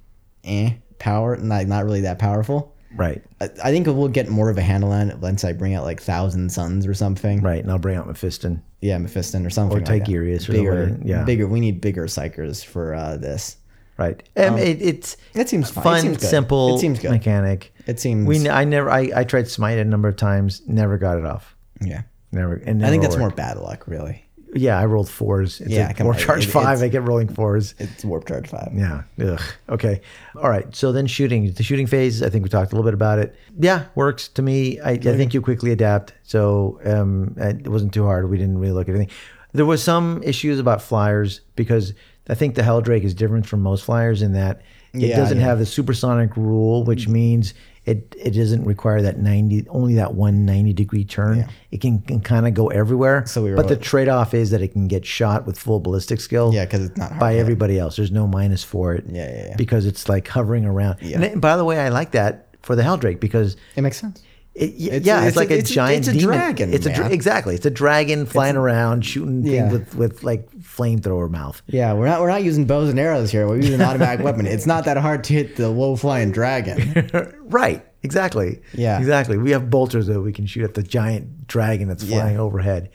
Speaker 2: eh power not not really that powerful
Speaker 1: Right.
Speaker 2: I, I think we'll get more of a handle on it once I bring out like Thousand Suns or something.
Speaker 1: Right, and I'll bring out Mephiston.
Speaker 2: Yeah, Mephiston or something. Or
Speaker 1: Tigerius or
Speaker 2: bigger,
Speaker 1: somebody, yeah.
Speaker 2: bigger. We need bigger psychers for uh, this.
Speaker 1: Right, um, it, it's
Speaker 2: It seems fine. It
Speaker 1: fun,
Speaker 2: seems good.
Speaker 1: simple
Speaker 2: It seems good.
Speaker 1: mechanic.
Speaker 2: It seems.
Speaker 1: We, I never, I, I tried Smite a number of times, never got it off.
Speaker 2: yeah.
Speaker 1: Never, and
Speaker 2: I
Speaker 1: never
Speaker 2: think that's more
Speaker 1: worked.
Speaker 2: bad luck, really.
Speaker 1: Yeah, I rolled fours. It's
Speaker 2: Yeah,
Speaker 1: yeah, a
Speaker 2: come
Speaker 1: warp
Speaker 2: on.
Speaker 1: charge
Speaker 2: It-
Speaker 1: five.
Speaker 2: it's-
Speaker 1: I kept rolling fours.
Speaker 2: It's warp charge five.
Speaker 1: Yeah. Ugh. Okay. All right. So then shooting the shooting phase. I think we talked a little bit about it. Yeah, works to me. I, I think you quickly adapt. So um, it wasn't too hard. We didn't really look at anything. There was some issues about flyers because I think the Helldrake is different from most flyers in that it
Speaker 2: Yeah,
Speaker 1: doesn't
Speaker 2: yeah. Mm-hmm.
Speaker 1: have the supersonic rule, which means it it doesn't require that ninety only that one ninety degree turn. It can, can kind of go everywhere.
Speaker 2: So we were
Speaker 1: but the
Speaker 2: like-
Speaker 1: trade off is that it can get shot with full ballistic skill.
Speaker 2: Yeah, 'cause it's not hard
Speaker 1: by
Speaker 2: to hit.
Speaker 1: everybody else. There's no minus for it
Speaker 2: Yeah, yeah, yeah.
Speaker 1: because it's like hovering around.
Speaker 2: Yeah.
Speaker 1: And by the way, I like that for the Helldrake because
Speaker 2: It makes sense.
Speaker 1: it, y-
Speaker 2: It's
Speaker 1: yeah,
Speaker 2: a-
Speaker 1: it's,
Speaker 2: it's a-
Speaker 1: like a,
Speaker 2: it's a-
Speaker 1: giant.
Speaker 2: it's a
Speaker 1: demon.
Speaker 2: dragon,
Speaker 1: It's a dra-
Speaker 2: man.
Speaker 1: exactly. It's a dragon flying around, shooting
Speaker 2: Yeah.
Speaker 1: things with with like flamethrower mouth.
Speaker 2: Yeah, we're not we're not using bows and arrows here. We're using an automatic weapon. It's not that hard to hit the low flying dragon.
Speaker 1: Right. Exactly.
Speaker 2: Yeah.
Speaker 1: Exactly. We have bolters that we can shoot at the giant dragon that's
Speaker 2: Yeah.
Speaker 1: flying overhead.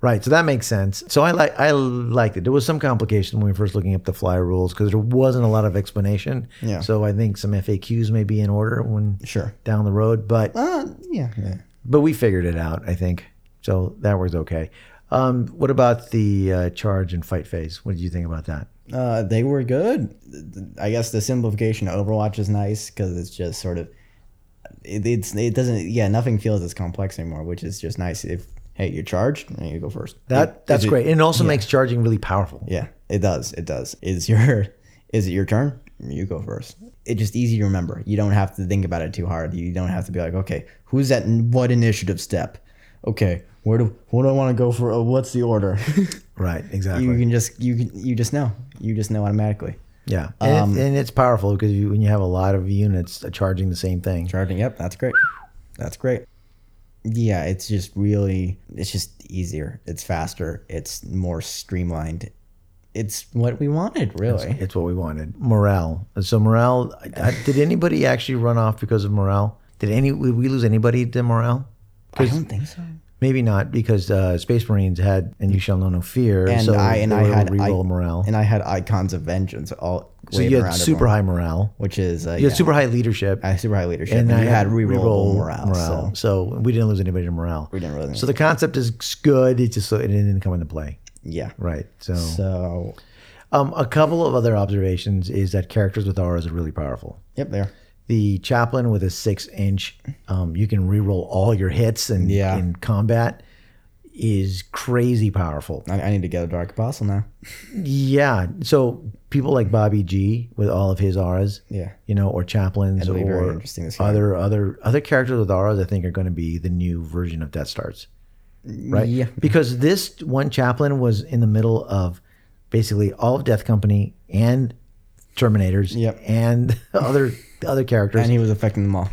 Speaker 1: Right. So that makes sense. So I like I liked it. There was some complication when we were first looking up the fly rules because there wasn't a lot of explanation.
Speaker 2: Yeah.
Speaker 1: So I think some FAQs may be in order when
Speaker 2: Sure.
Speaker 1: down the road. But
Speaker 2: Uh, yeah, yeah.
Speaker 1: but we figured it out, I think. So that was okay. Um, what about the uh, charge and fight phase? What did you think about that?
Speaker 2: Uh, they were good. I guess the simplification of Overwatch is nice because it's just sort of it, it's it doesn't yeah nothing feels as complex anymore, which is just nice. If hey you're charged, then you go first.
Speaker 1: That that's
Speaker 2: Is it-
Speaker 1: great, and it also makes charging really powerful.
Speaker 2: Yeah, it does. It does. Is your is it your turn? You go first. It's just easy to remember. You don't have to think about it too hard. You don't have to be like, okay, who's at what initiative step? Okay, where do what do I want to go for? Uh, what's the order?
Speaker 1: Right, exactly.
Speaker 2: you can just you can you just know. You just know automatically.
Speaker 1: yeah, and,
Speaker 2: Um,
Speaker 1: it's- and it's powerful because you, when you have a lot of units uh, charging the same thing,
Speaker 2: Charging. Yep, that's great. That's great. Yeah, it's just really it's just easier. It's faster. It's more streamlined. It's what we wanted, really.
Speaker 1: it's what we wanted. Morale. So morale. I, I- did anybody actually run off because of morale? Did any? Did we lose anybody to morale?
Speaker 2: I don't think so.
Speaker 1: Maybe not because uh, Space Marines had and you shall know no fear.
Speaker 2: and
Speaker 1: so
Speaker 2: I and
Speaker 1: they
Speaker 2: I
Speaker 1: were able
Speaker 2: had
Speaker 1: to reroll
Speaker 2: I-
Speaker 1: morale.
Speaker 2: and I had icons of vengeance all
Speaker 1: so you had super
Speaker 2: everyone,
Speaker 1: high morale.
Speaker 2: which is uh,
Speaker 1: You
Speaker 2: yeah,
Speaker 1: had super high leadership.
Speaker 2: I had super high leadership, and, you had rerollable morale. So
Speaker 1: So. we didn't lose anybody to morale. We
Speaker 2: didn't really lose
Speaker 1: So the concept is good. It just so it didn't come into play,
Speaker 2: yeah,
Speaker 1: right? So,
Speaker 2: So
Speaker 1: um, a couple of other observations is that characters with auras are really powerful.
Speaker 2: yep, there.
Speaker 1: The chaplain with a six inch, um, you can reroll all your hits and
Speaker 2: Yeah.
Speaker 1: in combat is crazy powerful.
Speaker 2: I, I need to get a dark apostle now.
Speaker 1: Yeah. So people like Bobby G with all of his auras,
Speaker 2: Yeah,
Speaker 1: you know, or chaplains
Speaker 2: It'll be very
Speaker 1: or
Speaker 2: interesting this year.
Speaker 1: other other other characters with auras. I think are going to be the new version of Death Stars, right?
Speaker 2: Yeah.
Speaker 1: Because this one chaplain was in the middle of basically all of Death Company and Terminators
Speaker 2: Yep.
Speaker 1: and other other characters
Speaker 2: and he was affecting them all.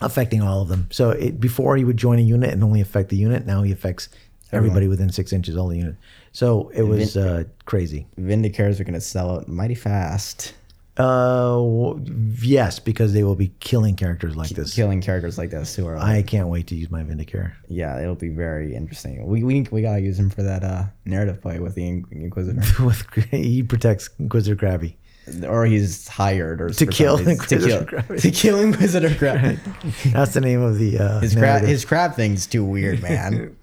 Speaker 1: affecting all of them. So it, before he would join a unit and only affect the unit, now he affects everybody within six inches, all the unit. So it was uh, crazy.
Speaker 2: Vindicares are gonna sell out mighty fast,
Speaker 1: Uh, w- yes, because they will be killing characters like this.
Speaker 2: killing characters like this who are.
Speaker 1: I can't wait to use my Vindicare.
Speaker 2: yeah, it'll be very interesting. We we we gotta use him for that uh narrative play with the In- Inquisitor,
Speaker 1: With he protects Inquisitor Krabby.
Speaker 2: or he's hired or
Speaker 1: To kill
Speaker 2: to
Speaker 1: Inquisitor
Speaker 2: kill
Speaker 1: Gravity.
Speaker 2: to kill Inquisitor Gravity.
Speaker 1: That's the name of the uh,
Speaker 2: His crab,
Speaker 1: narrative.
Speaker 2: his crab thing's too weird, man.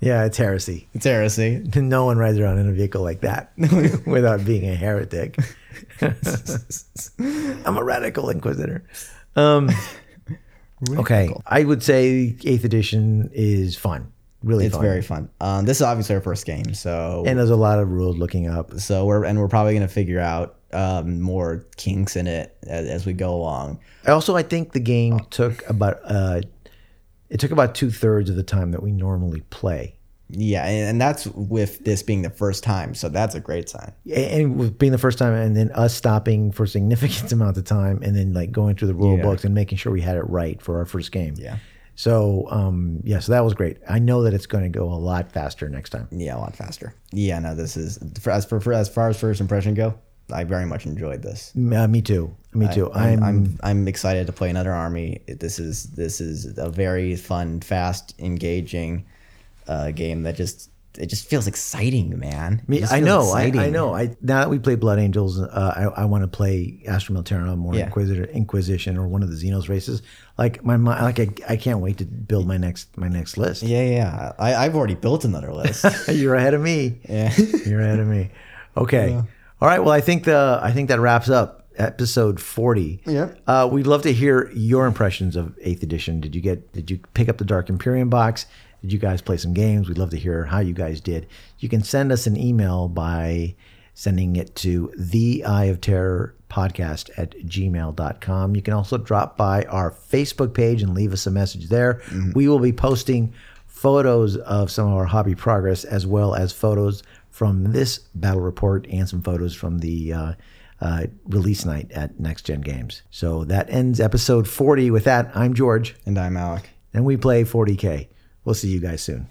Speaker 1: yeah, it's heresy.
Speaker 2: it's heresy.
Speaker 1: No one rides around in a vehicle like that without being a heretic. I'm a radical inquisitor. Um, okay, I would say Eighth Edition is fun, really
Speaker 2: It's
Speaker 1: fun,
Speaker 2: very fun. Um, this is obviously our first game, so
Speaker 1: and there's a lot of rules looking up.
Speaker 2: so we're and we're probably gonna figure out um, more kinks in it as, as we go along.
Speaker 1: I Also, I think the game took about uh, it took about two thirds of the time that we normally play,
Speaker 2: Yeah, and, and that's with this being the first time, so that's a great sign.
Speaker 1: A- and with being the first time, and then us stopping for significant amount of time, and then like going through the rule
Speaker 2: Yeah.
Speaker 1: books and making sure we had it right for our first game.
Speaker 2: Yeah.
Speaker 1: So um, yeah, so that was great. I know that it's going to go a lot faster next time.
Speaker 2: Yeah, a lot faster. Yeah, no, this is for, as for, for as far as first impression go. I very much enjoyed this.
Speaker 1: Uh, me too. Me too. I,
Speaker 2: I'm,
Speaker 1: am
Speaker 2: I'm I'm excited to play another army. This is this is a very fun, fast, engaging uh, game that just it just feels exciting, man. It
Speaker 1: Me,
Speaker 2: just
Speaker 1: I
Speaker 2: feels
Speaker 1: know, I, I
Speaker 2: exciting.
Speaker 1: know. I now that we play Blood Angels, uh, I, I want to play Astro Milterranum or
Speaker 2: Yeah.
Speaker 1: Inquisitor, Inquisition or one of the Xenos races. Like my mi- like I, I can't wait to build my next my next list.
Speaker 2: Yeah, yeah. I, I've already built another list.
Speaker 1: You're ahead of me.
Speaker 2: yeah.
Speaker 1: You're ahead of me. Okay. All right. Well, I think the I think that wraps up episode forty.
Speaker 2: Yep.
Speaker 1: Uh, we'd love to hear your impressions of Eighth Edition. Did you get? Did you pick up the Dark Imperium box? Did you guys play some games? We'd love to hear how you guys did. You can send us an email by sending it to the eye of terror podcast at gmail.com you can also drop by our facebook page and leave us a message there we will be posting photos of some of our hobby progress, as well as photos from this battle report and some photos from the uh, uh, release night at Next Gen Games. So that ends episode 40. With that, I'm George,
Speaker 2: and I'm Alec.
Speaker 1: and we play 40K. We'll see you guys soon.